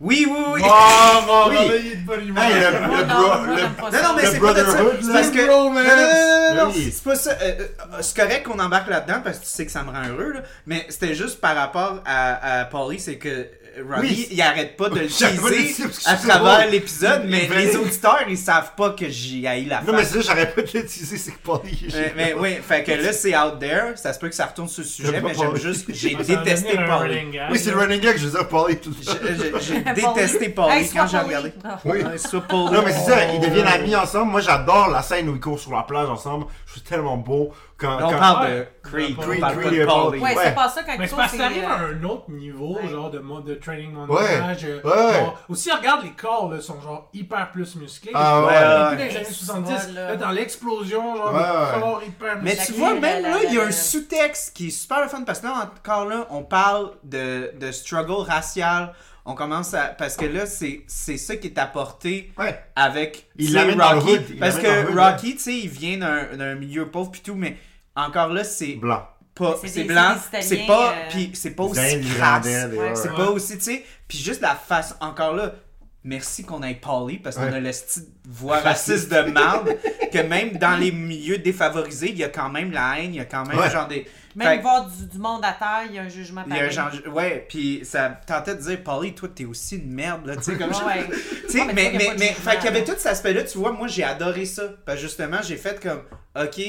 S3: Oui, oui, oui.
S2: bon,
S1: Oui.
S2: réveillez Hey, le,
S4: Moi,
S2: le
S4: non,
S2: bro-
S4: moi,
S2: le-
S4: j'aime pas
S3: Non,
S4: ça.
S3: non, mais
S2: Le
S3: c'est pas de ça.
S2: brotherhood,
S3: C'est
S2: là.
S3: parce que.
S2: Le
S3: Non, non,
S2: bromance.
S3: non, non, non,
S2: Oui.
S3: c'est pas ça. Euh, euh, c'est correct qu'on embarque là-dedans parce que tu sais que ça me rend heureux, là. Mais c'était juste par rapport à, à Paulie, c'est que euh, Robbie,
S2: Oui.
S3: il arrête pas de le
S2: J'arrête pas de le
S3: teaser
S2: dire parce que
S3: à
S2: c'est
S3: travers
S2: drôle.
S3: l'épisode, mais
S2: Mais-
S3: les auditeurs, ils savent pas que j'y haï la
S2: Non mais
S3: face.
S2: c'est ça, j'arrête pas de le teaser, c'est que Paulie.
S3: Mais, mais oui, fait que là, c'est out there. Ça se peut que ça retourne sur le sujet,
S2: J'aime pas
S3: mais j'aime
S2: Paulie.
S3: juste. J'ai
S1: Ça en
S3: détesté
S1: devient un
S3: Paulie.
S1: running gag,
S2: Oui, c'est le
S1: là.
S2: running gag, je veux dire Paulie tout
S3: J'ai- j'ai- J'ai
S4: Paulie.
S3: détesté Paulie
S4: Hey, sois
S3: quand j'ai
S4: Paulie.
S3: regardé.
S4: Ah.
S2: Oui.
S3: Ouais, sois Paulie.
S2: Non mais c'est ça, ils deviennent
S3: Oh.
S2: amis ensemble. Moi j'adore la scène où ils courent sur la plage ensemble. Je trouve tellement beau quand
S3: Là, on
S2: quand-
S3: parle
S1: Ouais.
S3: de Creed, on
S1: Creed,
S3: parle pas
S2: Creed
S3: de
S2: et Paul.
S3: Paulie.
S4: Ouais,
S2: Ouais.
S4: c'est pas ça quand
S1: Mais
S4: tu
S1: c'est
S4: trouves,
S1: parce que ça arrive à
S4: euh,
S1: un autre niveau,
S4: Ouais.
S1: genre de mode de training
S2: Ouais.
S1: montage. euh,
S2: Ouais.
S1: genre- aussi, regarde les corps, là, sont genre hyper plus musclés.
S2: Ah
S1: Genre,
S2: ouais.
S1: au début
S3: Ouais.
S1: des années 70,
S4: Voilà.
S1: là, dans l'explosion, genre,
S2: Ouais,
S1: le
S2: ouais.
S1: corps hyper
S3: Mais
S1: musclé.
S3: tu
S4: La-
S3: vois,
S4: la-
S3: même
S4: la-
S3: là,
S4: la-
S3: il y a
S4: la-
S3: un sous-texte qui est super le fun parce que là, encore là, on parle de, de struggle racial. On commence à. Parce que là, c'est c'est ça qui est apporté
S2: Ouais.
S3: avec
S2: Il
S3: tu sais,
S2: l'amène dans le
S3: Rocky.
S2: hood, il
S3: parce
S2: l'amène dans
S3: que
S2: le hood,
S3: Rocky, tu sais, il vient d'un d'un milieu pauvre pis tout, mais encore là, c'est
S2: blanc.
S3: pas.
S4: C'est
S3: C'est
S4: des-
S3: blanc,
S4: c'est des
S3: c'est
S4: Italiens,
S3: pas.
S4: euh,
S3: Puis c'est pas
S2: Des
S3: aussi
S2: Indiens,
S3: crasse.
S2: des- des-
S4: Ouais.
S2: ouais.
S3: C'est
S1: Ouais.
S3: pas aussi, tu sais. Puis juste la face, encore là. Merci qu'on ait Paulie parce qu'on
S2: Ouais.
S3: a le style voix raciste de merde que même dans les milieux défavorisés, il y a quand même la haine, il y a quand même
S2: Ouais.
S3: genre des. Fait
S4: Même
S3: que
S4: voir du, du monde à terre, il y a un jugement
S3: il y a un
S4: pareil.
S3: genre- Ouais, puis ça tentait de dire, Paulie, toi t'es aussi une merde, là, tu sais, comme
S4: Ouais.
S3: tu sais,
S4: Non,
S3: mais,
S4: mais
S3: mais, mais,
S4: tu vois, il y a pas de jugement,
S3: fait qu'il y avait
S4: là.
S3: tout cet aspect-là, tu vois, moi j'ai adoré ça. Parce que justement, j'ai fait comme, ok,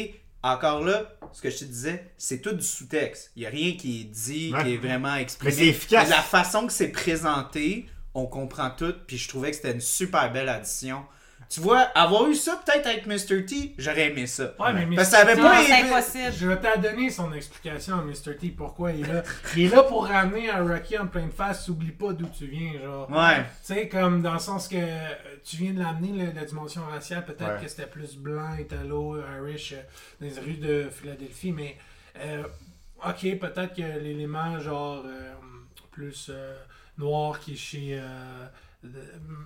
S3: encore là, ce que je te disais, c'est tout du sous-texte. Il n'y a rien qui est dit,
S2: Ouais.
S3: qui est vraiment exprimé.
S2: Mais c'est efficace.
S3: Mais La façon que c'est présenté, on comprend tout, puis je trouvais que c'était une super belle addition. Tu vois, avoir eu ça peut-être avec Mr. T, j'aurais aimé ça.
S1: Ouais, mais
S3: Parce que ça
S1: Mr.
S3: avait
S1: T,
S4: Non,
S3: pas
S4: c'est
S3: aimé-
S4: impossible.
S1: Je vais t'en donner son explication à Mr. T pourquoi il est là. Il est là pour ramener un Rocky en pleine face, oublie pas d'où tu viens, genre.
S3: Ouais.
S1: Tu sais, comme dans le sens que euh, tu viens de l'amener, la, la dimension raciale, peut-être
S2: Ouais.
S1: que c'était plus blanc, italo, irish, euh, dans les rues de Philadelphie, mais euh, ok, peut-être que l'élément genre euh, plus euh, noir qui est chez euh, de-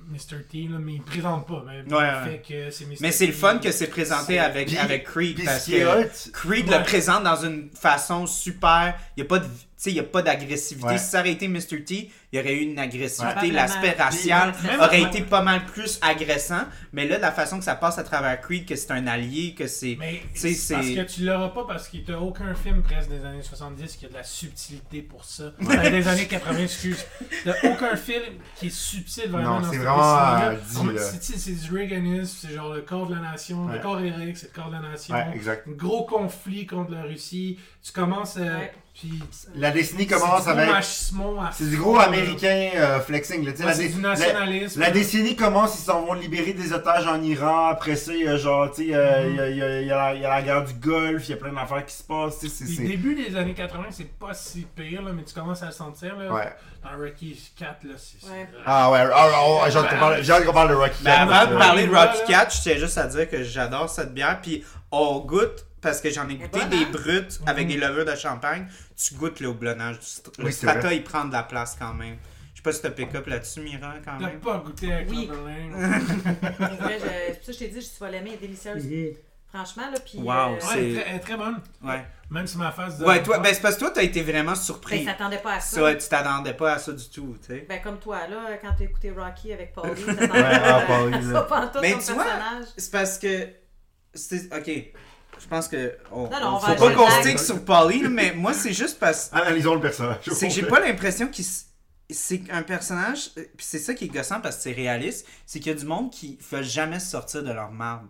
S1: Mr. T, là, mais il présente pas, mais
S3: Ouais,
S1: le
S3: ouais.
S1: fait que c'est Mr.
S3: Mais c'est le
S1: T,
S3: fun que c'est présenté
S1: C'est-
S3: avec,
S2: Puis-
S3: avec Creed.
S2: puis
S3: Parce
S2: ce qui est
S3: que
S2: hot-
S3: Creed
S1: Ouais.
S3: le présente dans une façon super. Il n'y a pas de sais, il n'y a pas d'agressivité.
S2: Ouais.
S3: Si ça aurait été Mr. T, il y aurait eu une agressivité.
S4: Ouais.
S3: L'aspect
S4: Probablement.
S3: racial
S4: Puis, même-
S3: aurait
S1: même-
S3: été pas mal plus agressant. Mais là, de la façon que ça passe à travers Creed, que c'est un allié, que c'est.
S1: Mais
S3: Tu sais,
S1: c'est parce
S3: c'est-
S1: que tu l'auras pas parce qu'il n'y a aucun film presque des années 70 qui a de la subtilité pour ça. Euh, des années 80, excuse. Il n'y a aucun film qui est subtil vraiment
S2: Non,
S1: dans
S2: c'est
S1: cette
S2: vraiment,
S1: décennie-là.
S2: euh, dit,
S1: Comme
S2: là.
S1: C'est c'est- c'est du Reaganisme, c'est genre le corps de la nation,
S2: Ouais.
S1: le corps héroïque, c'est le corps de la nation.
S2: Ouais, exact.
S1: Un gros conflit contre la Russie. Tu commences. euh,
S4: Ouais.
S1: Puis.
S2: La décennie
S1: c'est du
S2: commence
S1: gros
S2: avec.
S1: machismo à
S2: C'est du
S1: fond,
S2: gros
S1: là.
S2: américain euh, flexing. là, tu sais,
S1: Ouais,
S2: la
S1: c'est
S2: dé-
S1: du
S2: la-
S1: nationalisme.
S2: La décennie commence, ils s'en vont libérer des otages en Iran. Après ça, il y a genre, tu sais,
S3: Mm-hmm.
S2: euh, il y a- il y a- il y a la- il y a la guerre du Golfe, il y a plein d'affaires qui se passent. tu sais, c'est-
S1: Puis
S2: c'est-
S1: début des années 80, c'est pas si pire, là, mais tu commences à le sentir. Là.
S2: Ouais.
S1: Dans Rocky 4, là, c'est. c'est-
S4: Ouais.
S2: Ah ouais, ah, ah, ah, j'ai hâte qu'on parle- j'ai hâte qu'on parle de Rocky.
S3: Mais
S2: Quatre,
S3: Ben, avant de
S2: euh,
S3: parler de
S1: Ouais,
S3: Rocky
S1: là.
S3: 4, je tiens juste à dire que j'adore cette bière. Puis on goûte, parce que j'en ai goûté
S4: bonne,
S3: des
S4: hein?
S3: brutes avec des levures de champagne. Tu goûtes le houblonnage du st- Le
S2: Mhm. Oui, c'est
S3: strata,
S2: vrai.
S3: il prend de la place quand même. Je sais pas si t'as pick-up là-dessus, Mira, quand
S1: T'as
S3: même.
S1: pas goûté à
S4: Ah Oui.
S1: Cloverland.
S4: Pour vrai, je- C'est pour ça que je t'ai dit, je- tu vas l'aimer, elle est délicieuse.
S3: Mhm.
S4: Franchement, là, puis...
S3: Wow,
S4: euh,
S1: Ouais,
S3: c'est-
S1: elle est très- elle est très bonne.
S3: Ouais.
S1: Même si ma face. de-
S3: Ouais, toi, ben c'est parce que toi, t'as été vraiment surpris.
S4: Ben, s'attendait pas à ça.
S3: Ça, tu t'attendais pas à ça du tout, tu sais.
S4: Ben, comme toi, là, quand t'as écouté Rocky avec Paulie, ça
S2: Ouais, ah,
S4: t'attendait
S2: Pauline,
S4: pas
S2: là.
S4: pas en tout ton
S3: Mais tu vois-
S4: personnage.
S3: C'est parce que. c'est- Ok. Je pense que. On,
S4: Non, non, on va
S3: faut pas
S4: aller
S3: qu'on
S4: là.
S3: stick sur Paulie, là, mais moi, c'est juste parce
S2: euh, Analysons le personnage.
S3: C'est que j'ai pas l'impression qu'il. s- C'est un personnage. euh, Puis c'est ça qui est gossant parce que c'est réaliste. C'est qu'il y a du monde qui fait jamais se sortir de leur marbre.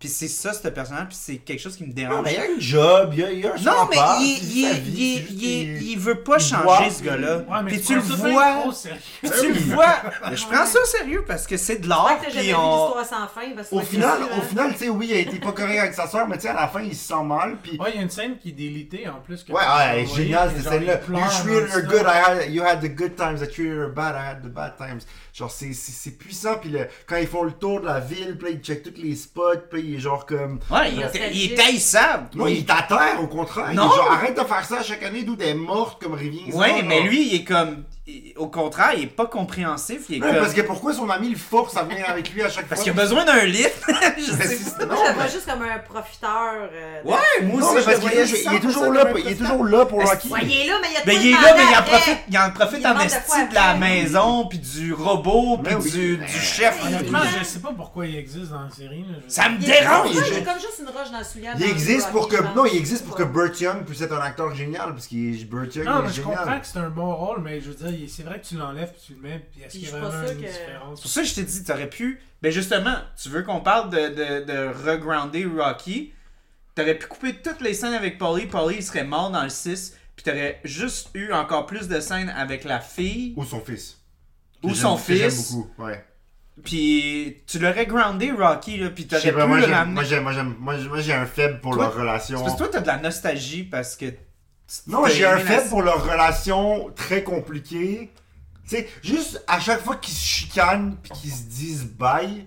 S3: Puis c'est ça, ce personnage. Puis c'est quelque chose qui me
S2: Non,
S3: dérange.
S2: mais il y a un job, il y a, il y a un
S3: Non, mais
S2: salaire,
S3: il,
S2: c'est
S3: il-
S2: sa vie,
S3: il-
S2: c'est juste
S3: il-
S2: qu'il-
S3: il veut pas
S2: il
S3: changer,
S2: boit.
S3: ce gars-là.
S1: Ouais, mais
S3: Puis
S1: tu
S3: tu le
S1: prends ça bien
S3: vois.
S1: trop sérieux.
S3: Puis tu le vois. Ben Je prends ça au sérieux parce que c'est de l'art.
S4: Fait que t'as
S3: ah, Puis
S4: jamais vu
S3: on.
S4: l'histoire sans fin. parce que
S2: Au
S4: c'est
S2: final,
S4: sûr,
S2: au
S4: hein.
S2: final, tu sais, oui, il a été pas correct avec sa soeur, mais tu sais, à la fin, il se sent mal, puis... Ouais,
S1: Ouais, il y a une scène qui est délitée en plus. que
S2: ouais,
S1: tu as
S2: elle est
S1: envoyée,
S2: géniale,
S1: que
S2: cette
S1: genre,
S2: scène-là.
S1: il
S2: You
S1: pleure
S2: treated her
S1: non-stop.
S2: good, I had, you had the good times, I treated her bad, I had the bad times. Genre, c'est, c'est, c'est puissant, puis le- quand ils font le tour de la ville, puis là, ils checkent tous les spots, puis il est genre comme...
S3: Ouais, il,
S4: Il
S3: est- il
S4: est
S3: est
S4: nostalgique.
S3: haïssable.
S2: Non, il est à terre, au contraire. Il est
S3: Non.
S2: genre, arrête de faire ça chaque année, d'où des mortes comme Rivière.
S3: Ouais, mais lui, il est comme. il- Au contraire, il est pas compréhensif. Il est
S2: Ouais,
S3: comme-
S2: parce que pourquoi son ami le force à venir avec lui à chaque
S3: Parce
S2: fois?
S3: qu'il a besoin d'un litre. je
S2: Mais
S3: sais
S2: c'est-
S3: pas.
S2: non,
S4: Moi, je le vois
S2: mais-
S4: juste comme un profiteur. euh, de-
S3: Ouais, moi
S2: Non,
S3: aussi,
S2: mais
S3: je
S2: parce
S3: le
S2: qu'il
S3: voyais
S2: est- il
S3: sans
S2: est toujours
S3: ça,
S2: là,
S3: comme
S2: pour- il
S3: un
S2: est toujours là pour
S3: Est-ce-
S2: Rocky.
S4: Ouais, il est là, mais il y a
S3: Ben,
S4: tout
S3: il est
S4: le
S3: là,
S4: temps
S3: mais il en
S4: après.
S3: profite, il en profite
S4: Il
S3: en
S4: demande de quoi
S3: esti de la
S4: après.
S3: maison, puis du robot, puis
S2: Mais Ben oui. Ben
S3: du, du chef.
S1: Honnêtement, je sais pas pourquoi il existe dans la série. là. Je-
S3: Ça me
S4: Il-
S3: dérange!
S4: Moi,
S2: il-
S4: j'ai comme juste une roche dans le soulier.
S2: Il existe pour que non, il existe pour que Burt Young puisse être un acteur génial parce qu'il Burt Young
S1: Non,
S2: est
S1: mais je comprends
S2: génial.
S1: que c'est un bon rôle, mais je veux dire, il- c'est vrai que tu l'enlèves puis tu le mets, puis est-ce
S4: Puis
S1: qu'il y a
S4: je suis pas
S1: vraiment
S4: sûre
S1: une
S4: que-
S3: C'est pour
S1: différence?
S3: ça que je t'ai dit, t'aurais pu. Ben justement, tu veux qu'on parle de, de, de regrounder Rocky. T'aurais pu couper toutes les scènes avec Paulie. Paulie, il serait mort dans le 6. Puis t'aurais juste eu encore plus de scènes avec la fille
S2: Ou son fils.
S3: ou
S2: Que
S3: son
S2: j'aime- que j'aime
S3: fils.
S2: beaucoup, ouais.
S3: Puis tu l'aurais groundé, Rocky, là. Puis
S2: Je sais
S3: t'aurais
S2: pas, moi
S3: pu le
S2: j'aime-
S3: ramener.
S2: moi, j'aime moi j'aime moi j'ai- moi, j'ai un faible pour
S3: Toi-
S2: leur relation.
S3: C'est parce que toi, t'as de la nostalgie parce que.
S2: Non,
S3: t'as
S2: j'ai un
S3: aimé la-
S2: faible pour leur relation très compliquée. Tu sais, juste à chaque fois qu'ils se chicanent puis qu'ils se disent bye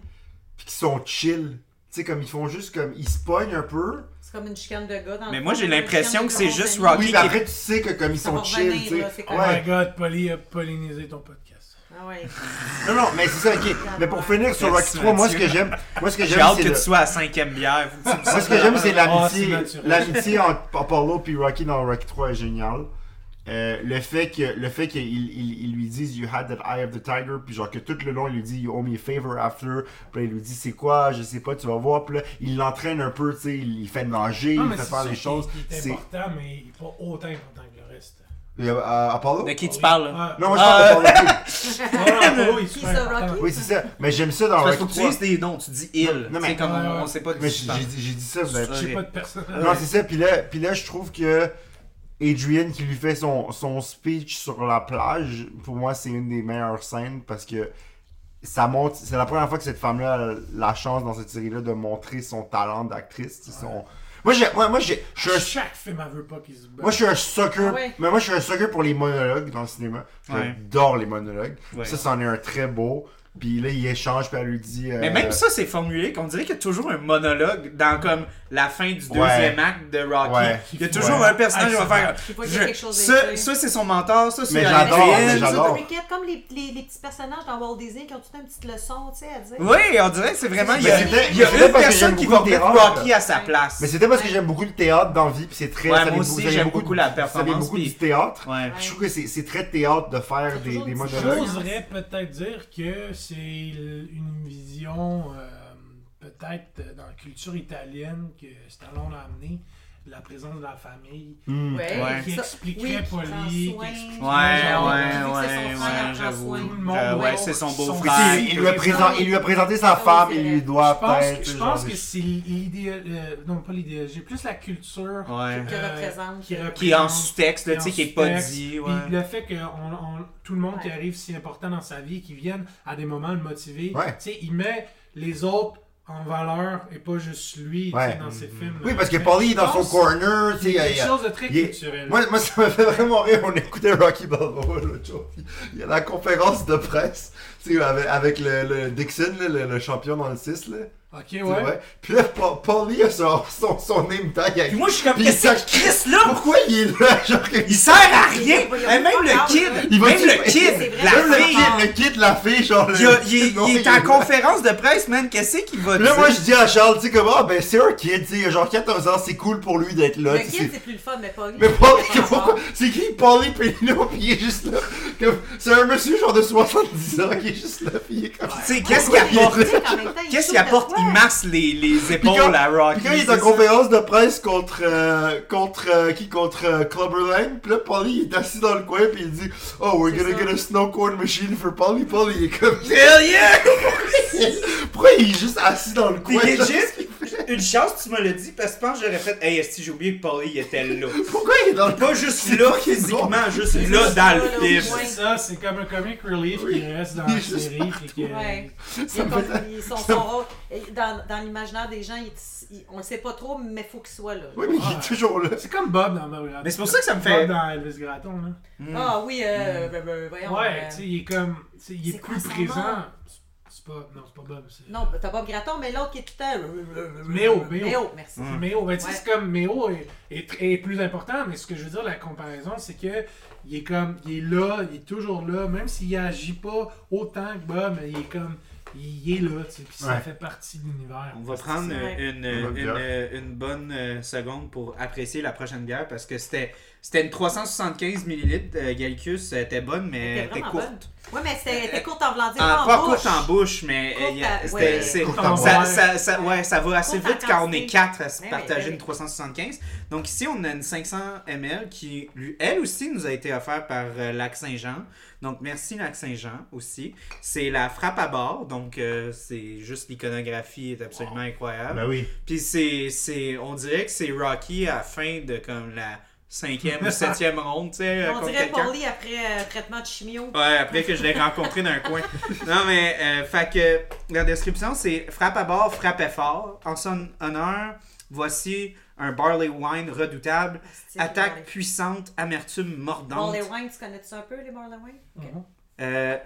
S2: puis qu'ils sont chill. Tu sais comme ils font juste comme ils se pognent un peu.
S4: C'est comme une chicane de gars dans le
S3: Mais
S4: fond,
S3: moi, j'ai
S4: une chicane
S3: l'impression
S4: de
S3: que c'est
S4: gars
S3: juste
S4: compagnie.
S3: Rocky.
S2: Oui,
S3: Ah, qui
S2: mais après tu sais que comme ils
S4: Ça
S2: sont
S4: va
S2: chill,
S4: revenir,
S2: tu sais.
S4: là, c'est
S1: Oh
S2: Ouais.
S1: my god, Polly a pollinisé ton podcast.
S4: Ah ouais.
S2: Non, non, mais c'est ça, ok. Mais pour finir sur Rocky
S3: Merci,
S2: 3, moi ce que
S3: Mathieu.
S2: j'aime, moi ce que
S3: J'ai
S2: j'aime,
S3: hâte
S2: c'est
S3: que
S2: le-
S3: tu sois à la cinquième bière. Faut que tu me
S2: moi ce que j'aime, c'est l'amitié,
S1: Ah, c'est naturel.
S2: l'amitié entre Apollo et Rocky dans Rocky 3 est géniale. Euh, le fait que le fait qu'il il, il lui dise you had that eye of the tiger puis genre que tout le long il lui dit you owe me a favor after puis là, il lui dit c'est quoi je sais pas tu vas voir puis là il l'entraîne un peu tu sais il, il fait manger
S1: Non,
S2: il
S1: mais
S2: fait
S1: c'est
S2: faire
S1: sûr
S2: des
S1: qu'il-
S2: choses
S1: qu'il est
S2: c'est
S1: important, mais il est pas autant important que le reste.
S2: Euh, euh, Apollo
S3: De qui tu parles, là?
S1: Ah,
S2: non moi je parle d'Apollo
S1: non, non, Apollo, il est
S4: Qui
S1: super
S4: ça,
S1: important.
S4: Rocky?
S2: oui c'est ça mais j'aime ça dans Rocky
S3: Parce que faut que tu
S2: 3
S3: dises des noms, tu dis il.
S2: Ah, Non,
S3: Non,
S2: mais-
S3: mais, comme
S1: Ouais,
S3: on,
S1: ouais.
S3: on sait pas de
S2: mais
S3: qui tu
S2: j'ai
S3: parles.
S2: j'ai dit j'ai dit ça vous avez
S1: Je sais
S3: Ouais.
S1: pas de personnage.
S2: Non, Euh, c'est ça. Puis là, puis là, je trouve que Adrian qui lui fait son, son speech sur la plage, pour moi, c'est une des meilleures scènes parce que ça montre. C'est la première fois que cette femme-là a la chance dans cette série-là de montrer son talent d'actrice. tu sais, son- Moi, j'ai, moi, moi, j'ai, je suis un
S1: Chaque film, elle veut pas qu'il se batte.
S2: moi, je suis un sucker.
S4: Ah ouais.
S2: Mais moi, je suis un sucker pour les monologues dans le cinéma.
S3: Ouais.
S2: J'adore les monologues.
S3: Ouais.
S2: Ça, c'en est un très beau. Puis là, il échange, puis elle lui dit. euh,
S3: Mais même ça, c'est formulé qu'on dirait qu'il y a toujours un monologue dans comme la fin du
S2: Ouais.
S3: deuxième acte de Rocky.
S2: Ouais.
S3: Il y a toujours
S1: Ouais.
S3: un personnage qui va faire.
S4: Il faut qu'il y ait
S3: je-
S4: quelque chose
S3: ça,
S4: d'écrit.
S3: ça, c'est son mentor, ça, c'est
S2: Mais
S3: Adrien,
S2: j'adore, mais
S3: ça,
S2: j'adore.
S4: Comme, Rickett, comme les, les- les petits personnages dans Walt Disney qui ont tout une petite leçon, tu sais, à dire.
S3: Oui, on dirait que c'est vraiment. Il y a,
S2: Mais c'était-
S3: il y a
S2: c'était
S3: une
S2: parce que
S3: personne
S2: j'aime
S3: qui va
S2: beaucoup le
S3: remettre
S2: théâtre.
S3: Rocky à sa place.
S2: Mais c'était parce que j'aime beaucoup le théâtre dans la vie, puis c'est très.
S3: Ouais,
S2: ça
S3: moi
S2: vient
S3: aussi,
S2: beaucoup- ça vient
S3: j'aime beaucoup la
S2: ça vient
S3: performance,
S2: beaucoup
S3: puis-
S2: du théâtre.
S3: Ouais.
S2: Je trouve que c'est c'est très théâtre de faire
S4: C'est
S2: des,
S4: toujours
S2: des
S4: une petite
S2: monologues.
S1: J'oserais peut-être dire que c'est l- une vision, euh, peut-être euh, dans la culture italienne, que Stallone a amené la présence de la famille,
S2: Hmm.
S3: Ouais.
S1: qui
S4: Ça- oui,
S1: expliquerait
S4: qui prend
S1: Polly, qui
S4: soin.
S1: expliquerait.
S3: Ouais,
S1: genre,
S3: ouais,
S4: Vu que c'est son
S3: ouais,
S4: frère, il
S3: ouais,
S4: prend
S3: j'avoue.
S4: soin. Tout
S1: le monde,
S3: Euh, ouais,
S1: ouais.
S3: c'est son
S1: Son
S2: Puis
S3: beau-frère.
S2: c'est- il, lui a présent- il lui a présenté sa
S4: Ah Oui,
S2: femme,
S4: c'est
S2: il
S4: vrai.
S2: lui doit
S1: Je pense,
S2: peut-être.
S1: que- je
S2: genre
S1: pense
S2: des-
S1: que c'est l'idéal, euh, non pas l'idéal, j'ai plus la culture
S3: Ouais.
S4: Qui représente.
S3: Qui est en
S1: représente-
S3: sous-texte, là, tu sais, qui est pas
S1: texte.
S3: dit.
S1: Puis
S3: Ouais.
S1: le fait que on- on- tout le monde qui
S4: Ouais.
S1: arrive si important dans sa vie, qui vienne à des moments le motiver,
S2: Ouais.
S1: tu sais, il met les autres en valeur et pas juste lui tu sais,
S2: Ouais. Mm-hmm.
S1: dans ses films.
S2: Oui, parce que
S1: Mais
S2: Paulie est dans
S1: je
S2: son
S1: pense
S2: corner. tu
S1: qu'il
S2: sais,
S1: y a
S2: il y
S1: quelque
S2: a-
S1: chose de très
S2: il est-
S1: culturel.
S2: Moi, moi, ça me fait vraiment rire. On écoutait Rocky Balboa l'autre jour. puis Il y a la conférence de presse tu sais, avec, avec le, le Dixon, là, le, le champion dans le 6. Là,
S1: ok,
S2: Tu
S1: ouais.
S2: sais, ouais. Puis là, Pa- Paulie a son, son, son name tag.
S3: Puis
S2: avec-
S3: moi, je suis comme,
S2: Puis
S3: qu'est-ce
S2: ça-
S3: que Chris là?
S2: Pourquoi il est là genre, que-
S3: Il sert à rien!
S4: Il va- il
S3: Et
S4: va
S3: même le
S4: pas
S3: kid!
S2: Il va
S3: Même
S2: tuer-
S3: le
S4: C'est
S3: kid!
S4: vrai.
S3: La
S2: Même le
S3: fille!
S2: kid, le kid, la fille, genre. le-
S3: Il, a- il- il
S2: Non,
S3: est en
S2: là.
S3: conférence de presse, man, qu'est-ce qu'il va
S2: Puis Là,
S3: dire?
S2: moi, je dis à Charles, tu sais, comment, ah, ben, c'est un kid, tu sais, il a genre 14 ans, c'est cool pour lui d'être là,
S4: Le
S2: tu sais.
S4: kid, c'est plus le fun, mais pas lui.
S2: Mais Paulie,
S4: C'est pas
S2: pourquoi
S4: grave.
S2: C'est qui Paulie Pelino, pis il est juste là. Comme- C'est un monsieur, genre de 70 ans, qui est juste là, pis il est comme.
S3: Tu sais, qu'est-ce qu'il
S2: Pourquoi il est
S3: apporte?
S4: Tu sais, en même temps, il
S3: Qu'est-ce qu'il
S4: shoot de
S3: apporte?
S4: quoi?
S3: Il masse les, les épaules
S2: Puis quand-
S3: à Rocky.
S2: Puis quand il est
S3: c'est
S2: en
S3: ça.
S2: conférence de presse contre. euh, contre. euh, qui Contre euh, Clubberland, pis là, Paulie, il est assis dans le coin, pis il dit Oh, we're
S4: C'est
S2: gonna
S4: ça.
S2: get a snow cone machine for Paulie. Paulie, il est comme.
S3: Hell yeah!
S2: Pourquoi il est juste assis dans le
S3: Puis
S2: coin genre?
S3: legit, une chance que tu me l'as dit, parce que je pense que j'aurais fait, hey, est-ce que j'ai oublié que Paulie il était là?
S2: Pourquoi il est dans le coin
S3: Pas juste là physiquement, juste là dans le
S4: Ouais.
S3: film.
S1: C'est ça, c'est comme un comic relief
S2: Oui.
S1: qui reste dans
S2: Il est
S1: la
S2: juste
S1: série. puis que-
S4: Ouais. Il
S2: Ça
S4: est
S2: me
S4: comme-
S2: fait-
S4: ils sont- son rôle- et Dans, dans l'imaginaire des gens, il- il- on le sait pas trop, mais faut qu'il soit là.
S2: Oui, mais il est toujours là.
S1: C'est comme Bob dans Bob Graton.
S3: Mais c'est pour ça que ça me fait-
S1: Bob dans Elvis Graton, là.
S4: Ah oui, euh, ben, ben, voyons.
S1: Ouais,
S4: euh,
S1: tu sais, il est comme. tu sais, Il est,
S4: c'est quoi
S1: plus
S4: son
S1: présent.
S4: nom?
S1: C'est- C'est pas. Non, c'est pas Bob. c'est-
S4: Non, t'as Bob Gratton, mais l'autre qui est tout le temps. euh,
S1: Méo, Méo.
S4: merci.
S1: Méo, ben, tu sais,
S4: Ouais.
S1: c'est comme Méo est, est tr- est plus important, mais ce que je veux dire, la comparaison, c'est que il est comme, il est là, il est toujours là, même s'il agit pas autant que Bob, mais il est comme, il est là, tu sais, puis
S2: Ouais.
S1: ça fait partie de l'univers.
S3: On va prendre euh,
S4: Ouais.
S3: une,
S2: Une bonne
S3: une,
S2: bière.
S3: euh, une bonne euh, seconde pour apprécier la prochaine bière parce que c'était c'était une 375 ml Gallicus, elle euh, était bonne mais elle était
S4: C'était vraiment
S3: courte.
S4: bonne. Ouais, mais c'était était courte en blanc,
S3: Ah,
S4: pas en
S3: pas
S4: bouche.
S3: courte en bouche mais euh,
S4: Courte
S3: il y a-
S4: à-
S3: c'était-
S4: ouais.
S3: c'est-
S2: Courte
S1: en
S3: ça,
S1: boire.
S3: ça, ça- ouais, ça va assez
S4: Courte Ben
S3: vite
S4: en
S3: quand on
S4: quantité.
S3: est quatre à se
S4: Ouais,
S3: partager
S4: ouais,
S3: une
S4: ouais.
S3: 375. Donc ici on a une 500 ml qui lui- elle aussi nous a été offerte par euh, Lac Saint-Jean. Donc merci Lac Saint-Jean aussi. C'est la frappe à bord donc euh, c'est juste l'iconographie est absolument incroyable.
S2: Ah, ben oui.
S3: Puis c'est, c'est, on dirait que c'est Rocky à la fin de comme la cinquième ou septième ronde, tu sais,
S4: On
S3: euh, contre
S4: dirait
S3: quelqu'un.
S4: Paulie après euh, traitement de chimio.
S3: Ouais, après que je l'ai rencontré dans un coin. Non, mais, euh, fait que la description, c'est frappe à bord, frappe fort. En son honneur, voici un barley wine redoutable,
S4: Asti,
S3: attaque
S4: barley.
S3: puissante, amertume mordante.
S4: Marley Wine, tu connais-tu un peu les Marley Wine? Ok.
S1: Mhm.
S3: Euh,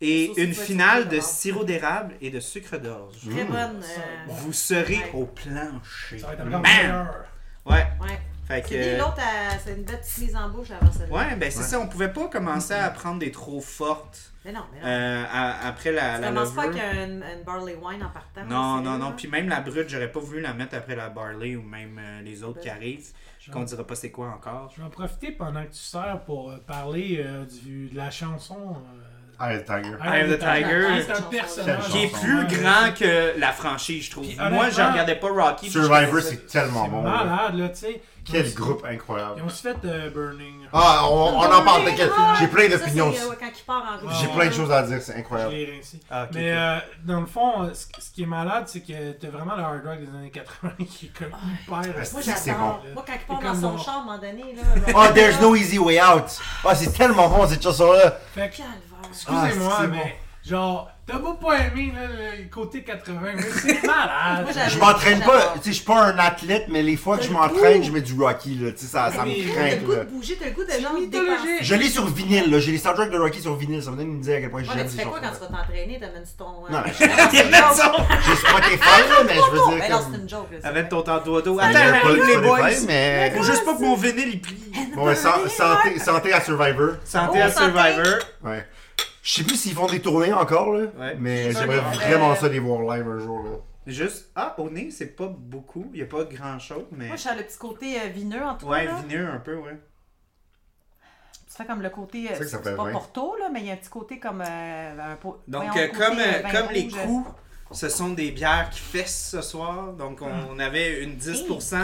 S3: et
S4: Ça, c'est
S3: une
S4: toi,
S3: finale
S4: c'est
S3: de
S4: toi,
S3: sirop d'érable et de sucre d'orge.
S4: Très bonne.
S1: Ça,
S4: euh,
S3: Vous serez
S4: Ouais.
S3: au plancher.
S1: Ça va être encore
S3: Bam!
S1: meilleur.
S3: Ouais,
S4: Ouais.
S3: fait que.
S4: C'est bien, l'autre, elle- c'est une belle petite mise en bouche avant celle-là.
S3: Ouais, ben c'est ça, on pouvait pas commencer à prendre des trop fortes
S4: Mais non, mais non.
S3: euh, à- après la,
S4: tu
S3: la
S4: commences pas
S3: levure.
S4: avec un, un barley wine en partant.
S3: Non,
S4: c'est
S3: non,
S4: là,
S3: non,
S4: là.
S3: puis même la brute, j'aurais pas voulu la mettre après la barley ou même euh, les autres qui arrivent,
S1: Je
S3: qu'on
S1: vais,
S3: dira pas c'est quoi encore.
S1: je vais en profiter pendant que tu sers pour euh, parler euh, du- de la chanson. euh,
S2: Ah, le Tiger.
S1: Eye
S3: of the Tiger.
S1: C'est un personnage.
S3: Qui est
S2: Chanson.
S3: plus
S1: Ouais,
S3: grand que la franchise, je trouve.
S1: Puis
S3: Moi,
S1: honnêtement,
S3: je regardais pas Rocky. puis je
S2: Survivor,
S3: connaissais-
S2: c'est tellement
S1: C'est
S2: bon. là.
S1: malade, là, tu sais.
S2: Quel
S1: Ils-
S2: groupe
S1: Ils
S2: incroyable.
S1: ont aussi fait euh, Burning.
S2: Ah, on, on en parle, t'inquiète.
S4: Ah,
S2: J'ai plein
S4: ça,
S2: d'opinions.
S4: c'est, euh, ouais, quand il part en route.
S2: J'ai plein de choses à dire, c'est
S1: Je
S2: incroyable.
S1: l'ai rincé.
S3: Ah, ok,
S1: Mais
S3: cool.
S1: euh, dans le fond, euh, ce, ce qui est malade, c'est que t'as vraiment le hard rock des années 80 qui est comme hyper. euh,
S2: Ah, c'est-
S4: Moi,
S2: c'est
S4: j'adore.
S2: bon.
S4: Moi, quand il
S1: C'est
S4: part
S1: comme
S4: dans son
S1: mon-
S4: char, à un moment donné, là.
S2: Oh,
S4: Rocky,
S2: there's
S4: là,
S2: no easy way out. Ah, c'est tellement bon cette chanson-là.
S1: Fait que,
S4: Calvaire.
S1: excusez-moi,
S2: Ah, c'est
S1: mais Genre, t'as beau pas aimer là, le côté 80, mais c'est malade.
S4: Moi, j'avais-
S2: Je m'entraîne pas,
S4: J'adore.
S2: tu sais, je suis pas un athlète, mais les fois que je m'entraîne, je mets du Rocky, là, tu sais, ça, ça me
S1: Mais-
S4: T'as le
S2: craint,
S4: goût de
S2: là.
S4: bouger, t'as le goût de genre
S1: mythologique.
S4: dépenser.
S2: Je l'ai sur vinyle, là, j'ai les soundtracks de Rocky sur vinyle, ça me donne une idée à quel point
S4: Ouais, mais
S2: j'aime
S4: tu
S2: ces
S4: fais quoi
S2: chansons.
S4: quand tu vas t'entraîner? T'amènes ton. euh,
S2: Non, mais
S4: C'est une joke.
S2: J'ai Spotify, là, mais je veux
S4: Ben
S2: dire
S4: non, c'est une
S2: comme...
S4: joke. là, c'est
S3: Avec
S4: vrai.
S3: ton tantôt auto.
S2: J'ai
S3: Attends,
S2: pas de
S3: j'arrive, les
S2: Spotify,
S3: boys.
S2: mais...
S3: Faut juste pas que mon vinyle il plie.
S2: Bon, ben, san- santé, santé à Survivor.
S3: Santé
S4: Oh,
S3: à
S4: santé.
S3: Survivor.
S2: Ouais. Je sais plus s'ils font des tournées encore, là,
S3: Ouais.
S2: mais
S4: Ça,
S2: j'aimerais
S4: les-
S2: vraiment
S4: euh,
S2: ça les voir live un jour, là.
S3: Juste, ah, au nez, c'est pas beaucoup. Il a pas grand chose, mais.
S4: Moi, je suis à le petit côté euh, vineux, en tout cas.
S3: Ouais,
S4: là.
S3: vineux un peu, ouais.
S4: Tu fais comme le côté. euh,
S2: C'est vrai que ça
S4: C'est
S2: fait
S4: pas
S2: vingt.
S4: Porto, là, mais il y a un petit côté comme. euh, un po-
S3: Donc,
S4: voyons,
S3: euh,
S4: côté,
S3: comme,
S4: euh,
S3: euh,
S4: vin
S3: comme les
S4: rouge.
S3: coups, ce sont des bières qui fessent ce soir. Donc, on, on
S4: Ah.
S3: avait une 10%.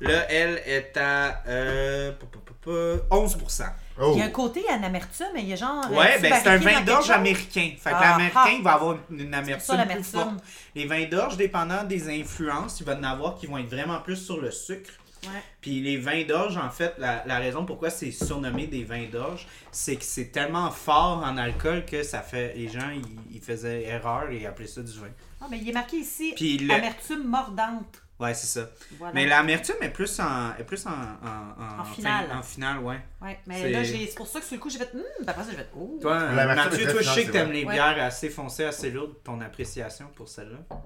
S3: Là, elle est à euh, pa, pa, pa, pa, 11%.
S2: Oh!
S4: Il y a un côté à une amertume, mais il y a genre. euh,
S3: Ouais,
S4: petit
S3: ben c'est un
S4: barriqué
S3: vin
S4: dans
S3: d'orge
S4: quelque chose.
S3: américain. Fait que
S4: Ah,
S3: l'américain,
S4: ah.
S3: il va avoir une, une
S4: C'est ça,
S3: amertume plus
S4: l'amertume.
S3: forte. Les vins d'orge, dépendant des influences, il va y en avoir qui vont être vraiment plus sur le sucre.
S4: Ouais.
S3: Puis les vins d'orge, en fait, la, la raison pourquoi c'est surnommé des vins d'orge, c'est que c'est tellement fort en alcool que ça fait. Les gens, ils, ils faisaient erreur et appelaient ça du vin.
S4: Ah, mais il est marqué ici
S3: Puis le-
S4: amertume mordante.
S3: Ouais, c'est ça.
S4: Voilà.
S3: Mais l'amertume est plus en, est plus en, en, en-
S4: En
S3: fin-
S4: finale.
S3: en finale, ouais.
S4: Ouais,
S3: C'est-
S4: mais là, j'ai- c'est pour ça que sur le coup, j'ai fait. Hum, puis après ça, j'ai fait. Oh.
S3: Toi,
S2: L'amertume
S3: Euh, Mathieu,
S2: est très
S3: toi, je sais
S2: finale,
S3: que
S2: c'est
S3: t'aimes
S2: vrai.
S3: les
S4: Ouais.
S3: bières assez foncées, assez lourdes. Ton appréciation pour celle-là.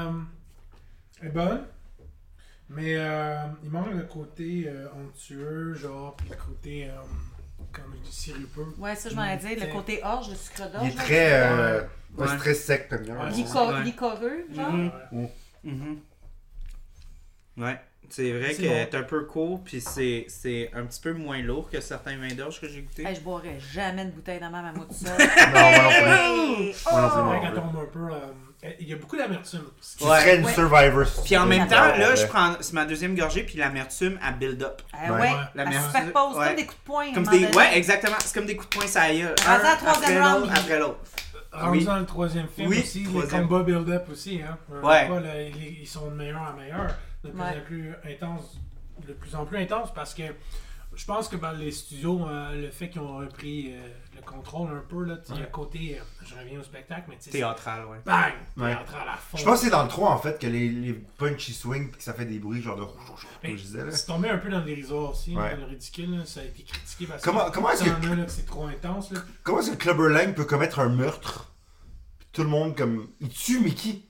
S1: Hum, elle est bonne, mais euh, il manque le côté euh, onctueux, genre, puis le côté, euh, comme du sirupeux.
S4: Ouais, ça, je m'en ai dit.
S1: Ok.
S4: Le côté orge, le sucre d'orge.
S2: Il est
S4: là,
S2: très... euh,
S3: Ouais.
S2: c'est très sec, comme bière.
S1: Ouais.
S4: lico-
S3: Ouais.
S4: licoreux, genre.
S3: Mhm.
S2: Mm.
S3: Mhm. Ouais, c'est vrai
S1: C'est
S3: que
S1: bon.
S3: c'est un peu court, puis c'est, c'est un petit peu moins lourd que certains vins d'orge que j'ai goûté.
S4: Hey, je boirais jamais une bouteille dans ma maman tout seul.
S2: Non, moi non plus.
S4: Hey!
S2: Moi non plus,
S1: Ouais,
S2: moi
S1: quand
S2: non plus.
S1: on un peu. euh, il y a beaucoup d'amertume. Ce qui-
S2: Tu serais une
S4: Ouais.
S2: Survivor.
S3: Puis en même temps,
S2: Ah,
S3: là,
S2: ouais.
S3: je prends c'est ma deuxième gorgée, puis l'amertume, elle build up.
S4: Ah
S2: Ouais.
S4: ouais,
S3: La
S4: elle se
S3: merde.
S4: superpose
S3: Ouais.
S4: comme des coups de poing. à un
S3: Comme
S4: moment
S3: des,
S4: donné.
S3: ouais, exactement. C'est comme des coups de poing, ça aille.
S4: Rendu à la troisième
S3: après
S4: round,
S3: l'autre,
S4: il-
S3: après l'autre.
S1: Rendu
S3: Oui.
S1: dans le troisième film
S3: Oui,
S1: aussi,
S3: troisième.
S1: les combats build-up aussi. Hein. Euh,
S3: Ouais.
S1: pas le- les- ils sont de meilleur en meilleur, de plus
S4: Ouais.
S1: en plus intense, de plus en plus intense parce que je pense que dans les studios, euh, le fait qu'ils ont repris euh, le contrôle un peu, là, tu sais, le côté, euh, je reviens au spectacle, mais tu sais, c'est
S3: Théâtral, ouais.
S1: bang,
S2: Ouais.
S1: t'es rentré à la fond.
S2: Je pense que c'est dans le 3 en fait que les, les punch ils swing puis que ça fait des bruits genre de comme
S1: Mais
S2: je disais là.
S1: C'est tombé un peu dans le dérisoire aussi,
S2: Ouais.
S1: dans le ridicule, là, ça a été critiqué parce
S2: Comment-
S1: que
S2: comment est-ce
S1: il y en
S2: que-
S1: a, là, que c'est trop intense. Là.
S2: Comment est-ce que Clubber Lang peut commettre un meurtre Puis tout le monde comme il tue Mickey.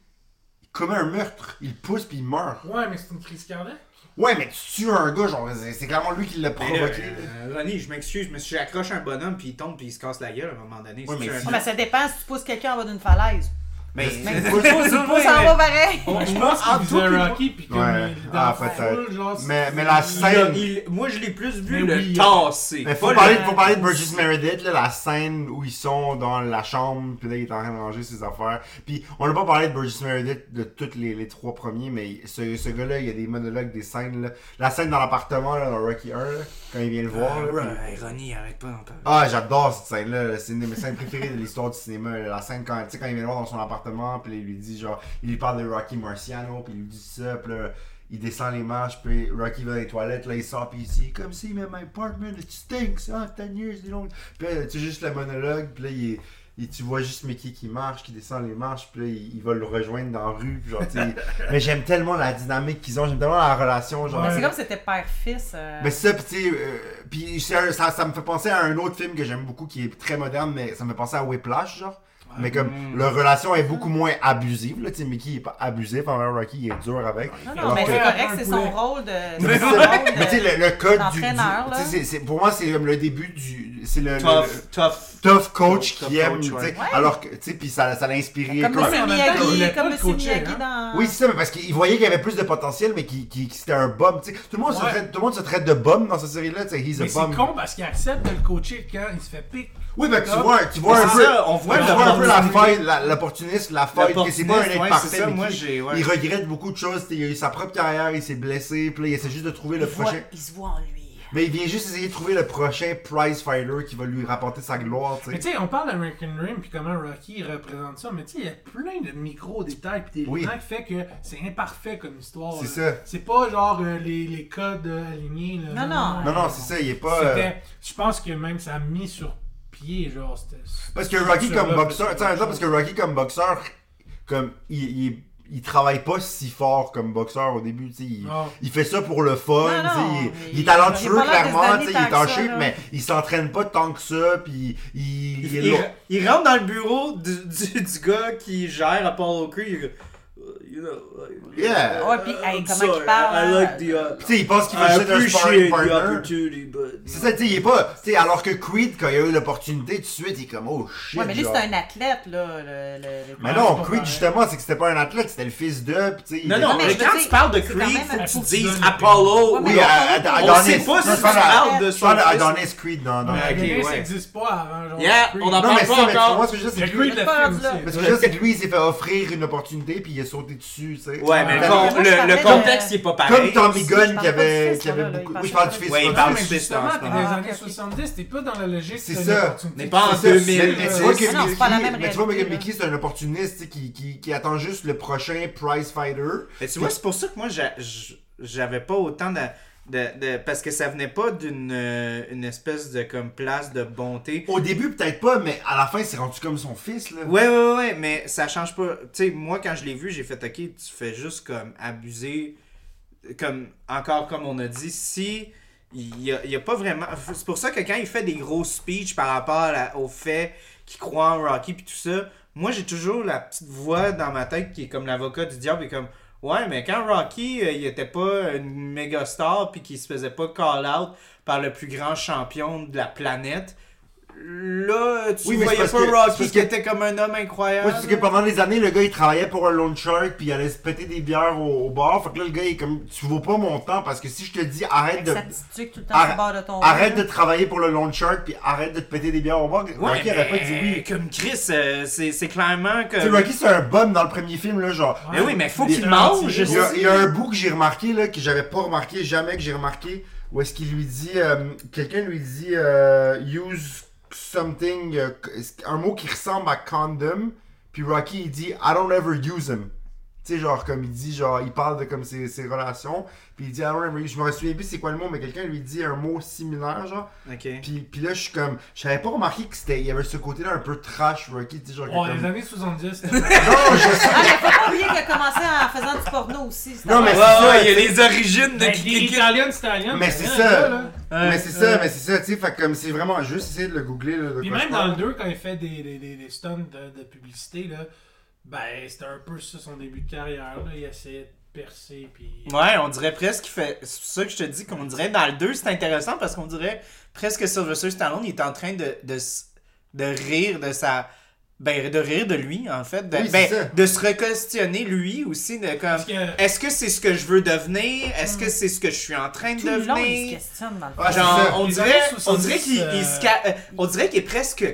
S2: Il commet un meurtre, il pousse puis il meurt.
S1: Ouais, mais c'est une crise cardiaque.
S2: Ouais, mais tu tues un gars genre c'est c'est clairement lui qui l'a
S3: Mais là,
S2: provoqué.
S3: euh, Ronnie, je m'excuse, mais si j'accroche un bonhomme, puis il tombe, puis il se casse la gueule à un moment donné,
S2: Ouais,
S3: c'est
S2: mais
S3: un-
S2: si-
S4: Ah, mais ça dépend si tu pousses quelqu'un en bas d'une falaise. Mais tu pousses, tu pousses
S3: Ouais,
S4: en
S3: mais-
S4: bas pareil.
S1: Ouais, je pense
S3: en
S1: qu'il faisait
S3: tout,
S1: Rocky, puis comme
S2: Ah, Ouais.
S1: il est dans
S2: Ah,
S1: la foule, genre, c'est-
S2: Mais- mais la
S1: il-
S3: Il a-
S2: Scène.
S3: Ben, il- moi, je l'ai plus vu
S1: Mais
S3: le
S1: oui.
S3: tasser.
S2: Mais
S3: Pas
S2: faut
S3: le-
S2: parler, faut parler de Burgess Meredith, là, la scène où ils sont dans la chambre, puis là, il est en train de ranger ses affaires. Puis, on n'a pas parlé de Burgess Meredith de tous les, les trois premiers, mais ce, ce gars-là, il y a des monologues, des scènes. Là. La scène dans l'appartement, là, dans Rocky 1, là, quand il vient le
S3: Ah,
S2: voir. là, puis-
S3: Hey, Ronnie, arrête pas d'en parler.
S2: Ah, j'adore cette scène-là. là. C'est une de mes scènes préférées de l'histoire du cinéma. là. La scène quand, tu sais, quand il vient le voir dans son appartement, puis là, il lui dit genre, il lui parle de Rocky Marciano, puis il lui dit ça, puis là, il descend les marches, puis Rocky va dans les toilettes, là, il sort, puis il dit, comme si, man, my apartment, it stinks, ah, 10 years, long. Puis là, tu sais, juste le monologue, puis là, il est- il- tu vois juste Mickey qui marche, qui descend les marches, puis là, il, il va le rejoindre dans la rue, puis genre, tu sais, Mais j'aime tellement la dynamique qu'ils ont, j'aime tellement la relation, genre.
S1: Ouais.
S4: C'est comme si c'était père-fils. euh,
S2: Mais ça, pis tu sais, euh, pis c'est un- ça, ça me fait penser à un autre film que j'aime beaucoup qui est très moderne, mais ça me fait penser à Whiplash, genre. Mais comme leur relation est beaucoup moins abusive, là, tu sais, Mickey est pas abusif envers Rocky, il est dur avec.
S4: Non, non,
S2: Alors
S4: mais
S2: que-
S4: c'est correct,
S1: Un
S4: c'est
S1: poulet.
S4: son rôle de.
S2: Mais
S4: c'est son rôle de-
S2: tu sais, le, le code du. du-
S4: L'entraîneur, là.
S2: tu sais, c'est- c'est- pour moi, c'est comme le début du. C'est le, le-
S3: Tough, tough.
S2: le tough coach
S3: Tough
S2: qui
S3: coach,
S2: aime, tu sais.
S3: ouais.
S2: Alors que, tu sais, pis ça ça l'a inspiré.
S4: Comme
S2: comme-
S1: en
S4: Monsieur
S1: même temps, il voulait
S4: Miyagi,
S1: pas
S4: comme
S1: le
S4: Monsieur
S1: coacher,
S4: Miyagi
S1: hein.
S4: dans.
S2: Oui, c'est ça, mais parce qu'il voyait qu'il y avait plus de potentiel, mais qu'il qu'il- que c'était un bum. tu sais. Tout, le monde se
S1: Ouais.
S2: traite- tout le monde se traite de bum dans cette série-là. tu sais, He's a
S1: Mais
S2: bum.
S1: c'est con parce qu'il accepte de le coacher quand il se fait pique.
S2: Oui, mais tu
S1: Comme-
S2: vois, tu vois
S3: Mais
S2: un
S3: Ah, c'est
S2: peu,
S3: ça, on voit
S2: tu vois un peu la
S3: l'opportunité.
S2: faille, la- l'opportunisme, la faille, que c'est pas un
S3: L'opportunisme,
S2: être
S3: ouais,
S2: parfait,
S3: c'est ça,
S2: mais
S3: moi,
S2: qui-
S3: j'ai- ouais.
S2: il regrette beaucoup de choses, t'sais, il a eu sa propre carrière, il s'est blessé, puis là, il essaie juste de trouver le
S4: Il voit-
S2: prochain,
S4: Il se voit en lui.
S2: mais il vient juste essayer de trouver le prochain prize fighter qui va lui rapporter sa gloire, tu
S1: Mais
S2: sais.
S1: tu sais, on parle d'American Dream puis comment Rocky représente ça, mais tu sais, il y a plein de micro-détails puis des
S2: Oui.
S1: liens qui fait que c'est imparfait comme histoire.
S2: C'est
S1: là.
S2: ça.
S1: C'est pas genre euh, les, les codes euh, alignés. là.
S4: Non, non.
S2: Non, non, c'est ça, il est pas... euh,
S1: C'était- Je pense que même ça a mis sur plier, genre. c'était-
S2: Parce que Rocky
S1: Sur
S2: comme
S1: le-
S2: boxeur,
S1: sur
S2: tu sais,
S1: le-
S2: là, parce que Rocky comme boxeur, comme, il, il, il travaille pas si fort comme boxeur au début, tu sais. Il,
S1: Ah.
S2: il fait ça pour le fun,
S4: Non,
S2: tu sais,
S4: non,
S2: il- il,
S4: il-
S2: est talentueux
S4: il a pas l'air de se
S2: clairement, tu
S4: donner
S2: sais,
S4: tant
S2: il est en
S4: que ça,
S2: shape,
S4: là.
S2: mais il s'entraîne pas tant que ça, puis il, il,
S3: Il,
S2: est
S3: il-
S2: lourd.
S3: il rentre dans le bureau du, du, du gars qui gère Apollo Creed. il- euh, You know, like-
S2: Yeah.
S4: Ouais, puis, hey,
S3: I'm
S4: comment
S3: sorry,
S4: qu'il parle,
S3: I, I
S4: hein?
S3: like the, uh,
S2: Puis tu sais, il pense qu'il
S3: I
S2: va juste être un
S3: appreciate
S2: sparring
S3: the
S2: partner.
S3: opportunity, but...
S2: C'est ça, tu sais, il est pas. Tu sais, alors que Creed, quand il a eu l'opportunité, tout de suite, il est comme, oh shit.
S4: Ouais, mais lui,
S2: genre.
S4: c'est un athlète, là. Le, le- le-
S2: Mais
S1: Ouais, c'est
S2: non,
S1: pas
S2: Creed,
S1: pareil.
S2: justement, c'est que c'était pas un athlète, c'était le fils de. pis tu sais, il
S3: Non,
S2: est-
S3: non,
S4: mais
S3: mais
S4: je veux
S3: quand
S4: dire,
S3: tu parles de
S4: c'est quand
S3: Creed,
S4: même
S3: faut que tu
S1: important.
S3: dises Apollo.
S4: Ouais,
S2: Oh, Oui,
S4: mais-
S2: à- à-
S3: On
S2: Adonis.
S3: sait pas
S2: Non,
S3: si
S2: je
S3: tu
S2: parle à-
S3: parles de
S2: Je parle à
S3: son fils.
S2: Adonis Creed dans. dans-
S1: Mais
S3: Ouais, Ah, ok,
S1: Adonis
S3: ouais.
S1: n'existe pas avant, genre.
S3: Yeah,
S1: Creed.
S3: on en
S2: Non,
S3: parle
S2: mais
S3: pas
S2: ça, mais
S3: encore.
S2: moi, ce que je veux dire,
S1: Le
S2: c'est que lui-
S1: Creed l'a
S4: pas
S1: fait
S4: rendu là.
S1: aussi.
S2: parce que je veux dire, c'est que lui, il s'est fait offrir une opportunité, puis il est sauté dessus, tu sais.
S3: Ouais, mais
S4: Ouais,
S3: bon,
S4: mais moi, je
S3: le, le
S4: parlais de-
S3: contexte, il est pas
S2: Comme
S3: pareil.
S2: Tommy
S4: Je parle
S2: Gunn
S4: pas
S2: qui
S4: du
S2: avait,
S4: fils,
S2: qui avait
S4: là, là,
S2: beaucoup.
S4: il
S2: Oui, je
S4: parle
S2: parle du
S4: pas
S2: fils.
S4: du
S3: Ouais, il
S2: non,
S3: parle
S1: Non, mais
S3: du fils,
S1: justement,
S3: non, c'est
S1: t'es
S3: pas
S1: dans les
S4: grave. Ah, ok,
S1: années
S4: ok.
S1: 70, t'es pas dans la logique.
S2: C'est
S1: t'as une
S2: ça.
S1: opportunité.
S3: Mais pas en
S2: C'est ça,
S3: 2000.
S2: mais- mais tu vois que
S4: Ah non, c'est pas la même
S2: Mickey- mais tu vois que
S4: réalité, là.
S2: Mickey, c'est un opportuniste tu sais, qui, qui, qui attend juste le prochain prize fighter.
S3: Mais tu vois, c'est pour ça que moi, j'a- j'- j'avais pas autant de, de- de- Parce que ça venait pas d'une euh, une espèce de comme place de bonté.
S2: Au début, peut-être pas, mais à la fin, c'est rendu comme son fils, là.
S3: Ouais, ouais, ouais, mais ça change pas. Tu sais, moi, quand je l'ai vu, j'ai fait, ok, tu fais juste comme abuser. Comme, encore comme on a dit, si. Il y a, il y a pas vraiment. C'est pour ça que quand il fait des gros speeches par rapport à la- au fait qu'il croit en Rocky puis tout ça, moi, j'ai toujours la petite voix dans ma tête qui est comme l'avocat du diable et comme. Ouais, mais quand Rocky, euh, il était pas une méga star puis qu'il se faisait pas call out par le plus grand champion de la planète, là, tu
S2: Oui, mais c'est
S3: voyais pas
S2: parce que- c'est
S3: Rocky
S2: parce
S3: qui
S2: que-
S3: était comme un homme incroyable.
S2: Moi, c'est parce que pendant des années, le gars, il travaillait pour un loan shark, puis il allait se péter des bières au, au bar. Fait que là, le gars, il est comme, tu vaux pas mon temps, parce que si je te dis, arrête
S4: Avec
S2: de,
S4: sa petite tuque tout le temps sur
S2: arrête,
S4: le bord de ton
S2: arrête
S4: dos.
S2: de travailler pour le loan shark, puis arrête de te péter des bières au bar,
S3: Ouais,
S2: Rocky aurait pas dit
S3: mais
S2: oui.
S3: Comme Chris, euh, c'est c'est clairement que.
S2: Tu sais, Rocky, c'est un bum dans le premier film, là, genre.
S3: Mais oui, mais faut
S1: Il
S3: qu'il
S1: est
S3: mange.
S1: gentil.
S2: Il y, a, il y a un bout que j'ai remarqué, là, que j'avais pas remarqué, jamais que j'ai remarqué, où est-ce qu'il lui dit, euh, quelqu'un lui dit, euh, use something, euh, un mot qui ressemble à condom, puis Rocky il dit, I don't ever use him. Tu sais, genre, comme il dit, genre, il parle de comme ses, ses relations, puis il dit, I don't ever use, je me souviens plus c'est quoi le mot, mais quelqu'un lui dit un mot similaire, genre,
S3: Ok.
S2: puis, puis là, je suis comme, j'avais pas remarqué que c'était, il y avait ce côté-là un peu trash, Rocky, tu sais, genre, que
S1: Ouais,
S2: comme-
S1: les années 70, c'était-
S2: non, je sais,
S4: Ah, mais faut pas oublier qu'il a commencé en faisant du porno aussi. c'est
S2: Non, mais
S3: Ouais,
S4: normal.
S2: c'est ça,
S3: ouais, il y a les origines de
S1: Ben,
S3: qui-
S1: les
S3: qui- qui-
S1: Italiennes, c'est italien,
S2: Mais c'est
S1: rien,
S2: ça.
S1: là, là.
S2: mais c'est ça, mais c'est ça, tu sais, fait que comme c'est vraiment, juste essayer de le googler, là, de
S1: Puis
S2: quoi je
S1: même dans
S2: parle.
S1: le 2, quand il fait des, des, des, des stunts de, de publicité, là, ben c'était un peu ça son début de carrière. Là. Il essayait de percer. Puis...
S3: Ouais, on dirait presque qu'il fait. C'est pour ça que je te dis qu'on dirait dans le 2, c'est intéressant parce qu'on dirait presque Sylvester Stallone, il est en train de, de, s- de rire de sa. Ben, de rire de lui, en fait. De,
S2: Oui, c'est
S3: ben,
S2: ça.
S3: de se re-questionner lui aussi, de comme.
S1: Parce que-
S3: Est-ce que c'est ce que je veux devenir? Est-ce que c'est ce que je suis en train de
S4: Mm. Tout le long, il se
S3: devenir?
S4: questionne dans le
S2: Ah,
S4: fond.
S2: c'est ça.
S3: Genre, on
S1: Les
S3: dirait,
S1: années
S3: on dirait
S1: 70,
S3: qu'il il
S1: euh,
S3: se ca- euh, on dirait qu'il est presque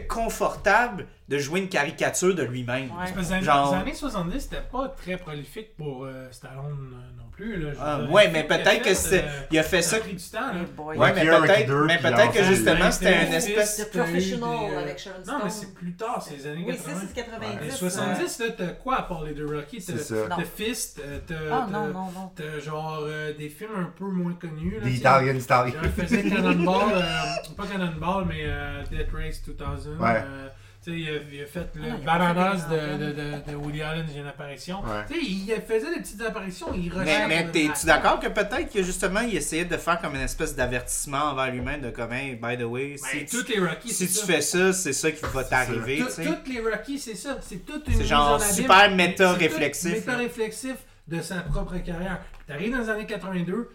S3: confortable de jouer une caricature de lui-même.
S4: Ouais.
S1: Parce que les années-
S3: Genre-
S1: les années 70, c'était pas très prolifique pour euh, Stallone euh, non plus. Là, Je veux
S3: Ah,
S1: dire,
S3: ouais,
S1: il
S3: mais
S1: fait-
S3: peut-être
S1: il a
S3: que c'est,
S1: euh,
S3: il a fait
S1: Ça
S3: ça.
S1: a pris du temps. Là.
S4: Hey boy.
S3: Ouais, mais
S2: Rocky un, Rocky
S3: peut-être,
S2: deux,
S3: mais
S2: puis
S3: peut-être que
S2: l'enfant.
S3: justement c'était un
S1: L'interview,
S3: espèce.
S1: c'est
S4: The Professional avec Sharon
S1: euh, Non, mais
S4: Stone.
S1: c'est plus tard, c'est les années
S4: Oui, ça,
S1: 80.
S4: c'est 90.
S1: Les
S4: euh,
S1: 70, là, t'as quoi à part les deux Rocky
S2: C'est ça.
S1: T'as t'as
S4: Non.
S1: Fist, euh, t'as.
S4: Ah,
S1: t'as-
S4: non, non, non.
S1: T'as genre euh, des films un peu moins connus. là,
S2: Des
S1: tu sais.
S2: Italian Style.
S1: Je faisais Cannonball, euh, pas Cannonball, mais euh, Death Race 2000.
S2: Ouais.
S1: euh, tu sais, il, a- il a fait le
S4: Ah, il a
S1: Bananas
S4: fait des
S1: de, de,
S4: grandes
S1: de, de Woody Allen, j'ai une apparition.
S2: Ouais.
S1: Tu sais, il faisait des petites apparitions, il
S3: Mais,
S1: recherche.
S3: mais
S1: le-
S3: t'es-tu d'accord que peut-être que justement il essayait de faire comme une espèce d'avertissement envers lui-même de comme hey, by the way,
S1: Ben,
S3: si tu,
S1: toutes les Rocky,
S3: si
S1: c'est
S3: tu
S1: ça.
S3: fais ça, c'est ça qui va t'arriver.
S1: Tout-
S3: tu sais.
S1: Toutes les Rocky, c'est ça. C'est toute une.
S3: C'est
S1: mise
S3: genre
S1: en abîme.
S3: super méta
S1: C'est tout
S3: réflexif,
S1: Méta
S3: là.
S1: réflexif de sa propre carrière. T'arrives dans les années 82.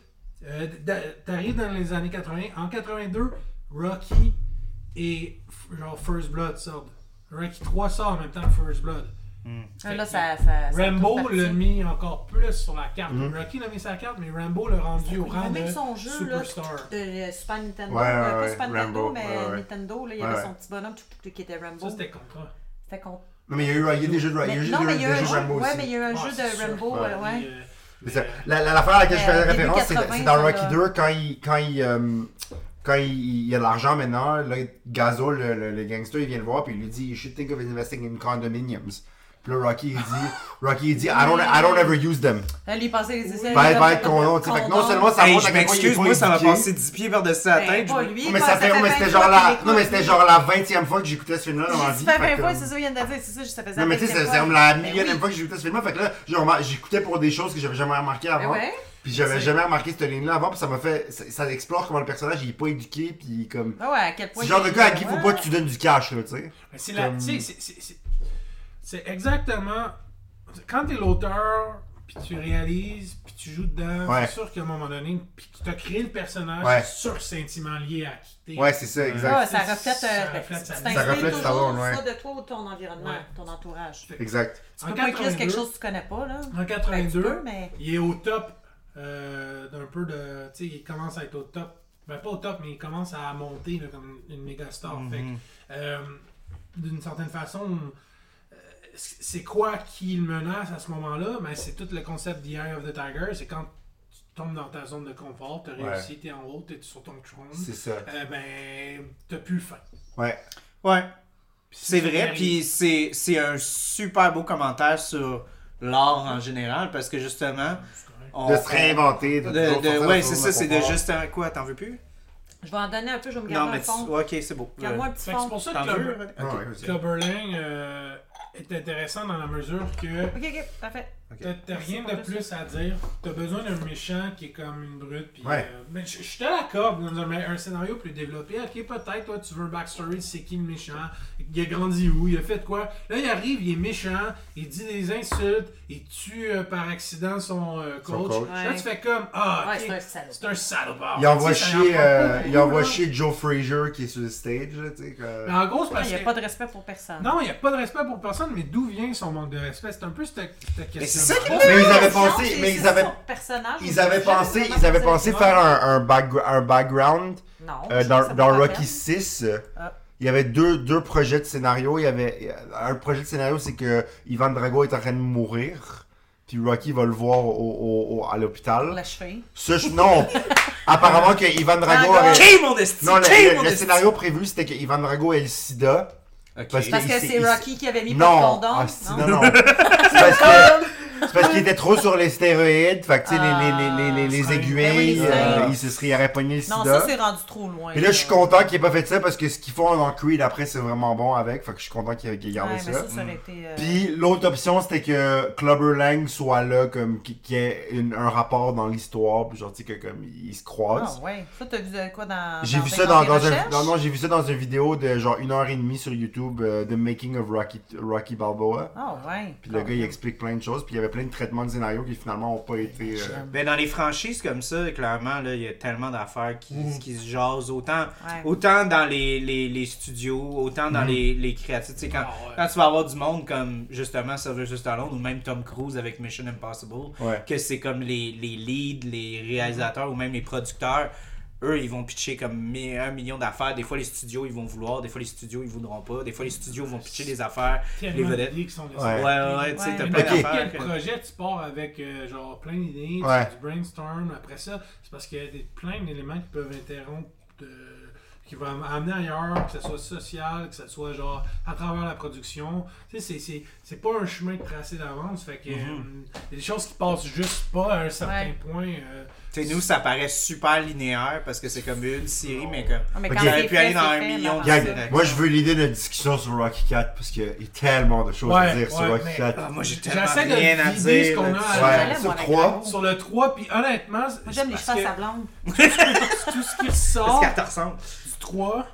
S1: euh, d- T'arrives dans les années 80. En 82, Rocky et f- genre First Blood sortent. Rocky 3 sort en même temps que First Blood.
S4: Ah, Là, ça, ça, ça
S1: Rambo
S4: tourne
S1: l'a
S4: parti.
S1: mis encore plus sur la carte.
S3: Mm-hmm.
S1: Rocky l'a mis sur la carte, mais Rambo l'a rendu au
S4: Il a
S1: rang de
S4: même Ah, son jeu là,
S1: euh, superstar.
S4: de de Super Nintendo,
S2: Ouais, ouais,
S4: euh, pas
S2: ouais,
S4: Super Nintendo,
S2: Rambo,
S4: mais
S2: ouais, ouais.
S4: Nintendo, là, il y
S2: Ouais,
S4: avait
S2: ouais.
S4: son petit bonhomme tout- tout- qui était Rambo.
S1: Ça, c'était contrat.
S4: C'était con.
S2: Non, mais il y a eu, il y a des jeux de, il y a
S4: Mais-
S2: juste
S4: non,
S2: des-
S4: mais il y a
S2: des
S4: eu un
S2: jeux de
S4: jeu,
S2: Rambo
S4: ouais,
S2: aussi.
S4: mais il y
S1: Ah,
S4: a eu un jeu de Rambo, ouais, ouais.
S1: euh,
S2: C'est ça. La, la, l'affaire à laquelle je faisais
S4: Euh, début
S2: référence, c'est,
S4: 80,
S2: c'est dans
S4: ça,
S2: Rocky
S4: là.
S2: 2, quand il, quand il, euh, quand il, il y a de l'argent maintenant, là, Gazo, le, le, le gangster, il vient le voir, puis il lui dit, You should think of investing in condominiums. Puis là, Rocky, il dit, Rocky, il dit, I don't, I don't ever use them.
S4: Elle y passait les essais.
S2: Bye bye, condom. tu sais. Fait que
S4: euh,
S2: non seulement ça
S3: Hey,
S2: montre
S3: je
S2: à quel point il est
S3: m'excuse,
S2: pas
S3: moi, ça m'a
S2: éduqué.
S3: passé 10 pieds par-dessus
S1: Ben,
S3: la tête. je
S4: pas
S3: me-
S4: lui.
S2: Non, mais
S4: pas-
S2: ça fait, non, mais
S4: vingt
S2: c'était
S4: fois
S2: genre
S4: qu'il
S2: la,
S4: l'écoute,
S2: non, mais c'était
S4: lui.
S2: genre la 20e fois que j'écoutais ce film-là dans ma
S4: J'ai
S2: vie.
S4: dit 20
S2: fait que-
S4: fois, c'est ça, il vient de dire, c'est ça, ça faisait
S2: Non, mais tu sais, c'est c'est comme la millionième fois
S4: fois. Ben
S2: que j'écoutais ce film-là. Fait que là, j'ai remar- j'écoutais pour des choses que j'avais jamais remarquées avant.
S4: Ben ouais.
S2: Puis j'avais
S4: C'est-
S2: jamais remarqué cette ligne-là avant. Puis ça m'a fait. Ça, ça explore comment le personnage, il est pas éduqué. Puis il est comme.
S4: Ah ouais, à quel
S2: C'est
S4: point.
S2: le genre
S4: il-
S2: de gars à qui faut
S4: Ouais.
S2: pas que tu donnes du cash, là, tu sais.
S1: Mais c'est la-
S2: Comme-
S1: tu sais, c'est- c'est- c'est- C'est exactement. Quand t'es l'auteur, puis tu réalises, puis tu joues dedans,
S2: Ouais.
S1: c'est sûr qu'à un moment donné, puis que t'as créé le personnage,
S2: Ouais.
S1: c'est sûr que c'est intimement lié à qui t'es.
S2: Ouais, c'est ça,
S4: Ah,
S2: exact.
S4: ça
S1: C'est-
S4: reflète,
S1: ça
S4: euh,
S1: reflète sa
S4: tu
S1: vie.
S4: t'inspires
S2: Ça reflète ta
S4: toujours
S2: zone, ouais.
S4: ça de toi ou de ton environnement,
S1: Ouais.
S4: ton entourage. Tu
S2: Exact.
S4: peux pas écrire quelque chose que tu connais pas, là.
S1: En
S4: Ben, tu
S1: 82,
S4: peux, mais.
S1: il est au top euh, d'un peu de. Tu sais, il commence à être au top. Ben, pas au top, mais il commence à monter là, comme une méga star.
S3: Mhm.
S1: Fait que, euh, d'une certaine façon, euh, c- c'est quoi qui le menace à ce moment-là? Ben, c'est tout le concept d'Eye of the Tiger. C'est quand tu tombes dans ta zone de confort, t'as
S2: Ouais.
S1: réussi, t'es en haut, t'es sur ton trône.
S2: C'est ça.
S1: Euh, ben, t'as plus faim.
S2: Ouais.
S3: Ouais. C'est vrai,
S1: Puis-
S3: puis c'est c'est un super beau commentaire sur l'art en général, parce que justement... on-
S2: De se réinventer.
S3: on-
S2: De,
S3: de-
S2: toujours
S3: de-
S2: sortir
S3: ouais,
S2: de
S3: c'est
S2: son
S3: ça, c'est de
S2: confort.
S3: juste... un- Quoi, t'en veux plus?
S4: Je vais en donner un peu, je vais me
S3: Non,
S4: garder
S3: mais...
S4: un
S3: tu-
S4: fond.
S3: Ok, c'est beau.
S4: Garde-moi un petit
S1: Fait que c'est
S4: fond.
S1: pour ça
S3: T'en
S1: que
S3: veux?
S1: Clubber-
S2: Ah, ouais,
S3: Ok.
S2: ok.
S1: Clubberling euh, est intéressant dans la mesure que.
S4: Ok, ok, parfait.
S1: T'as t'as rien de
S4: Merci pour tout
S1: plus à dire. T'as besoin d'un méchant qui est comme une brute. Pis,
S2: Ouais.
S1: euh, mais je je te l'accorde dans un, un scénario plus développé. Ok, peut-être, toi, tu veux un backstory, c'est qui le méchant, il a grandi où, il a fait quoi. Là, il arrive, il est méchant, il dit des insultes, il tue euh, par accident son euh,
S2: Son
S1: coach.
S2: coach.
S1: Là,
S4: Ouais.
S1: tu fais comme Ah,
S4: Ouais,
S1: ok,
S4: c'est un salaud.
S1: c'est un salopard.
S2: Il
S3: Ah,
S2: envoie
S1: Tu sais, ça
S2: chier,
S1: apprend pas
S2: euh,
S1: beaucoup,
S2: il envoie
S1: là.
S2: chier euh, Joe Frazier qui est sur le stage, là, tu sais. que-
S1: Mais en gros, c'est
S4: Ouais,
S1: parce
S4: Il n'y a
S1: que-
S4: pas de respect pour personne.
S1: Non, il n'y a pas de respect pour personne, mais d'où vient son manque de respect C'est un peu cette, cette question.
S3: Mais c'est ça qui
S2: Mais ils avaient
S4: Non,
S2: pensé,
S4: c'est-
S2: mais
S4: c'est
S2: ils
S4: ça
S2: avaient,
S4: son personnage,
S2: ils
S4: mais
S2: avaient
S4: c'est
S2: pensé,
S4: vraiment
S2: ils avaient
S4: ça.
S2: pensé faire un, un, backgr- un background
S4: Non,
S2: euh,
S4: je pense que
S2: dans,
S4: ça
S2: dans
S4: vaut la
S2: Rocky
S4: peine.
S2: 6.
S4: Ah.
S2: Il y avait deux, deux projets de scénario. Il y avait euh, un projet de scénario, c'est que Ivan Drago est en train de mourir, puis Rocky va le voir au, au- au- à
S4: Pour
S2: l'hôpital.
S4: la Ah, cheville.
S2: Ce ch- non, apparemment que Ivan Drago
S4: Drago.
S2: avait.
S3: K, Euh, mon esti!
S2: Non, le,
S3: K,
S2: le-
S3: mon
S2: le
S3: esti!
S2: scénario prévu, c'était que Ivan Drago ait le sida.
S3: Ok.
S2: Parce que-
S4: Parce
S2: il
S4: que
S2: s'est-
S4: c'est
S2: il
S4: Rocky qui avait mis pas de
S2: Non,
S4: condom.
S2: ah, c'est-
S4: non?
S2: non, non. C'est parce que- c'est parce qu'il était trop sur les stéroïdes, fait que tu sais, les, les, les, les, les,
S1: Ah.
S4: Ben oui,
S2: aiguilles,
S4: les
S2: euh,
S4: aiguilles.
S2: il se serait il aurait pogné le
S4: Non,
S2: sida.
S4: ça c'est rendu trop loin.
S2: Mais là, je suis content qu'il ait pas fait ça parce que ce qu'ils font dans Creed après, c'est vraiment bon avec. Fait que je suis content qu'il ait qu'il ait
S4: Ouais,
S2: gardé
S4: mais
S2: ça.
S4: ça, ça aurait été. euh,
S2: Puis l'autre option, c'était que Clubber Lang soit là, comme qui qui ait une- un rapport dans l'histoire, puis genre, tu sais, que comme ils se
S4: Ah
S2: croisent.
S4: ouais. Ça, t'as vu euh, quoi dans.
S2: J'ai vu ça dans,
S4: dans,
S2: dans
S4: tes
S2: un
S4: recherches?
S2: non, non, j'ai vu ça dans une vidéo de genre une heure et demie sur YouTube euh, The Making of Rocky Rocky Balboa.
S4: Ah ouais.
S2: Puis le gars il explique plein de choses, puis il y avait plein de traitements de scénario qui finalement ont pas été euh,
S4: J'aime.
S3: Ben, dans les franchises comme ça, clairement, là, il y a tellement d'affaires qui,
S1: Mm.
S3: qui se jasent, autant,
S4: Ouais.
S3: autant dans les, les, les studios, autant dans les, les créatifs. Tu sais, quand,
S1: Mm. Ah ouais.
S3: quand tu vas avoir du monde comme justement Sylvester Stallone ou même Tom Cruise avec Mission Impossible,
S2: Ouais.
S3: que c'est comme les, les leads, les réalisateurs ou même les producteurs, eux, ils vont pitcher comme mi- un million d'affaires. Des fois, les studios, ils vont vouloir. Des fois, les studios, ils voudront pas. Des fois, les studios vont pitcher des affaires. Les
S1: tellement
S3: vedettes.
S1: d'idées qui sont laissées.
S2: Ouais.
S3: Ouais, ouais, ouais, tu sais,
S4: Ouais.
S3: t'as
S1: Mais
S3: plein
S1: n'importe
S3: d'affaires.
S1: quel projet, tu pars avec euh, genre plein d'idées, tu
S2: Ouais.
S1: fais du brainstorm. Après ça, c'est parce qu'il y a des, plein d'éléments qui peuvent interrompre, euh, qui vont am- amener ailleurs, que ce soit social, que ce soit genre à travers la production. Tu sais, c'est- c'est- c'est pas un chemin tracé d'avance. Fait que euh,
S3: Mm-hmm.
S1: il y a des choses qui passent juste pas à un certain
S4: Ouais.
S1: point. euh,
S3: Tu sais, nous, ça paraît super linéaire parce que c'est comme une série, mais comme.
S4: Ah, mais
S2: Ok.
S4: quand
S2: J'aurais
S4: c'est
S3: pu aller
S4: fait,
S3: dans
S4: c'est
S3: un
S4: fait,
S3: million
S4: mais
S3: de-
S4: avant
S2: Gang,
S4: ça-
S3: Direct.
S2: moi je veux l'idée de discussion sur Rocky 4 parce qu'il y a tellement de choses à
S1: Ouais,
S2: dire sur
S1: ouais,
S2: Rocky
S1: mais-
S2: 4.
S3: Ah, moi, j'ai tellement
S1: J'essaie de
S3: rien à
S1: vider
S3: dire.
S1: ce qu'on a à-
S3: là-dessus.
S4: Ouais.
S2: ouais, sur
S4: moi,
S2: 3.
S1: Sur le 3, puis honnêtement, c'est-
S4: Moi, j'aime les
S1: parce
S4: cheveux à
S1: que
S4: sa blonde.
S1: tout ce qui
S4: Oh.
S3: Parce
S1: ressort
S3: qu'elle te ressemble.
S1: du 3,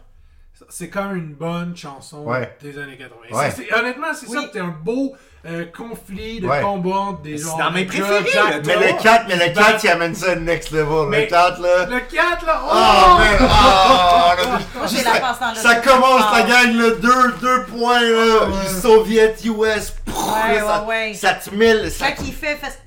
S1: c'est quand même une bonne chanson
S2: Ouais.
S1: des années 80.
S2: Ouais.
S1: Ça, c'est- honnêtement, c'est
S4: Oui.
S1: ça, c'est un beau euh, conflit de
S2: Ouais.
S1: combat entre des gens.
S3: C'est dans mes préférés, le
S2: Mais le 4, mais le 4, il amène ça au next level.
S1: Mais-
S2: Le 4, là.
S1: Le 4, là, oh!
S2: Oh, man! Oh, le-
S4: Moi, j'ai
S2: Juste
S4: la
S2: la-
S4: passe dans le
S2: Ça
S4: dos.
S2: commence la
S4: Ah.
S2: gang, le 2, 2 points, là. Soviet, US. prrr,
S4: Ouais,
S2: ça,
S4: ouais, ouais.
S2: ça te mille. Ça...
S4: Quand il fait, fait-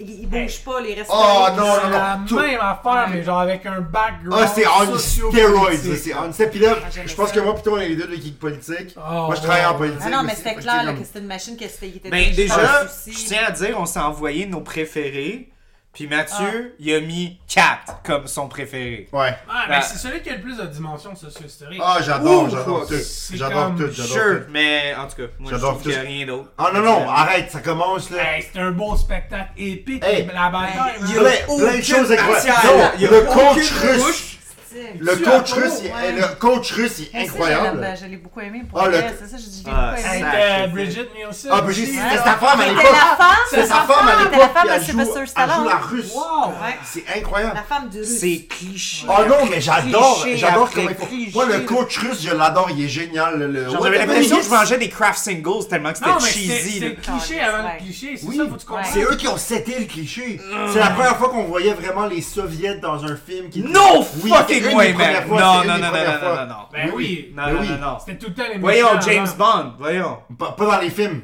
S4: il il bouge pas, les restes.
S2: Oh, non, non,
S1: C'est
S2: non.
S1: la
S2: Tout-
S1: même affaire, mais genre avec un background.
S2: Ah, c'est on steroids,
S1: sociopolitique.
S2: là, c'est on steroids. Puis là,
S4: Ah, j'aime
S2: je pense
S4: ça.
S2: que moi, plutôt, on est les deux de l'équipe politique.
S1: Oh,
S2: moi, je travaille en
S1: ouais.
S2: politique.
S4: Ah non, mais
S2: aussi,
S4: c'était
S2: fait que
S4: clair
S2: c'est
S4: là,
S2: comme-
S4: que c'était une machine qui était.
S3: Ben,
S4: dans le
S3: déjà,
S4: souci.
S3: je tiens à dire, on s'est envoyé nos préférés. Puis Mathieu, il a mis 4 comme son préféré.
S2: Ouais.
S1: Ah,
S3: Ah.
S1: mais c'est celui qui a le plus de dimensions socio-historiques.
S2: Ah, j'adore,
S3: Ouh,
S2: j'adore
S3: c'est
S2: tout. J'adore
S1: comme-
S2: tout, j'adore
S3: Sure,
S2: tout.
S3: mais en tout cas, moi je
S2: J'adore
S3: trouve qu'il n'y a
S2: tout.
S3: rien d'autre.
S2: Ah non, non, arrête, ça commence là.
S1: Hey, c'est un beau spectacle épique.
S2: Hey.
S1: la bataille.
S3: Ben, il y a-
S1: hein.
S2: plein, plein de
S3: aucune
S2: choses incroyables.
S3: matière.
S2: Non,
S3: Il y a
S2: le
S3: aucune
S2: coach
S3: couche.
S2: russe,
S4: C'est-
S2: le
S1: Tu
S2: coach
S1: as
S2: russe,
S1: beau,
S2: il-
S1: ouais.
S2: le coach russe, il
S4: Mais
S2: est
S4: ça, je l'ai-
S2: incroyable.
S4: ben, je l'ai beaucoup aimé pour
S2: Ah,
S4: vrai,
S2: le-
S4: c'est ça, je dis, je l'ai
S3: Ah,
S4: beaucoup
S1: Hey,
S4: aimé.
S3: ça-
S1: t'as
S3: c'est-
S1: euh, Bridget Nielsen.
S2: Ah, Brigitte,
S1: aussi,
S2: c'était
S1: là.
S2: sa femme à
S4: C'était
S2: l'époque.
S4: la femme,
S2: C'était sa femme à
S4: c'était
S2: l'époque.
S4: la femme
S2: puis
S4: de
S2: Elle joue
S4: Sylvester
S2: elle joue
S4: Stallone.
S2: la russe.
S1: Wow.
S4: Ouais.
S2: C'est incroyable.
S4: La femme du russe.
S3: C'est cliché.
S2: Oh non, mais j'adore,
S3: Cliché
S2: j'adore
S3: après
S2: comment il faut.
S3: cliché.
S2: Moi, le coach russe, je l'adore, il est génial. le- le-
S3: Genre,
S2: Ouais,
S3: J'avais
S2: mais
S3: l'impression que
S2: il-
S3: je mangeais des craft singles tellement que
S1: Non, mais
S3: c'était cheesy.
S1: c'est
S3: là.
S1: c'est cliché avant le
S4: Ouais.
S1: cliché. C'est
S2: Oui.
S1: ça, faut que tu comprendre.
S2: C'est eux qui ont seté le cliché. C'est la première fois qu'on voyait vraiment les soviets dans un film qui.
S3: No
S2: Oui, c'est une
S3: fucking
S2: des
S3: way,
S2: premières
S3: man!
S2: fois,
S3: Non,
S2: c'est une
S3: non,
S2: des
S3: non, non,
S2: premières
S3: non,
S2: fois.
S3: non, non.
S1: Ben oui.
S3: Non, non,
S2: oui.
S3: non, non.
S1: C'était tout le temps les mêmes
S3: Voyons,
S1: gens
S3: James
S1: avant.
S3: Bond, voyons.
S2: Pas, pas dans les films.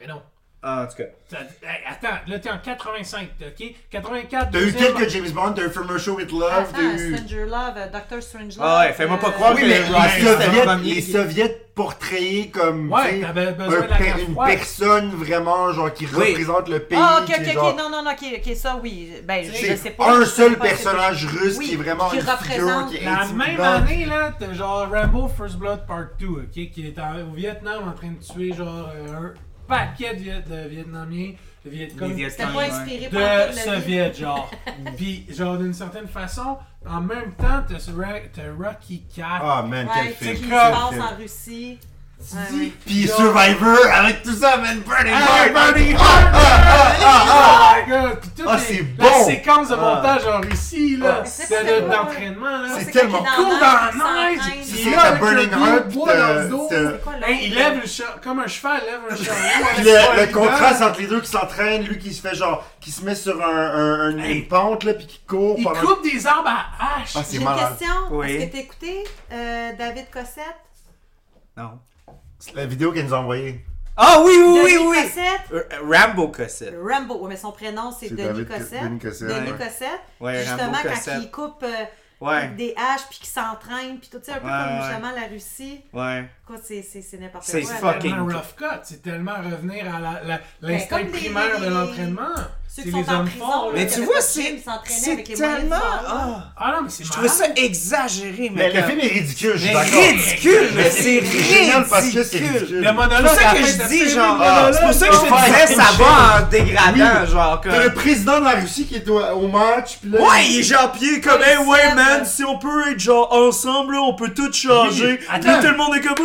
S1: Mais non.
S3: Ah, en tout cas.
S1: Ça- hey, attends, là, t'es en 85, OK? 84,
S2: T'as eu
S1: deuxième-
S2: quelques James Bond, t'as eu Commercial with
S1: Ah,
S2: Love,
S4: Attends,
S2: t'as eu.
S4: Stranger Love, euh, Dr. Strange Love.
S3: Ah ouais, fais-moi pas
S4: euh,
S3: croire
S2: Oui,
S3: que
S2: mais
S3: le Rocky,
S2: les
S3: c'était le
S2: soviets,
S3: premier
S2: les
S3: qui-
S2: soviets portrayés comme.
S1: Ouais,
S2: tu sais,
S1: t'avais besoin
S2: un
S1: de la
S2: pe-
S1: guerre
S2: Une
S1: froide.
S2: personne vraiment, genre, qui
S3: Oui.
S2: représente le pays.
S4: Ah, ok,
S2: qui est
S4: ok,
S2: genre-
S4: ok, non, non, non, ok, ok, ça, oui. Ben, je, je sais
S2: C'est
S4: pas.
S2: un
S4: je sais
S2: seul
S4: pas, c'est-
S2: personnage russe
S4: Oui,
S2: qui est vraiment
S4: qui
S2: une figure
S4: représente
S2: qui est
S1: La même
S2: intimidante.
S1: année, là, t'as genre Rambo First Blood Part 2, ok, qui est en- au Vietnam en train de tuer genre euh, un paquet de, Viet- de Vietnamiens, de Vietcong,
S3: Les Vietcong,
S4: C'était pas
S3: ouais.
S4: inspiré par
S1: de
S4: toute la vie.
S1: Soviets, genre. Puis, genre, d'une certaine façon, en même temps, t'as ce Ra- t'as Rocky 4.
S2: Ah, man,
S4: Ouais,
S2: quel
S4: tu sais,
S2: film.
S4: qui se
S1: comme-
S4: passe en Russie.
S1: tu
S4: ouais,
S1: dis,
S4: ouais.
S2: Puis
S1: genre,
S2: Survivor avec tout ça, man, Burning
S1: Ah,
S2: Heart!
S1: Burning
S2: Ah, ah, ah, ah,
S1: Oh my god! Puis toute
S2: Ah,
S1: les-
S2: c'est
S1: la
S2: bon!
S1: séquence de
S3: Ah.
S1: montage en Russie, là,
S4: Ah, c'est
S1: de- de
S4: tellement-
S1: l'entraînement, là.
S2: C'est
S4: quand
S2: tellement
S4: il est
S1: cool dans
S4: la
S1: la
S4: il
S1: neige,
S4: s'entraîne.
S1: puis
S2: C'est
S1: là,
S2: un
S1: avec
S2: Burning
S1: le
S2: Heart,
S1: bois dans le
S2: euh,
S1: dos.
S2: c'est-
S4: C'est quoi l'autre?
S1: Hey, il lève le char- comme un cheval lève un chariot.
S2: Puis
S1: avec son
S2: le, le
S1: leader.
S2: contraste entre les deux qui s'entraînent, lui qui se fait genre, qui se met sur un, un- un- une
S1: Hey.
S2: pente là, puis qui court
S1: Il
S2: pendant.
S1: coupe des arbres à hache.
S2: Ah,
S4: J'ai
S2: c'est
S4: une
S2: malade.
S4: question.
S3: Oui.
S4: Est-ce que t'as écouté euh, David Cossette?
S3: Non.
S2: C'est la vidéo qu'elle nous a envoyée.
S3: Ah oui, oui, oui,
S4: Denis
S3: oui!
S4: Cossette?
S3: Euh, Rambo Cossette.
S4: Rambo, ouais, mais son prénom c'est
S2: C'est
S4: Denis
S2: David Co-
S4: Cossette.
S2: Denis Cossette,
S4: Denis
S2: ouais.
S4: Cossette.
S3: Ouais,
S4: justement,
S3: Rambo
S4: quand
S3: Cossette.
S4: il coupe euh,
S3: Ouais.
S4: des haches puis qu'il s'entraîne, puis tout, tu sais, un peu
S3: Ouais,
S4: comme
S3: ouais.
S4: justement la Russie.
S3: Ouais.
S4: Écoute, c'est- c'est c'est n'importe
S3: C'est
S4: quoi.
S1: C'est
S3: fuck.
S1: tellement
S3: Fucking-
S1: rough cut. C'est tellement revenir à la- la- l'instinct
S4: Ben, comme des-
S1: primaire de
S4: des-
S1: l'entraînement.
S4: Ceux
S1: C'est
S4: qui sont
S1: les
S4: en
S1: hommes
S4: prison,
S1: forts.
S4: là,
S1: là.
S3: Mais
S4: que
S3: tu
S4: le
S3: vois,
S4: coach
S3: c'est
S4: Jim s'entraînait
S3: c'est
S4: avec les moyens du
S3: tellement...
S4: bord,
S3: ah.
S1: Ah non, mais c'est
S3: je trouvais
S1: malade.
S3: ça exagéré, mais...
S2: Mais le
S3: comme-
S2: film est ridicule, je suis
S3: Mais
S2: d'accord.
S3: ridicule, mais c'est
S2: C'est génial
S3: ridicule!
S2: parce que c'est ridicule.
S1: Le
S3: C'est
S1: monologue
S3: pour ça
S1: à la
S3: que
S1: fin,
S3: je
S1: t'as
S3: dis,
S1: fait
S3: genre, ah,
S1: des monologues.
S3: c'est pour ça que je
S2: Faut faire
S3: te disais, ça
S2: quelque
S3: va en
S2: Oui.
S3: dégradant, genre, comme...
S2: T'as le président de la Russie qui est au, au match, puis là.
S3: Ouais, il est gentil comme,
S4: Ouais,
S3: hey, ouais,
S4: c'est
S3: man,
S4: vrai.
S3: si on peut être genre ensemble, là, on peut tout changer.
S1: Oui,
S3: Là,
S1: attends.
S3: tout le monde est comme,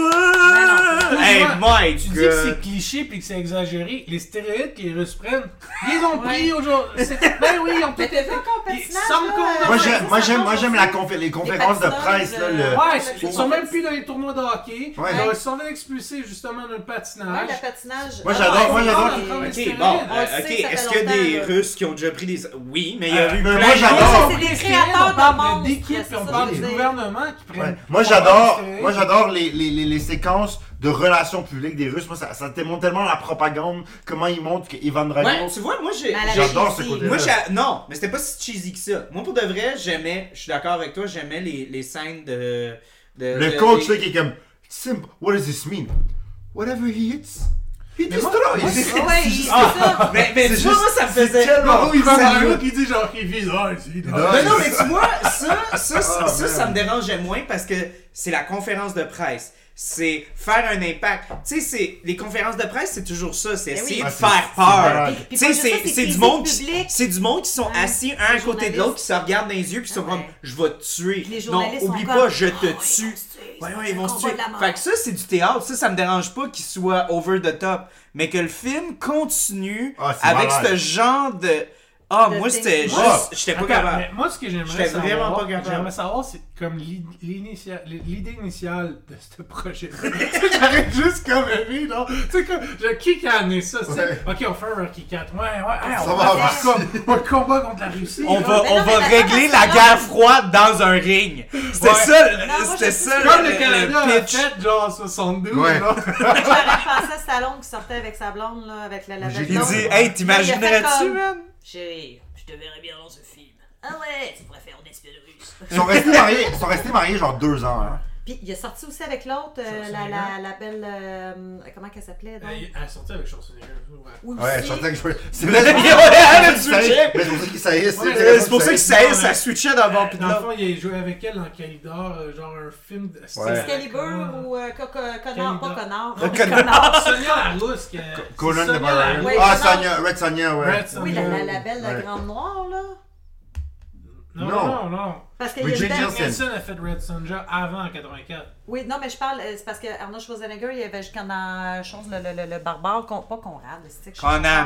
S1: non,
S3: ah!
S1: c'est-
S3: hey,
S1: moi,
S3: my
S1: Tu dis que c'est
S3: god.
S1: cliché puis que c'est exagéré. Les stéroïdes que les Russes prennent, ils les ont
S4: Ouais.
S1: pris aujourd'hui. C'est- Ben oui, ils ont tout
S4: Mais t'as
S1: été
S4: vu encore un
S1: Ils-
S4: personnage,
S1: sans
S4: là,
S1: compte.
S2: Moi,
S4: euh,
S2: j'aime, moi, j'aime, moi, j'aime la confé- les conférences de
S4: patineurs,
S2: presse, là.
S4: euh,
S2: Le...
S1: Ouais,
S4: Ouais,
S1: ils
S4: c'est
S1: sont
S4: ça.
S1: même plus dans les tournois de hockey.
S2: Ouais.
S1: Ils sont venus expulser justement dans le
S4: Ouais,
S1: patinage.
S4: le patinage.
S2: Moi,
S4: Ah,
S2: j'adore-
S4: ouais,
S2: moi,
S4: c'est
S2: j'adore
S4: bon,
S2: les-
S4: mais-
S1: Ok, bon,
S3: Ok, bon,
S4: euh, ok,
S3: ok,
S4: est-ce
S3: est-ce
S4: qu'il
S3: qu'il y
S4: y a des
S3: a des Russes qui ont déjà pris des. Oui, mais il
S1: y
S3: y
S1: a
S3: a
S1: eu
S3: eu
S2: plein
S3: plein
S2: de gens-
S1: Moi,
S2: Euh, ben, j'adore.
S1: c'est des
S4: créateurs
S1: Ah, on parle
S4: de monstres,
S1: d'équipe,
S4: c'est
S1: puis on
S4: ça,
S1: parle
S2: je
S1: du
S2: veux dire.
S1: gouvernement qui prennent.
S2: Ouais. Moi,
S1: qui
S2: j'adore,
S1: prennent les
S2: moi,
S1: stéroïdes.
S2: j'adore les, les, les, les séquences de relations publiques des Russes. Moi, ça, ça te montre tellement la propagande, comment ils montrent que Ivan Drago.
S3: Ouais, tu vois, moi j'ai.
S4: Mais à la
S3: j'ai-
S2: J'adore
S4: Russie.
S2: ce côté-là.
S3: Moi, j'ai- non, mais c'était pas si cheesy que ça. Moi, pour de vrai, j'aimais, je suis d'accord avec toi, j'aimais les, les scènes de. de-
S2: Le
S3: de-
S2: coach,
S3: des-
S2: là, qui est comme. Simple, what does this mean? Whatever he hits, he
S1: Mais moi-
S2: destroys.
S1: moi,
S4: Ah ouais, il- c'est ça.
S3: Mais, mais tu
S2: C'est
S3: vois,
S2: juste-
S3: moi, ça me faisait.
S2: tellement-
S1: Oh, Ivan
S3: Ça-
S1: Drago qui dit genre, il vit là, il vit là.
S2: Ah,
S3: Non, non,
S2: c'est
S3: mais tu vois, ça, ça, ça,
S2: Ah,
S3: ça, ça
S2: man.
S3: me dérangeait moins parce que c'est la conférence de presse. C'est faire un impact. Tu sais, c'est les conférences de presse, c'est toujours ça. C'est
S4: Eh oui.
S3: essayer
S2: Ah,
S3: de
S2: c'est-
S3: faire
S2: c'est
S3: peur.
S2: malade.
S4: Puis
S3: Tu sais,
S4: pas juste ça,
S3: c'est
S4: c'est
S3: c'est du
S4: criser
S3: monde,
S4: le
S3: qui-
S4: public.
S3: c'est du monde qui sont
S4: Ouais.
S3: assis un à
S4: Les
S3: côté de l'autre, qui se regardent dans les yeux, puis qui sont
S4: Ah
S3: comme,
S4: ouais.
S3: je vais te tuer.
S4: Les
S3: Non,
S4: journalistes
S3: oublie
S4: sont
S3: pas,
S4: comme,
S3: je te
S4: Ah, ils vont se
S3: tue.
S4: tuer,
S3: Ouais, ouais,
S4: c'est
S3: ils
S4: le
S3: vont se
S4: combat
S3: tuer.
S4: de la mort.
S3: Fait que ça, c'est du théâtre. Ça, ça me dérange pas qu'il soit over the top. Mais que le film continue
S2: Ah, c'est
S3: avec
S2: malade.
S3: ce genre de. Ah,
S4: De
S3: moi, c'était
S4: thing.
S3: juste.
S2: Ah.
S3: J'étais pas
S1: Attends,
S3: capable.
S1: mais moi, ce que j'aimerais
S3: J'étais
S1: savoir,
S3: vraiment pas capable.
S1: j'aimerais savoir, c'est comme l'i- l'initia- l'idée initiale de ce projet-là. Tu sais, J'arrête juste comme aimé, non? Tu sais, comme, je- qui qui a amené ça? tu sais?
S2: Ouais.
S1: Ok, on fait un Rocky 4. Ouais, ouais, hey,
S2: Ça
S1: on
S2: va,
S1: va
S2: merci.
S1: faire comme un combat contre la Russie. là.
S3: On va,
S4: Mais non,
S3: on va
S4: mais attends,
S3: régler
S4: parce
S3: la
S4: que là-
S3: guerre froide dans un ring. C'était
S1: Ouais.
S3: ça,
S4: Non, moi,
S3: c'était
S4: je
S3: ça.
S4: suis
S1: Comme le
S3: le-
S1: Canada
S3: le
S1: l'a
S3: pitch.
S1: fait, genre, en 72.
S2: Ouais.
S1: là.
S4: Moi, j'aurais pensé à Stallone qui sortait avec sa blonde, là, avec la la
S2: J'ai
S4: belle
S3: Il
S4: blonde.
S3: dit, hey,
S4: Il a fait
S3: t'imaginerais-tu,
S4: comme-
S3: man?
S4: Chérie, je te verrai bien dans ce film. Ah ouais, tu pourrais faire une espion russe.
S2: Ils sont restés mariés, ils sont restés mariés genre deux ans. Hein.
S4: Puis il est sorti aussi avec l'autre, euh,
S1: Schwarzenegger.
S4: la, la, la belle. euh, comment qu'elle s'appelait donc?
S1: Elle est sortie avec Schwarzenegger. Ouais.
S4: Oui,
S2: Ouais, je
S4: aussi.
S2: sentais que je. C'est vrai, c'est
S3: elle a
S2: pour ça
S3: switché.
S2: Mais c'est pour ça qu'ils saillissent.
S1: Ouais,
S3: Euh, C'est pour ça que ça
S1: Non,
S3: ça
S1: mais-
S3: switchait d'abord
S1: Euh,
S3: puis de
S1: dans le
S3: là.
S1: fond, il a joué avec elle dans Calidor, euh, genre un film de.
S2: Ouais.
S4: Excalibur ou euh, co- co- Connard, pas
S1: Canada.
S4: Connard.
S3: Connard.
S1: Sonia Larousse. que-
S2: Conan
S1: Sonia
S2: the Barbarian.
S4: Ouais,
S1: Larousse.
S2: Ah,
S4: Conan.
S2: Sonia, Red Sonia, ouais.
S1: Red Sonia.
S4: Oui, la, la, la belle la
S2: Ouais.
S4: grande noire, là.
S1: Non,
S2: Non.
S1: non, non.
S4: Parce qu'il y a
S2: Bridget
S4: une belle-
S2: Jones. Wilson.
S1: Wilson a fait Red Sonja avant en 84.
S4: Oui, non, mais je parle, euh, c'est parce que Arnold Schwarzenegger, il y avait jusqu'en euh, chose, le, le, le, le barbare, Con- pas Conrad, c'est que je-
S3: Conan.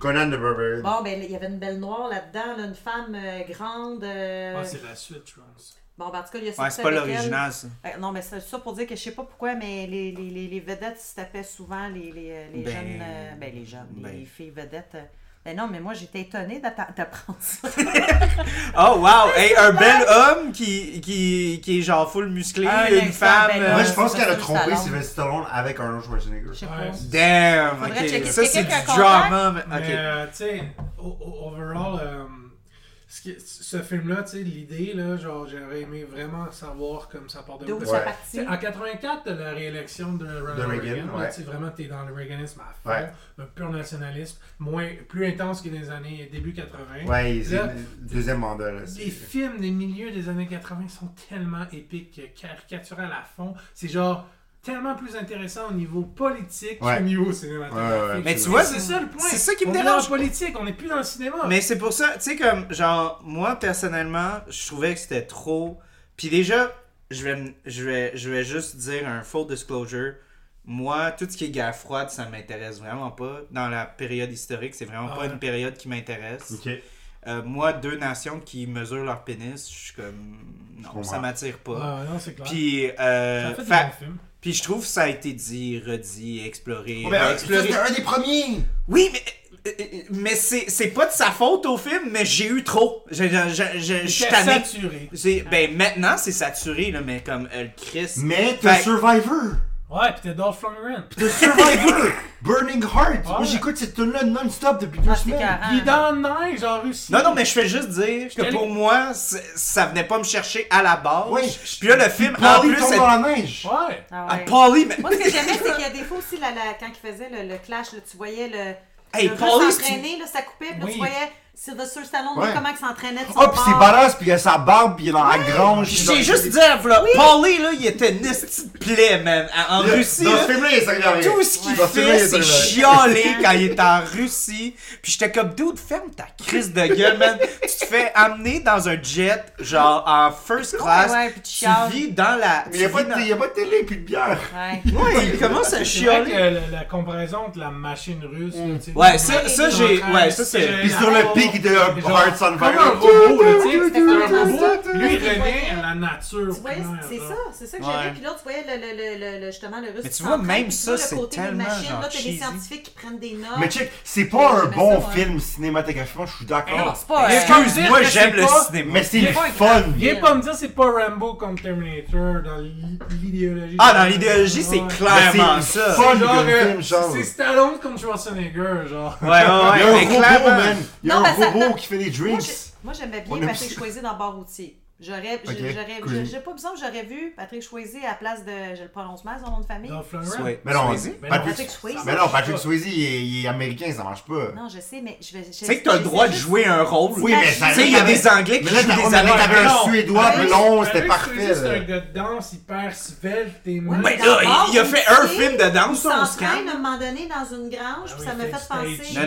S2: Conan the Barbarian.
S4: Bon, ben, il y avait une belle noire là-dedans, là, une femme euh, grande. euh,
S1: Ah, c'est la suite, je pense.
S4: Bon, ben, en tout cas, il y a
S3: Ouais,
S4: sorti
S3: c'est pas
S4: avec elle.
S3: l'original, ça.
S4: Euh, non, mais c'est ça pour dire que je sais pas pourquoi, mais les, les, les, les vedettes se tapaient souvent, les, les, euh, les
S3: Ben,
S4: jeunes. euh, ben, les jeunes,
S3: ben.
S4: les filles vedettes. euh, ben non, mais moi, j'étais étonnée d'atta- d'apprendre ça.
S3: Oh,
S4: Ah,
S3: wow! Hey, un bel homme qui, qui, qui est genre full musclé,
S4: Ah,
S3: une
S4: excellent
S3: femme.
S4: bel
S3: euh,
S2: Moi, je
S4: Euh,
S2: pense
S4: c'est
S2: qu'elle a
S4: Sylvester
S2: trompé
S4: Stallone.
S2: Sylvester Stallone avec Arnold Schwarzenegger.
S4: Je sais
S1: Ouais.
S4: pas.
S3: Damn!
S4: Faudrait
S3: ok.
S4: checker.
S3: Ça,
S4: Quelqu'un
S3: c'est
S4: qui a un
S3: du
S4: contact?
S3: drama. mais-
S1: Mais,
S3: ok.
S1: euh, tu sais, o- o- overall, euh, ce, qui- ce film-là, tu sais, l'idée, là, genre, j'aurais aimé vraiment savoir comme ça part de
S4: D'où
S1: Parce
S4: ça
S2: Ouais.
S1: Tu sais,
S4: partit.
S1: En 84, t'as la réélection de Ronald
S2: De Reagan,
S1: Reagan. là,
S2: ouais.
S1: tu sais, vraiment, t'es dans le Reaganisme à fond,
S2: Ouais.
S1: un pur nationalisme, moins, plus intense que les années début 80.
S2: Ouais, c'est
S1: Là,
S2: le deuxième mandat. Là, c'est-
S1: Les films des milieux des années 80 sont tellement épiques, euh, caricatural à fond. C'est genre tellement plus intéressant au niveau politique
S2: Ouais.
S1: qu'au niveau cinématographique.
S2: Ouais, ouais,
S3: Mais tu
S2: absolument.
S3: vois,
S1: c'est ça le point.
S3: C'est ça qui me
S1: On est
S3: dérange.
S1: en politique, on n'est plus dans le cinéma.
S3: Mais c'est pour ça, tu sais, comme, genre, moi, personnellement, je trouvais que c'était trop. Puis déjà, je vais, m- je, vais, je vais juste dire un full disclosure. Moi, tout ce qui est guerre froide, ça m'intéresse vraiment pas. Dans la période historique, c'est vraiment
S1: Ah
S3: pas
S1: ouais.
S3: une période qui m'intéresse.
S2: Ok.
S3: Euh, moi, deux nations qui mesurent leur pénis, je suis comme. Non,
S2: comprends.
S3: ça m'attire pas.
S1: Ah, non, c'est clair.
S3: Puis, euh,
S1: ça fait
S3: fa-
S1: des bons films.
S3: puis je trouve que ça a été dit, redit, exploré.
S2: Oh, ben,
S1: euh,
S2: ça,
S3: exploré.
S2: C'était un des premiers!
S3: Oui, mais. euh, euh, Mais c'est c'est pas de sa faute au film, mais j'ai eu trop. Je, je, je, je, je suis
S1: C'était
S3: tanné.
S1: saturé.
S3: C'est- Ben maintenant, c'est saturé, là, mais comme euh, le Christ.
S2: Mais t'as
S3: Fait-
S2: Survivor!
S1: Ouais, pis t'es Dolph Lundgren.
S2: T'as Survivor! Burning Heart! Moi
S1: Ouais.
S2: j'écoute cette tune là non-stop depuis deux
S4: Ah, c'est
S2: semaines!
S4: carré.
S1: Il est dans le neige en Russie.
S3: Non, non, mais je fais juste dire que
S1: t'allais-
S3: pour moi, c'est- ça venait pas me chercher à la base.
S2: Oui.
S3: Puis là, le film, en
S2: Paris
S3: plus,
S2: tombe
S3: elle-
S2: dans la neige!
S1: Ouais.
S4: Ah
S3: à
S4: ouais.
S3: Paulie, mais-
S4: Moi, ce que j'aimais, c'est qu'il y a des fois aussi, là, là, quand il faisait le, le clash, là, tu voyais le.
S3: Hey,
S4: le russe
S3: Paulie, c'est-
S4: s'entraîner, là, ça coupait, puis là,
S1: Oui.
S4: tu voyais Sylvester Stallone,
S2: Ouais.
S4: comment il s'entraînait. de son
S3: Ah,
S2: Oh, pis c'est
S4: bord.
S2: badass, pis il a sa barbe, pis il est dans la grange.
S3: Puis
S2: pis
S3: je
S2: dans-
S3: sais juste dire, voilà, Paulie, là, il était une esti de plaie, man. À- En
S2: Dans
S3: Russie, là,
S2: ce film-là, il est servi à rien.
S3: tout ce qu'il
S2: Dans ce film-là, Bah,
S3: fait,
S2: il est
S3: c'est
S2: servi à rien.
S3: chialer quand il est en Russie. Puis j'étais comme, dude, ferme ta crise de gueule, man. Tu te fais amener dans un jet, genre en first class.
S4: Ouais, ouais, puis tu
S3: tu
S4: chiales.
S3: vis dans la.
S2: Mais il y a pas de- il y a pas de télé, pis de bière!
S4: Ouais.
S3: Ouais, il commence à
S1: C'est vrai
S3: chialer.
S1: que la, la comparaison entre la machine russe.
S4: Mm.
S1: là, tu sais,
S3: Ouais,
S1: le-
S3: ça- ça,
S1: le-
S3: j'ai-
S1: le-
S3: ouais, ça, c'est-
S2: Pis sur le pic de
S1: Genre,
S2: Hearts on
S1: Comme
S2: Fire.
S1: un
S2: oh,
S1: robot, là, tu sais.
S4: C'était
S1: C'est un
S4: comme ça,
S1: robot.
S4: tu sais.
S1: Lui, il
S4: Tu voyais-
S1: revient à la nature.
S4: Tu voyais,
S1: primaire,
S4: c'est
S1: là.
S4: ça, c'est ça que
S3: Ouais.
S4: j'aimais. Puis là, tu voyais le, le, le, le, le- justement le russe.
S3: Mais
S4: qui
S3: tu vois,
S4: s'entraîne,
S3: même
S4: puis
S3: ça,
S4: tout le
S3: c'est
S4: côté des
S3: tellement
S4: machines,
S3: genre
S4: Là, t'as
S3: cheesy.
S4: des scientifiques qui prennent des notes.
S2: Mais check, c'est pas un
S4: J'aimais
S2: bon
S4: ça, Ah. ouais.
S2: film cinématographiquement, je suis
S1: Mais non,
S2: d'accord.
S1: c'est
S4: pas, euh,
S3: Excuse-moi,
S1: Dire que
S3: j'aime
S1: c'est
S3: le
S1: pas-
S3: cinéma.
S2: Mais c'est
S1: Il est pas
S2: fun!
S1: Viens pas me dire c'est pas Rambo comme Terminator dans l'i- l'idéologie.
S3: Ah, dans l'idéologie, c'est
S1: Ouais.
S3: clairement
S2: Mais c'est
S3: ça.
S2: fun.
S1: C'est genre,
S2: Comme
S1: euh,
S2: film, genre.
S1: c'est Stallone contre Schwarzenegger, genre.
S3: Ouais, ouais, ouais.
S2: Il y a un
S3: mais
S2: robot,
S3: clairement.
S2: man! Il y a
S4: Non,
S2: un
S4: ben, ça-
S2: robot qui fait des
S4: Moi,
S2: drinks!
S4: j'ai- Moi, j'aimais
S2: On
S4: bien
S2: aime
S4: Patrick
S2: ça.
S4: Choisy dans Bar routier. J'aurais, j'ai-
S2: Ok,
S4: j'aurais,
S2: cool.
S4: j'ai- j'ai pas besoin, j'aurais vu Patrick Choisy à la place de, je le prononce mal son nom de famille.
S1: Dans Florent.
S3: Ouais.
S2: Mais non,
S3: Swayze?
S1: Mais non,
S2: Patrick,
S4: Patrick Swayze.
S2: Ah, mais non, Patrick Swayze, il est, il est américain, ça marche pas.
S4: Non, je sais, mais je vais.
S3: Tu sais que t'as le droit de jouer un rôle.
S2: Oui, mais ça-
S3: Tu sais, il y a
S2: t'avais-
S3: des Anglais qui
S2: mais là,
S3: jouent
S2: t'as-
S3: des
S2: on avait-
S3: Américains.
S2: t'avais un Suédois
S1: Patrick-
S2: blond, c'était
S1: Patrick
S2: parfait.
S1: Swayze, C'est un
S2: là.
S1: gars de danse hyper svelte et
S4: Oui,
S3: Mais
S1: mince.
S3: là, il- il a
S4: Dans
S3: fait
S4: Bar
S3: un film de
S4: Ah, Il
S3: danse, on se
S4: s'entraîne
S3: calme.
S4: à un moment donné dans une grange,
S1: Ah
S4: puis
S1: oui,
S4: ça me
S1: fait
S4: fait
S1: stage.
S4: penser.
S3: Non,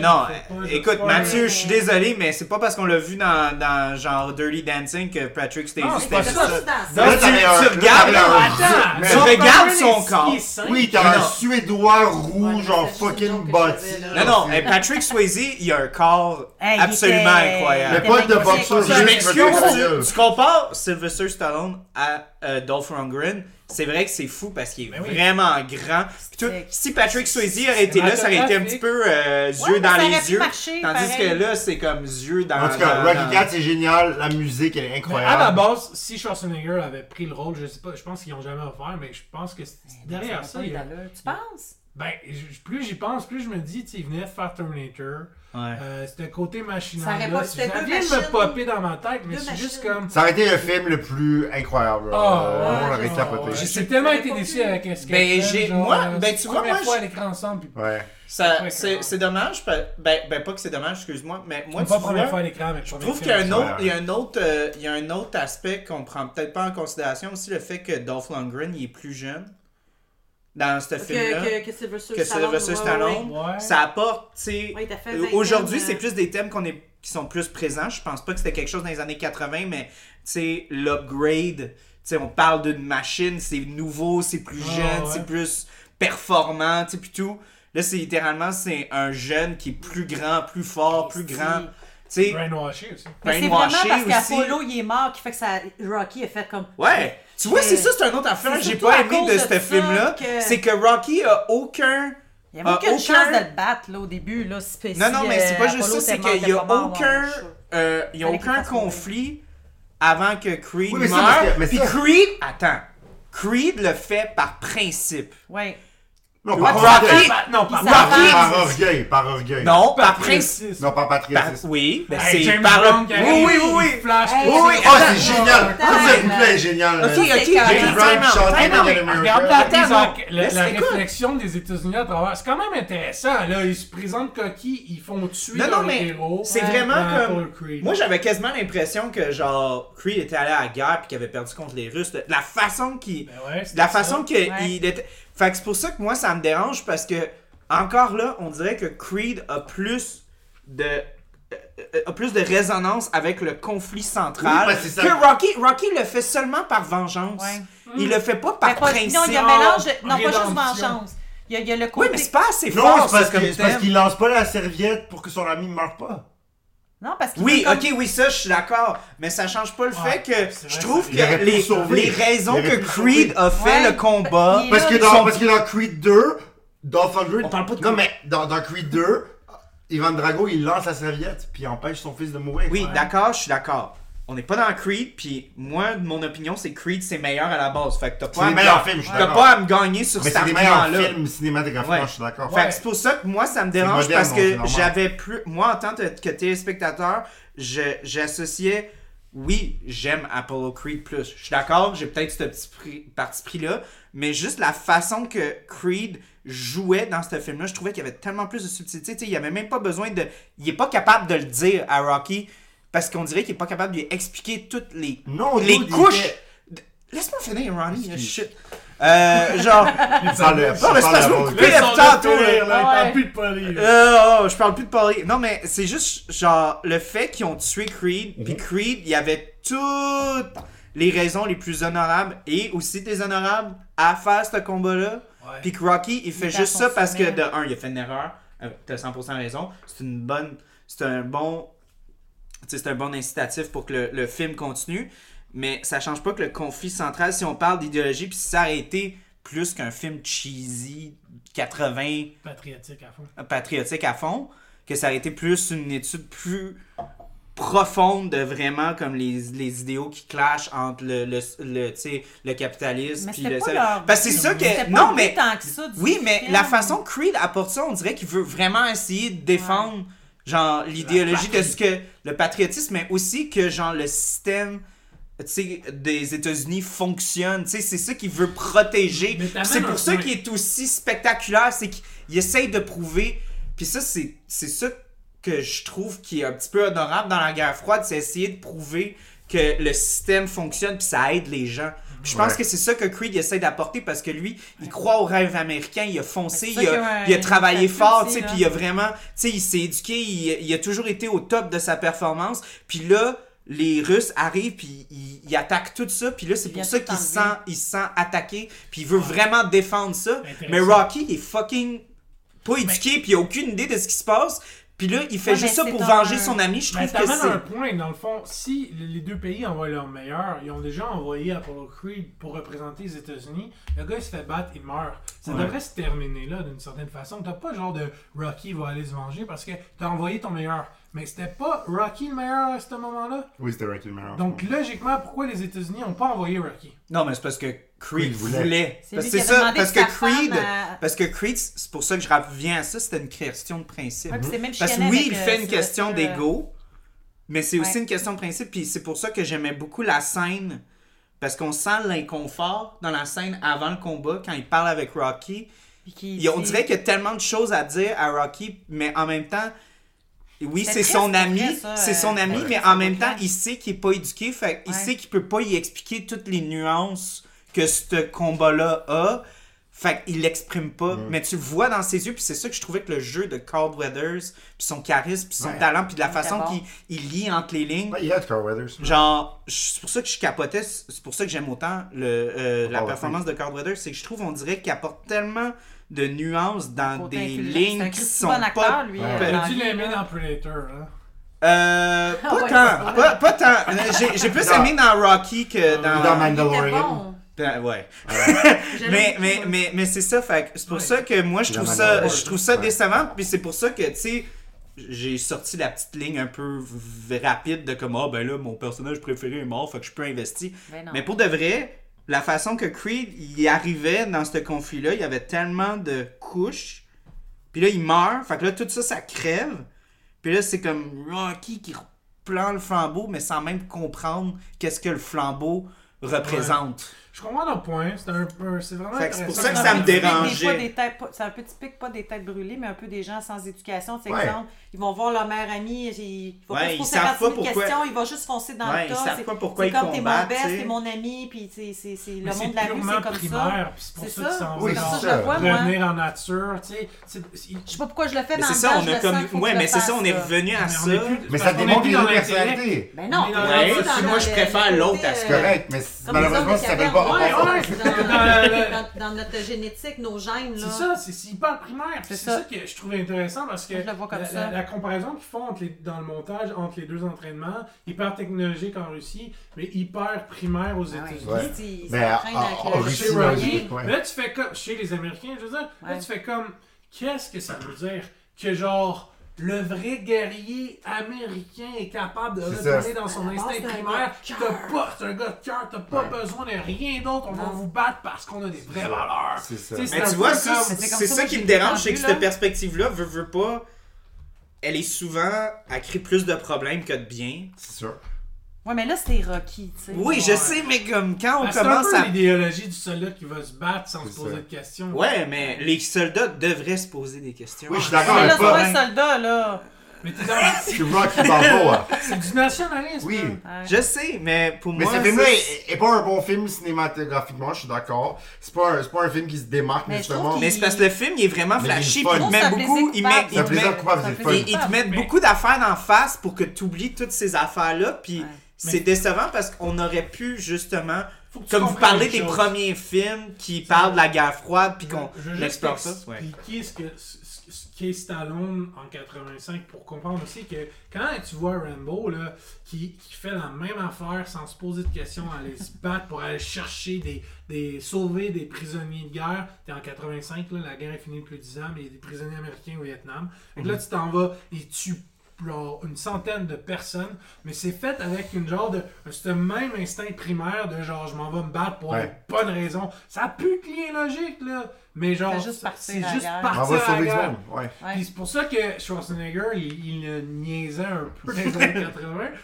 S1: Faut
S3: non,
S1: pas,
S3: euh,
S1: je
S3: écoute,
S1: crois.
S3: Mathieu,
S4: Ouais.
S3: je suis désolé, mais c'est pas parce qu'on l'a vu dans, dans genre Dirty Dancing que Patrick Stacey
S1: Non, Ah, c'est
S4: C'est
S1: pas
S3: c'était
S1: ça.
S4: juste dans ça.
S2: Là,
S3: tu-
S2: t'avais un-
S3: tu
S2: là, t'avais
S3: regardes,
S1: Non,
S2: un-
S1: attends!
S2: Mais-
S3: Tu regardes son corps.
S2: Oui,
S1: Oui,
S2: t'as un
S3: Non.
S2: Suédois roux,
S4: Ouais,
S2: genre
S4: c'est juste une
S2: fucking
S4: joke que
S2: body.
S4: je faisais,
S3: Non,
S4: là.
S3: non, hey, Patrick Swayze, il a un corps
S4: Hey, il
S3: absolument
S4: était-
S2: Mais
S3: incroyable.
S2: pas de
S4: Québec,
S2: boxeur.
S4: Québec.
S3: Je
S2: veux dire,
S3: m'excuse, tu, tu compares Sylvester Stallone à euh, Dolph Lundgren, c'est vrai que c'est fou parce qu'il
S4: Ben
S3: est
S1: Mais oui.
S3: vraiment grand. Puis tout, si Patrick Swayze aurait été là, ça aurait été un petit peu euh, yeux
S4: mais
S3: dans
S4: ça
S3: les
S4: aurait pu
S3: yeux.
S4: marcher,
S3: tandis
S4: pareil.
S3: que là, c'est comme yeux dans
S2: En tout cas,
S3: dans-
S2: Rocky
S3: dans-
S2: Cat, c'est génial, la musique, elle est
S1: À la
S2: incroyable.
S1: base, si Schwarzenegger
S4: Eh ben, Ah, Hein?
S1: avait pris le rôle, je sais pas, je pense qu'ils ont jamais offert, mais je pense que c'est- derrière ça, il y a.
S4: Tu penses?
S1: Ben, je- plus j'y pense, plus je me dis, tu sais, il venait de faire Terminator.
S5: Ouais.
S1: Euh, c'était côté machine
S4: Ça aurait pas-
S1: là.
S4: c'était
S1: Ça
S4: deux
S1: vient de
S4: machines.
S1: me popper dans ma tête, mais
S4: Deux
S1: c'est juste
S4: machines.
S1: comme.
S2: Ça aurait été le film le plus incroyable. là.
S1: Ah,
S2: Euh, on
S4: ouais,
S2: aurait
S4: genre,
S2: capoté.
S1: J'ai
S2: Ouais.
S1: j'ai tellement
S4: J'aurais
S1: été
S4: pas
S1: déçu
S4: pu.
S1: avec ce qu'elle
S3: Ben,
S1: fait,
S3: j'ai-
S1: genre,
S3: moi,
S1: euh,
S3: ben,
S1: c'est
S3: tu
S1: la
S3: vois,
S1: première
S3: moi,
S1: fois à
S3: je-
S1: l'écran ensemble, puis
S3: Ça,
S1: Ouais,
S3: c'est,
S1: clairement.
S3: c'est dommage, pa- ben, ben pas que c'est dommage, excuse-moi, mais moi,
S1: pas
S3: tu vois,
S1: première fois à l'écran, mais
S3: je
S1: première
S3: trouve
S1: fois
S3: qu'il y a un
S1: aussi.
S3: autre, il y a un autre, euh, il y a un autre aspect qu'on prend peut-être pas en considération aussi, le fait que Dolph Lundgren, il est plus jeune dans ce
S4: Que,
S3: film-là.
S4: que, que Sylvester
S3: que
S4: Stallone.
S3: Sylvester
S4: ouais,
S3: Stallone.
S1: Ouais.
S3: Ça apporte, tu sais,
S4: Ouais, il t'a fait
S3: euh,
S4: vingtaine,
S3: aujourd'hui,
S4: euh,
S3: c'est plus des thèmes qu'on est, qui sont plus présents. Je pense pas que c'était quelque chose dans les années 80, mais, tu sais, l'upgrade, tu sais, on parle d'une machine, c'est nouveau, c'est plus
S1: Ah,
S3: jeune,
S1: ouais.
S3: c'est plus performant, tu sais, puis tout. Là, c'est littéralement, c'est un jeune qui est plus grand, plus fort, plus
S4: Si.
S3: grand, tu sais,
S1: Brainwashé aussi.
S4: Mais c'est vraiment
S3: brainwashé
S4: parce
S3: aussi.
S4: qu'Apollo, il est mort, qui fait que ça... Rocky a fait comme...
S3: Ouais. Tu vois, c'est
S4: Mais-
S3: ça, c'est un autre affaire.
S4: C'est
S3: J'ai
S4: surtout
S3: pas
S4: à
S3: aimé
S4: cause
S3: de
S4: de
S3: ce
S4: ça
S3: film-là.
S4: que-
S3: C'est que Rocky a aucun.
S4: Il n'y avait
S3: Ah,
S4: aucune
S3: aucun-
S4: chance de le battre, là, au début, là, si
S3: Non, non,
S4: si,
S3: mais c'est
S4: euh,
S3: pas juste ça,
S4: Apollo
S3: c'est
S4: était mort,
S3: qu'il y a
S4: était pas mort,
S3: aucun,
S4: ouais, je suis
S3: euh, il y a
S4: Fallait qu'il
S3: aucun
S4: fasse mourir.
S3: conflit avant que Creed
S2: Oui, mais ça,
S3: meure.
S2: parce que- mais
S3: Puis
S2: ça-
S3: Creed, attends, Creed le fait par principe.
S4: sûre. Ouais.
S2: Non,
S3: Rocky-
S2: par orgueil.
S1: Bah, non,
S4: Puis
S1: par
S4: ça
S2: Par-
S4: Rocky-
S2: Par orgueil, par orgueil.
S3: Non, par principe.
S1: principe.
S2: Non, par
S3: Par-
S2: patriotisme.
S3: Oui, ben
S1: Hey,
S3: c'est
S1: James
S3: par le-
S1: Brown qui arrive,
S3: Oui, oui, oui.
S1: il flash.
S4: Hey,
S1: tout.
S3: Oui, oui,
S2: Oh,
S3: attends.
S2: c'est génial!
S4: Attends.
S2: Ah, ce boucle est génial!
S3: Ok,
S2: là.
S3: ok, ok.
S4: James
S3: James
S2: Brown qui chantait
S3: Hey, non,
S2: Make
S3: mais
S2: It America.
S3: regarde
S1: Regarde la,
S3: Attends,
S1: mise
S3: non.
S1: en- la,
S3: Laisse,
S1: la
S3: écoute.
S1: réflexion des États-Unis à travers. C'est quand même intéressant. Là, ils se présentent coquilles, ils font tuer
S3: Non, non,
S1: leurs
S3: mais
S1: héros.
S3: c'est
S1: Ouais.
S3: vraiment
S1: Dans
S3: comme-
S1: Apollo Creed.
S3: Moi, j'avais quasiment l'impression que, genre, Creed était allé à la guerre puis qu'il avait perdu contre les Russes. La façon qu'il.
S1: Ben ouais, c'était
S3: la
S1: ça.
S3: façon que
S4: Ouais.
S3: il était. Fait que c'est pour ça que moi, ça me dérange parce que, encore là, on dirait que Creed a plus de. euh, a plus de résonance avec le conflit central
S2: Oui, ben, c'est ça.
S3: que Rocky. Rocky le fait seulement par vengeance.
S4: Ouais. Mm.
S3: Il le fait pas par
S4: Mais pas-
S3: principe.
S4: Non, il y a un mélange... de- Non, pas
S1: Rédemption.
S4: juste vengeance. Il y a, il y a le
S3: Oui,
S4: côté...
S3: mais c'est pas assez
S2: Non,
S3: fort,
S2: c'est parce
S3: ça, comme
S2: que- c'est parce
S3: thème.
S2: qu'il lance pas la serviette pour que son ami ne meure pas.
S4: Non, parce qu'il
S3: Oui,
S4: veut comme-
S3: ok, oui, ça, je suis d'accord. Mais ça change pas le
S1: Ouais,
S3: fait que
S1: c'est
S3: je
S1: vrai,
S3: trouve
S1: ça-
S3: que
S2: il aurait pu
S3: les,
S2: sauver.
S3: les raisons
S2: Il aurait
S3: que
S2: pu
S3: Creed
S2: sauver.
S3: a fait
S4: Ouais,
S3: le combat.
S4: il est
S2: Parce que,
S4: Ils
S2: dans,
S4: sont-
S2: parce que dans Creed 2, Dolph Lundgren...
S3: On parle pas de
S2: Non, mais dans, dans Creed 2, Ivan Drago, il lance la serviette, puis il empêche son fils de mourir.
S3: Oui, d'accord, je suis d'accord. On n'est pas dans Creed, puis moi, de mon opinion, c'est Creed, c'est meilleur à la base. Fait que t'as
S2: C'est
S3: pas, à
S2: les
S3: me-
S2: meilleurs films, je suis
S3: t'as
S2: d'accord.
S3: pas à me gagner sur
S2: Mais
S3: cet
S2: c'est les meilleurs
S3: argument-là.
S2: films cinématographiquement,
S3: Ouais.
S2: je suis d'accord.
S3: Fait que c'est pour ça que moi, ça me dérange
S2: moderne,
S3: parce
S2: donc, c'est
S3: que
S2: normal.
S3: j'avais plus. Moi, en tant que que téléspectateur, je- j'associais. Oui, j'aime Apollo Creed plus. Je suis d'accord, j'ai peut-être ce petit prix, parti pris-là, mais juste la façon que Creed jouait dans ce film-là, je trouvais qu'il y avait tellement plus de subtilité. Tu sais, il n'y avait même pas besoin de. Il est pas capable de le dire à Rocky parce qu'on dirait qu'il est pas capable de lui expliquer toutes les,
S2: Non,
S3: les
S2: dude, il
S3: couches.
S2: était-
S3: de- Laisse-moi finir, Ronnie.
S2: Excuse.
S3: Shit. Euh, genre.
S2: Sans le-
S3: Non, mais c'est
S2: sans
S3: parce
S2: la
S3: que vous
S2: voix.
S3: coupez la-
S1: Laisse-en
S3: tantôt,
S1: le faire, là, il
S4: ouais.
S1: parle plus de police.
S3: Euh, oh, je parle plus de parler. Non, mais c'est juste, genre, le fait qu'ils ont tué Creed, puis Creed, il y avait toutes les raisons les plus honorables et aussi déshonorables à faire ce combat-là.
S1: Ouais.
S3: Puis que Rocky, il fait
S4: était
S3: juste
S4: à
S3: ça
S4: son
S3: parce que,
S4: sommet.
S3: de un, il a fait une erreur. Euh, T'as 100% raison. C'est une bonne. C'est un bon. tu sais, C'est un bon incitatif pour que le, le film continue. Mais ça change pas que le conflit central, si on parle d'idéologie, puis si ça a été plus qu'un film cheesy 80
S1: Patriotique à fond.
S3: patriotique à fond, que ça aurait été plus une étude plus profonde de vraiment comme les, les idéaux qui clashent entre le, le, le, tu sais, le capitalisme
S4: Mais
S3: puis
S4: c'était
S3: le...
S4: pas leur
S3: Parce que c'est ça
S4: C'était
S3: que...
S4: pas
S3: Non,
S4: le but
S3: mais...
S4: tant que ça du
S3: Oui, mais
S4: film.
S3: la façon que Creed apporte ça, on dirait qu'il veut vraiment essayer de défendre, genre, l'idéologie de ce que... Le patriotisme, mais aussi que, genre, le système... tu sais, des États-Unis fonctionne, tu sais, c'est ça qu'il veut protéger.
S1: Mais
S3: Puis C'est
S1: t'amènes un
S3: pour ça
S1: point.
S3: qu'il est aussi spectaculaire, c'est qu'il essaye de prouver. Puis ça, c'est c'est ça que je trouve qui est un petit peu honorable dans la guerre froide, c'est essayer de prouver que le système fonctionne puis ça aide les gens. Puis je pense
S2: Ouais.
S3: que c'est ça que Creed essaie d'apporter parce que lui, il croit au rêve américain, il a foncé,
S4: Mais c'est
S3: il a,
S4: ça qu'il y a
S3: il a
S4: un-
S3: travaillé
S4: un
S3: fort, tu
S4: plus
S3: sais,
S4: aussi,
S3: puis
S4: là.
S3: il a vraiment, tu sais, il s'est éduqué, il, il a toujours été au top de sa performance. Puis là, les Russes arrivent puis ils, ils attaquent tout ça, puis là, c'est
S4: Il
S3: pour
S4: vient
S3: ça
S4: tout
S3: qu'il se sent
S4: enlever.
S3: il se sent attaqué, puis il veut vraiment défendre ça.
S1: Intéressant.
S3: Mais Rocky, il est fucking pas éduqué, puis il a aucune idée de ce qui se passe. Puis là, il fait
S4: Ouais,
S3: juste ça
S4: mais
S3: pour
S4: c'est
S3: venger
S4: un-
S3: son ami. Je
S1: Mais
S3: trouve que
S1: t'amènes un
S3: c'est.
S1: point, dans le fond, si les deux pays envoient leur meilleur, ils ont déjà envoyé Apollo Creed pour représenter les États-Unis, le gars il se fait battre, il meurt. Ça
S3: Ouais.
S1: devrait se terminer là, d'une certaine façon. T'as pas genre de Rocky va aller se venger parce que t'as envoyé ton meilleur. Mais c'était pas Rocky le meilleur à ce moment-là.
S2: Oui, c'était Rocky le meilleur.
S1: Donc logiquement, pourquoi les États-Unis n'ont pas envoyé Rocky
S3: Non, mais c'est parce que Creed
S2: Creed voulait.
S3: voulait.
S4: C'est
S3: Parce
S4: lui
S3: que
S4: qui
S3: c'est
S4: avait
S3: ça,
S4: demandé
S3: parce
S4: que
S3: que
S4: sa femme,
S3: Creed,
S4: euh,
S3: parce que Creed, c'est pour ça que je reviens à ça, c'était une question de principe.
S4: Ouais, puis c'est même
S3: Parce que
S4: chicané
S3: oui,
S4: avec,
S3: il
S4: euh,
S3: fait une
S4: Sylvester,
S3: question
S4: euh,
S3: d'ego, mais c'est aussi
S4: Ouais.
S3: une question de principe, puis c'est pour ça que j'aimais beaucoup la scène, parce qu'on sent l'inconfort dans la scène avant le combat, quand il parle avec Rocky.
S4: Puis qui
S3: Et on
S4: dit-
S3: dirait qu'il y a tellement de choses à dire à Rocky, mais en même temps, oui,
S4: C'est
S3: c'est
S4: triste
S3: son
S4: pour
S3: ami,
S4: vrai, ça,
S3: c'est son
S4: euh,
S3: ami,
S4: ouais.
S3: mais
S4: C'est
S3: en même
S4: pas
S3: temps,
S4: clair.
S3: il sait qu'il est pas éduqué, fait, il
S4: Ouais.
S3: sait qu'il peut pas y expliquer toutes les nuances que ce combat-là a. Fait qu'il l'exprime pas, mais tu le vois dans ses yeux, puis c'est ça que je trouvais que le jeu de Carl Weathers, puis son charisme, puis son
S2: Ouais.
S3: talent, puis de la façon
S4: bon.
S3: qu'il il lit entre les lignes,
S2: Il y a de Carl Weathers.
S3: Genre, je- c'est pour ça que je capotais, c'est pour ça que j'aime autant le, euh, la
S2: Ah ouais.
S3: performance de Carl Weathers, c'est que je trouve, on dirait qu'il apporte tellement de nuances dans
S4: Côté
S3: des
S4: intelligent. C'est un
S3: lignes qui
S4: Christy
S3: sont
S4: bon
S3: pas...
S4: acteur, lui.
S2: Ouais.
S4: euh,
S3: T'as
S4: dans
S1: Tu
S4: la vie,
S1: l'aimais
S4: là.
S1: dans Predator, hein?
S3: Euh, pas
S4: ouais,
S3: tant, pas, pas tant. Euh, J'ai j'ai plus
S2: Non.
S3: aimé dans Rocky que dans...
S2: Dans
S4: Il était
S2: Mandalorian.
S4: bon.
S3: Ben, ouais.
S4: J'aime
S3: mais
S4: beaucoup.
S3: mais, mais, mais c'est ça, fait que c'est pour
S1: Ouais.
S3: ça que moi, je
S2: Dans
S3: trouve ça,
S2: Mandalorian.
S3: je trouve ça
S2: Ouais.
S3: décevant, puis c'est pour ça que, tu sais, j'ai sorti la petite ligne un peu v- rapide de comme, ah ben là, mon personnage préféré est mort, fait que je peux investir.
S4: Ben non.
S3: Mais pour de vrai, la façon que Creed y arrivait dans ce conflit-là, il y avait tellement de couches. Puis là, il meurt. Fait que là, tout ça, ça crève. Puis là, c'est comme Rocky qui reprend le flambeau, mais sans même comprendre qu'est-ce que le flambeau représente.
S1: Je comprends ton point, c'est un peu. C'est vraiment.
S3: Fait que c'est pour
S1: intéressant.
S3: ça que ça me
S4: Des- des
S3: dérange.
S4: fois,
S3: dérangeait.
S4: des têtes pas- C'est un peu typique, pas des têtes brûlées, mais un peu des gens sans éducation. C'est
S2: Ouais.
S4: exemple, ils vont voir leur mère amie, il faut
S3: Ouais,
S4: pas
S3: ils
S4: se poser
S3: savent
S4: 50 000
S3: pas pourquoi-
S4: questions, il va juste foncer dans
S3: Ouais,
S4: le
S3: ils
S4: tas.
S3: savent
S4: c'est-
S3: pas pourquoi
S4: c'est
S3: ils
S4: comme t'es mon
S3: combattent,
S4: best,
S3: tu sais.
S4: t'es mon ami, puis c'est- c'est c'est-
S1: Mais
S4: le
S1: c'est
S4: monde de la rue,
S1: purement
S4: c'est comme ça.
S1: primaire, puis c'est pour
S4: C'est
S1: ça que
S4: ça,
S1: tu s'en
S4: c'est
S2: Oui,
S1: vas
S4: comme
S2: c'est
S4: ça que je le
S2: ça.
S4: vois, moi.
S1: revenir en nature, tu sais. c'est- il-
S4: Je sais pas pourquoi je le
S3: Mais
S4: fais, mais en
S3: c'est
S4: même
S3: ça,
S4: temps,
S3: on
S4: je
S3: a
S4: le
S3: comme.
S4: sens, faut
S3: Ouais,
S4: que je
S3: mais
S4: le
S3: c'est ça, on est
S4: fasse,
S3: revenu à
S1: mais
S3: ça.
S1: on est
S2: Mais
S1: plus- parce
S2: ça
S1: qu'on est
S2: démontre
S1: plus
S2: les
S1: dans
S2: deux
S1: l'intellect.
S2: personnalités.
S4: Ben non,
S1: On est dans
S4: on est
S1: la-
S4: plus dans
S3: si moi,
S4: le-
S3: je préfère
S4: le côté,
S3: l'autre à ce
S4: euh,
S2: C'est correct, mais
S4: comme les
S2: malheureusement,
S4: hommes
S2: ça
S4: qui
S2: s'appelle
S4: avaient-
S2: pas
S1: Ouais,
S2: rapport.
S1: ouais,
S4: dans-
S1: c'est dans-
S4: dans- Dans notre génétique, nos gènes, là.
S1: C'est ça, c'est c'est hyper primaire. puis
S4: C'est
S1: C'est
S4: ça.
S1: ça. que je trouvais intéressant parce que
S4: Moi, je le vois comme
S1: la,
S4: ça.
S1: la- la comparaison qu'ils font entre les- dans le montage entre les deux entraînements, hyper technologique en Russie, mais hyper primaire
S4: Ah
S1: aux États-Unis.
S2: Ouais.
S4: Ils- ils
S2: Mais
S4: s'entraînent
S2: en-
S4: avec euh,
S2: en-
S4: le-
S2: en
S4: le
S2: Russie,
S1: Oh, chez
S4: moyen.
S1: Rocky,
S2: ouais.
S1: là tu fais comme chez les Américains, je veux dire, là
S4: Ouais.
S1: tu fais comme qu'est-ce que ça veut dire que genre le vrai guerrier américain est capable de
S2: C'est ça.
S1: retourner dans son
S4: Ah,
S1: instinct
S4: c'est un
S1: primaire.
S4: gars de
S1: T'as pas, c'est un gars de cœur, t'as pas besoin de rien d'autre. On va vous battre parce qu'on a des vraies valeurs.
S2: C'est ça.
S1: Tu sais,
S3: Mais
S1: c'est
S3: tu
S1: un
S3: vois,
S1: peu
S3: ça,
S1: comme- Ben,
S3: c'est
S4: c'est comme
S3: c'est
S4: ça,
S3: ça
S4: moi,
S3: qui
S4: j'ai
S3: me dérange,
S4: entendu,
S3: c'est que
S4: là.
S3: cette perspective-là, veut, veut pas, elle est souvent, elle crée plus de problèmes que de bien.
S2: C'est sûr.
S4: Ouais, mais là, c'était Rocky, tu sais.
S3: Oui, je
S1: Ouais.
S3: sais, mais comme quand on
S1: Ben, C'est un
S3: commence
S1: peu
S3: à...
S1: l'idéologie du soldat qui va se battre sans
S2: C'est
S1: se poser
S2: ça.
S1: de questions.
S3: Ouais, mais les soldats devraient se poser des questions.
S2: Oui, je suis d'accord
S4: Mais là,
S2: avec
S4: c'est pas
S2: toi.
S4: un soldat, là.
S1: Mais t'es dans-
S2: C'est Rocky Balboa.
S1: c'est du nationalisme.
S2: Oui.
S1: là.
S4: Ouais.
S3: Je sais, mais pour
S2: Mais
S3: moi...
S2: ce film-là
S3: c'est-
S2: est, est pas un bon film cinématographiquement, je suis d'accord. C'est pas, un- c'est pas un film qui se démarque
S4: Mais je
S2: nécessairement.
S4: trouve
S3: Mais c'est parce que le film, il est vraiment
S2: Mais
S3: flashy,
S2: il est
S3: puis
S2: fun.
S3: il te
S4: Je
S3: met
S4: trouve ça
S3: beaucoup... Il
S4: plaisir
S3: met,
S4: coupable.
S3: il te met,
S2: plaisir coupable,
S4: Ça
S2: c'est
S4: fait
S2: fun.
S3: il- il te met
S1: Mais-
S3: beaucoup d'affaires d'en face pour que tu oublies toutes ces affaires-là, puis
S4: Ouais.
S3: c'est décevant parce qu'on aurait pu, justement...
S1: Faut que tu
S3: Comme vous
S1: comprennes
S3: parlez
S1: une
S3: des
S1: chose.
S3: premiers films qui parlent de la guerre froide, puis qu'on
S1: Je veux juste
S3: explore ça. ouais.
S1: expliquer ce que- ce- ce- ce qu'est Stallone en 85 pour comprendre aussi que quand tu vois Rambo là, qui, qui fait la même affaire sans se poser de questions, aller se battre pour aller chercher des, des sauver des prisonniers de guerre. T'es en 85 là, la guerre est finie depuis 10 ans, mais il y a des prisonniers américains au Vietnam. Fait que
S2: Mhm.
S1: là tu t'en vas et tu genre, une centaine de personnes, mais c'est fait avec une genre de ce même instinct primaire de genre je m'en vais me battre pour
S2: Ouais.
S1: des bonnes raisons. Ça a plus de lien logique là, mais genre
S4: Fait juste partir
S1: c'est
S4: à la
S1: juste
S4: guerre.
S2: On
S1: partir
S2: va
S1: à la
S2: sauver du
S1: guerre.
S2: monde. Ouais.
S4: Ouais.
S1: Puis c'est pour ça que Schwarzenegger, il, il le niaisait un peu dans les années 80,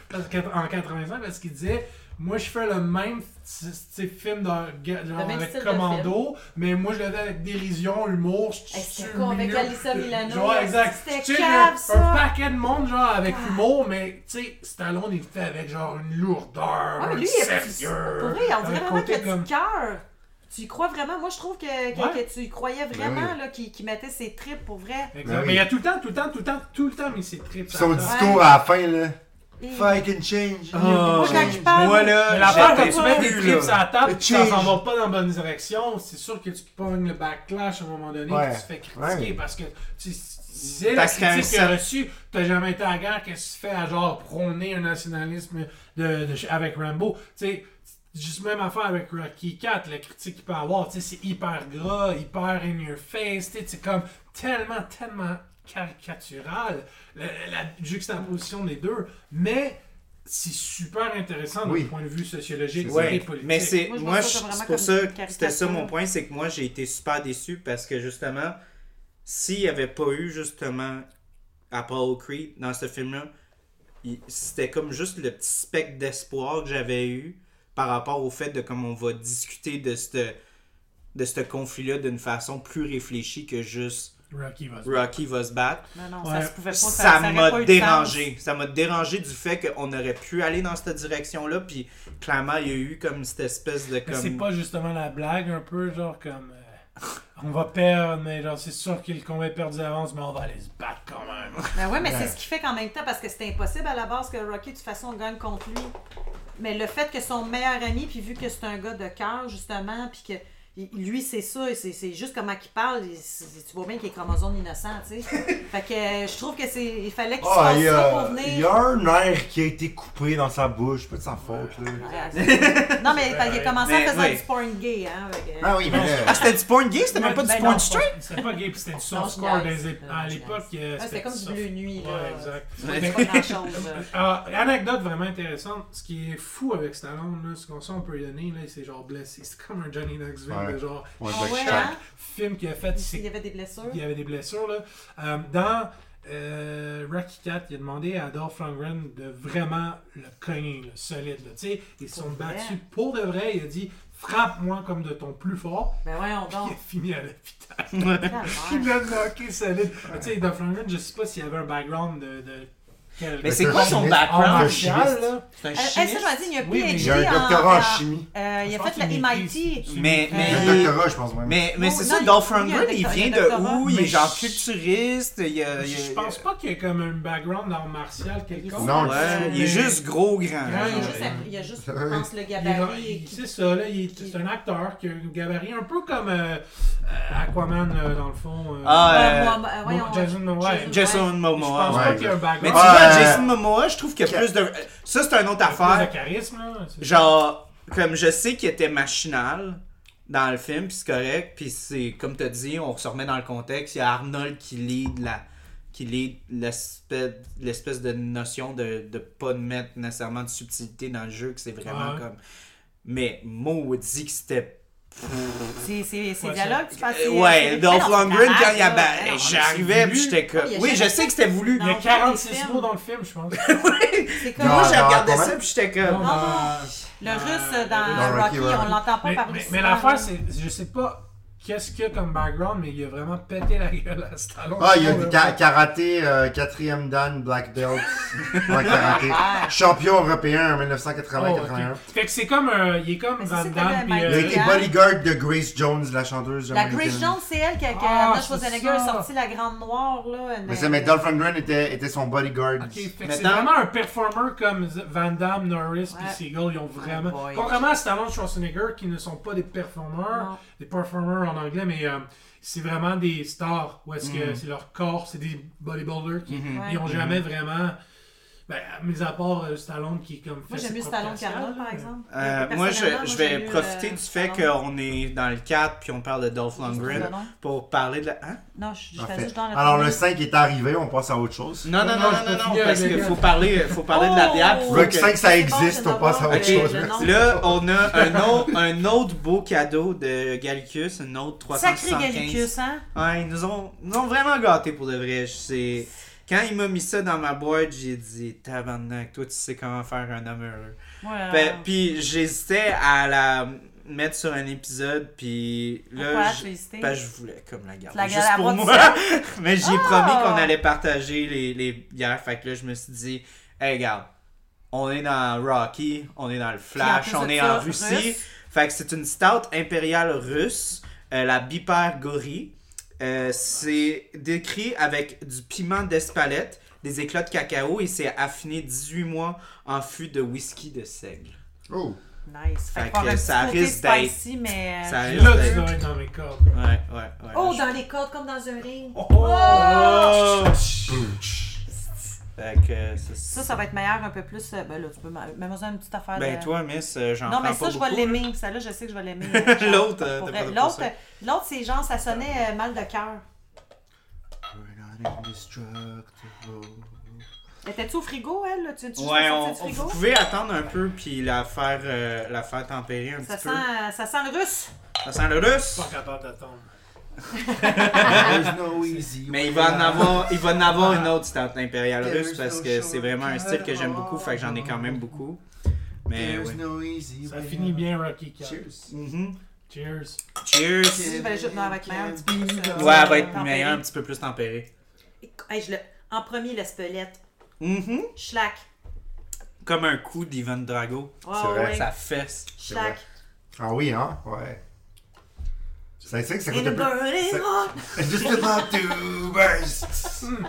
S1: parce que, en 85, parce qu'il disait Moi, je fais le même t- t- film de, genre
S4: même style
S1: avec
S4: de
S1: Commando, mais moi, je le fais avec dérision, humour. Je
S4: Hey,
S1: tue
S4: c'était
S1: le
S4: con avec
S1: milieu.
S4: Alyssa Milano,
S1: Genre, exact.
S4: c'était
S1: Je tue
S4: cave,
S1: un-
S4: ça. Ah.
S1: Un paquet de monde, genre, avec humour, mais tu sais, Stallone, il le fait avec genre une lourdeur,
S4: Ouais, Ah, mais
S1: un
S4: lui, il est plus-
S1: sérieux.
S4: Pour vrai, on dirait
S1: un
S4: vraiment
S1: côté
S4: qu'il a
S1: comme-
S4: du cœur. Tu y crois vraiment? Moi, je trouve que, que,
S1: Ouais.
S4: que tu y croyais vraiment,
S2: oui.
S4: là, qu'il qu'il mettait ses tripes pour vrai.
S1: Exact.
S2: Ben oui.
S1: Mais il y a tout le temps, tout le temps, tout le temps, tout le temps, mais c'est très
S2: Puis son
S1: bizarre.
S2: discours à la fin, là.
S4: Et-
S2: Fucking change.
S4: Moi, quand il parle-
S3: moi
S1: Mais la
S3: là,
S1: part quand
S3: j'étais
S1: tu mets des
S3: plus,
S1: clips
S3: là.
S1: sur la table,
S2: Le
S1: pis ça s'en
S2: change.
S1: va pas dans la bonne direction, c'est sûr que tu pognes le backlash à un moment donné,
S2: Ouais.
S1: que tu te fais critiquer
S2: Ouais.
S1: parce que tu- c'est la
S3: Parce qu'à un
S1: critique que
S3: certain-
S1: a reçue. T'as jamais été à la guerre, qu'est-ce que tu fais à genre prôner un nationalisme de, de- avec Rambo? Tu sais, juste même affaire avec Rocky 4, la critique qu'il peut avoir, tu sais, c'est hyper gras, hyper in your face, tu sais, c'est comme tellement, tellement caricaturale, la, la juxtaposition des deux, mais c'est super intéressant
S2: Oui.
S1: du point de vue sociologique
S6: Ouais,
S1: et politique.
S3: Mais c'est
S4: Moi, je
S3: moi,
S4: vois ça
S3: je-
S4: vraiment
S3: c'est
S4: comme
S3: pour ça
S4: une
S3: que c'était ça mon
S4: caricature.
S3: point, c'est que moi j'ai été super déçu parce que justement, s'il n'y avait pas eu justement Apollo Creed dans ce film-là, il- c'était comme juste le petit spectre d'espoir que j'avais eu par rapport au fait de comme on va discuter de ce de ce conflit-là d'une façon plus réfléchie que juste
S1: Rocky va se-
S3: Rocky va se battre.
S4: Non, non,
S1: Ouais.
S4: ça se pouvait pas.
S3: Ça
S4: aurait pas eu
S3: m'a
S4: de
S3: dérangé. Ça m'a dérangé du fait qu'on aurait pu aller dans cette direction-là, puis clairement, il y a eu comme cette espèce de
S1: Mais c'est
S3: comme
S1: pas justement la blague un peu, genre comme euh, on va perdre, mais genre c'est sûr qu'il combat est perdu d'avance, mais on va aller se battre quand même.
S4: sens. Ben ouais, mais c'est ce qui fait qu'en même temps, parce que c'était impossible à la base que Rocky, de toute façon, gagne contre lui. Mais le fait que son meilleur ami, puis vu que c'est un gars de cœur, justement, puis que il- lui, c'est ça, et c'est c'est juste comment il parle, il- c'est- tu vois bien qu'il est chromosome innocent, tu sais. fait que euh, je trouve que c'est. Il fallait qu'il se
S2: Ah,
S4: fasse
S2: il y,
S4: ça pour
S2: a-
S4: venir.
S2: il y a un air qui a été coupé dans sa bouche, pas de sa faute. Là.
S4: Ouais, c'est- non, mais il a commencé
S3: Mais
S4: en faisant
S3: oui.
S4: du porn gay, hein. fait que-
S2: Ah oui, mais là,
S3: Ah, c'était du point gay, c'était même pas du
S4: Ben
S3: point
S4: non,
S3: straight.
S1: C'était pas gay, puis c'était du soft
S4: Non, je
S1: score
S4: niaise.
S1: des é-
S4: Non,
S1: à
S4: je
S1: l'époque.
S4: niaise.
S1: euh,
S4: Ah, c'était comme du
S1: soft-
S4: bleu nuit, là.
S1: Ouais, exact.
S4: C'est pas grand-chose, là.
S1: Ah, anecdote vraiment intéressante, ce qui est fou avec Stallone, là, ce qu'on sait, on peut lui donner, là, c'est genre blessé. C'est comme un Johnny Knoxville,
S2: Ouais.
S1: de genre,
S2: Ouais,
S4: Ah ouais,
S2: Jack
S4: hein?
S2: Jack.
S1: film qu'il a fait, c'est
S4: Il y avait des blessures.
S1: il y avait des blessures. Là. Euh, dans euh, Rocky 4, il a demandé à Dolph Lundgren de vraiment le cogner, le solide. là. Tu sais, Ils se sont
S4: Pour vrai.
S1: battus pour de vrai. Il a dit frappe-moi comme de ton plus fort.
S4: Ben voyons
S1: Il a
S4: donc. Ah,
S1: fini à l'hôpital. Il
S4: Calvaire.
S1: l'a knocké solide. Tu sais, Dolph Lundgren, je sais pas s'il avait un background de. de quel-
S3: Mais
S1: de-
S3: c'est quoi son
S2: chimiste.
S1: en
S3: background?
S2: Ah,
S1: martial, là.
S3: C'est un
S4: Euh, hey, ça,
S3: chimiste.
S4: je dit, il y a
S1: Oui, mais
S4: PhD
S2: J'ai un
S4: en-
S2: doctorat en
S4: en-
S2: chimie.
S4: euh, il a
S1: Je
S4: fait
S1: pense
S4: la
S1: qu'il
S4: MIT.
S1: maîtrise-
S3: Mais,
S4: Euh,
S2: J'ai
S3: mais,
S2: un
S3: mais,
S2: doctorat, je pense même.
S3: mais,
S4: Non,
S3: c'est
S4: non,
S3: ça,
S4: il-
S3: Dolph
S4: oui, il y a un
S3: Lundgren, il
S4: doctorat,
S3: vient
S4: il y a un
S3: de
S4: doctorat.
S3: où? Il est
S1: Mais
S3: genre
S1: je-
S3: culturiste, il y a... euh, il y a-
S1: Euh, Je pense pas qu'il y ait comme un background en martial quelconque.
S2: Non,
S3: Ouais, il est
S1: Mais-
S3: juste gros grand.
S1: Grand,
S4: Il y a
S3: genre.
S4: juste, il y a juste, je
S2: Ouais.
S4: pense, le
S1: Il est genre-
S4: gabarit.
S1: il-
S4: qui-
S1: C'est ça, là, il est- c'est un acteur qui a un gabarit un peu comme euh, euh, Aquaman, là, dans le fond. euh,
S3: Ah,
S4: Euh,
S3: euh,
S4: moi, bah, voyons,
S1: Jason Momoa.
S4: Jason-
S3: Jason
S1: Je pense
S3: Momoa.
S1: pas
S2: ouais.
S1: qu'il y a un
S3: Mais tu
S1: background.
S3: vois,
S2: Ouais.
S3: Jason Momoa, je trouve qu'il y a plus de... Ça, c'est une autre
S1: Plus de
S3: affaire.
S1: charisme, là. c'est-
S3: Genre, comme je sais qu'il était machinal dans le film, puis c'est correct, puis c'est, comme t'as dit, on se remet dans le contexte, il y a Arnold qui lead la qui lead l'espèce l'espèce de notion de ne pas mettre nécessairement de subtilité dans le jeu, que c'est vraiment
S1: Ouais.
S3: comme... Mais dit que c'était...
S4: C'est c'est- c'est
S1: Ouais,
S4: dialogue, tu
S3: Euh,
S4: penses. Ah, c'est-
S3: ouais,
S4: c'est-
S3: Dolph
S4: non, c'est la
S3: Lundgren, quand
S4: marque,
S3: il a...
S4: là.
S3: ben,
S4: Ah non, mais
S3: J'arrivais,
S1: voulu.
S3: puis j'étais comme...
S4: Ah, il a
S3: Oui, je
S4: jamais-
S3: sais que c'était voulu.
S1: Il y a
S4: Non,
S1: 46
S4: film.
S1: mots dans le film, je pense.
S3: mais
S4: C'est comme
S3: Moi,
S2: Non,
S3: j'ai
S2: non,
S3: regardé
S2: quand
S3: ça,
S2: même.
S3: puis j'étais comme...
S1: Non,
S3: Ah.
S4: le russe dans,
S2: Dans Rocky,
S4: Rocky,
S2: ouais.
S4: on l'entend pas
S1: Mais,
S4: par hein.
S1: mais,
S4: aussi
S1: mais
S4: souvent,
S1: l'affaire,
S4: là.
S1: c'est. Je sais pas qu'est-ce qu'il y a comme background, mais il a vraiment pété la gueule à Stallone. Oh,
S2: Ah, il y a du ka- karaté, euh, quatrième Dan, Black Belt. Ouais, karaté. Champion
S4: Oh,
S2: européen en 1980-81.
S1: Fait que c'est comme. euh, il est comme
S4: Mais c'est
S1: Van
S4: ça,
S1: Damme.
S4: le
S1: puis,
S2: Il a
S1: euh,
S2: été
S4: Ouais.
S2: bodyguard de Grace Jones, la chanteuse.
S4: La
S2: jamaïcaine.
S4: Grace Jones, c'est elle qui a qui
S1: Ah,
S4: a- Arnold
S1: c'est
S4: Schwarzenegger
S1: ça.
S4: a sorti la grande noire, là. une-
S2: Mais c'est mais Dolph Lundgren était, était son bodyguard.
S1: Ok, fait que c'est
S3: Maintenant-
S1: vraiment un performer comme Z- Van Damme, Norris puis
S4: Ouais.
S1: Seagal, ils ont vraiment...
S4: Oh boy.
S1: Contrairement à Stallone Schwarzenegger, qui ne sont pas des performeurs,
S4: Non.
S1: des performers en anglais, mais euh, c'est vraiment des stars, où est-ce que c'est leur corps, c'est des bodybuilders qui
S4: Ouais.
S1: ils ont jamais vraiment... Ben, mis à part euh, Stallone qui comme fait
S4: Moi, j'aime
S1: ses
S4: mieux
S1: propres
S4: Stallone
S1: cascades,
S4: qu'Arnold,
S1: là,
S4: par
S1: mais-
S4: exemple.
S3: Euh,
S4: Mais
S3: moi, je,
S4: personnellement,
S3: je
S4: moi,
S3: vais
S4: j'aime mieux,
S3: profiter
S4: euh,
S3: du fait
S4: Stallone.
S3: qu'on est dans le 4 puis on parle de Dolph Lundgren
S4: Juste le nom.
S3: pour parler de la. Hein?
S4: Non, je, je
S2: Parfait.
S4: fais juste dans la
S2: Alors
S4: première.
S2: le 5 est arrivé, on passe à autre chose.
S3: Non, non,
S1: Non,
S3: non,
S1: je
S3: non, non,
S1: peux
S3: non,
S1: finir
S3: parce
S1: avec
S3: qu'il
S1: la
S3: faut
S1: gueule.
S3: parler, faut parler de la bière. puis
S4: Oh!
S3: faut
S2: Rock
S3: que-
S2: 5, ça
S4: C'est bon,
S2: existe,
S4: je viens
S2: on passe à
S4: d'avoir,
S2: autre
S3: euh,
S2: chose.
S4: le
S2: merci.
S4: nom.
S3: Là, on a un autre, un autre beau cadeau de Gallicus, un autre 375.
S4: Sacré Gallicus, hein?
S3: Ouais, ils nous ont, nous ont vraiment gâtés pour de vrai. Je sais- Quand il m'a mis ça dans ma boîte, j'ai dit Tabarnak, toi tu sais comment faire un homme heureux.
S4: Ouais. euh,
S3: Ben, Puis j'hésitais à la mettre sur un épisode, puis là,
S4: Pourquoi
S3: je-
S4: tu as hésité?
S3: Ben, je voulais comme la garder
S4: La
S3: juste
S4: garder à
S3: pour
S4: bras de
S3: moi. Mais j'ai promis
S4: Ah!
S3: qu'on allait partager les, les bières. Fait que là, je me suis dit, hey, regarde, on est dans Rocky, on est dans le Flash,
S4: Puis
S3: on
S4: en plus
S3: est
S4: de ça,
S3: en Russie.
S4: russe.
S3: Fait que c'est une stout impériale russe, euh, la Bipère Gori. Euh, c'est décrit avec du piment d'Espalette, des éclats de cacao et c'est affiné 18 mois en fût de whisky de seigle.
S2: Oh.
S4: Nice.
S3: Fait
S4: Fait
S3: que
S4: que
S3: ça
S4: ça
S3: risque
S4: risque
S3: d'être-
S4: spicy, mais... euh,
S1: Et
S3: Ça arrive.
S1: Là, tu
S3: d'être-
S1: dois être dans mes cordes.
S3: Ouais, ouais, ouais.
S4: Oh,
S3: Je-
S4: dans les cordes, comme dans un ring.
S3: Oh! Fait que euh, c'est
S4: Ça, ça va être meilleur un peu plus... euh, Ben là, tu peux m'a- m'amuser une petite affaire
S3: Ben
S4: de...
S3: toi, Miss, euh, j'en
S4: Non, mais
S3: prends pas
S4: ça, je vais
S3: beaucoup,
S4: l'aimer. Celle-là, je sais que je vais l'aimer. hein,
S3: L'autre, euh,
S4: Pour
S3: t'as pas
S4: vrai.
S3: de
S4: L'autre,
S3: procès.
S4: l'autre, c'est genre, ça sonnait euh, mal de cœur.
S3: là.
S4: Étais-tu au frigo, elle? là? Tu tu
S3: Ouais, on,
S4: sorti
S3: on-
S4: du
S3: vous
S4: frigo?
S3: pouvez attendre un peu puis la faire, euh, la faire tempérer un
S4: Ça
S3: petit peu.
S4: sent, euh, ça sent le russe.
S3: Ça sent le russe.
S1: Pas capable d'attendre.
S2: There's no easy
S3: Mais il
S2: way
S3: va en
S2: out.
S3: avoir, il va en avoir une autre stout impériale
S2: There's
S3: russe parce
S2: no
S3: que c'est vraiment un style que j'aime
S2: shortcut.
S3: beaucoup, fait que j'en ai quand même beaucoup. Mais
S2: There's
S3: ouais.
S2: no easy
S1: Ça
S2: way
S1: finit
S2: out.
S1: bien Rocky 4.
S2: Cheers.
S3: Mhm.
S1: Cheers.
S3: Cheers.
S4: Je vais juste, non, elle va être meilleure un petit peu plus, euh,
S3: Ouais, elle va être
S4: tempérée.
S3: meilleure, un petit peu plus tempérée.
S4: Hey, je le... En premier, l'espelette.
S3: Mhm.
S4: Schlack.
S3: Comme un coup d'Ivan Drago.
S4: Ouais,
S2: C'est vrai,
S4: ouais.
S3: Sa fesse.
S4: Schlack.
S2: Ah oui, hein? Ouais. C'est c'est que ça
S4: In
S2: coûte un
S4: the oh,
S2: peu.
S4: burning
S2: c'est-
S4: hot.
S2: Just about to burst.
S4: Hmm.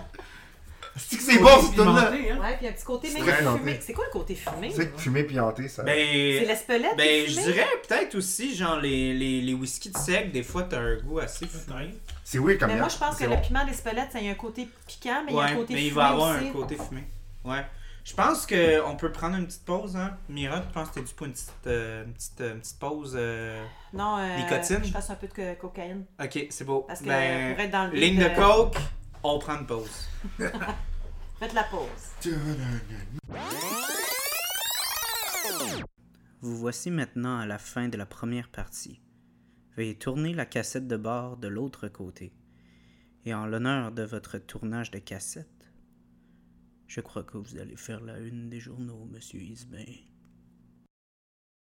S2: C'est que c'est bon, ce tonne-là.
S1: Pimenté, hein?
S4: Ouais, puis un petit côté
S2: C'est
S4: même
S2: très
S4: fumé.
S2: gentil.
S4: C'est quoi le côté fumé?
S2: C'est que fumer pianté, ça.
S4: C'est
S3: Ben,
S4: l'espelette
S3: ben
S4: qui est
S3: je
S4: fumée?
S3: dirais peut-être aussi, genre, les, les, les whisky de sec, des fois, t'as un goût assez fumé.
S2: C'est weird comme
S4: Mais moi,
S2: bière.
S4: je pense que
S2: C'est
S4: le
S2: bon.
S4: piment d'espelette, ça y a un côté piquant, mais il y a un
S3: Ouais,
S4: côté
S3: mais
S4: fumé
S3: ben, il va avoir
S4: aussi.
S3: un côté fumé. Ouais. Je pense qu'on peut prendre une petite pause, hein. Mira, tu penses que t'es dû pour une petite, euh, une petite, euh, une petite pause? euh,
S4: Non, euh,
S3: Nicotine?
S4: je fasse un peu de co- cocaïne.
S3: Ok, c'est beau.
S4: Parce que
S3: Ben,
S4: pour être dans le
S3: ligne de
S4: vide, euh,
S3: coke, on prend une pause.
S4: Faites la pause.
S7: Vous voici maintenant à la fin de la première partie. Veuillez tourner la cassette de bord de l'autre côté. Et en l'honneur de votre tournage de cassette, je crois que vous allez faire la une des journaux, monsieur Isbin.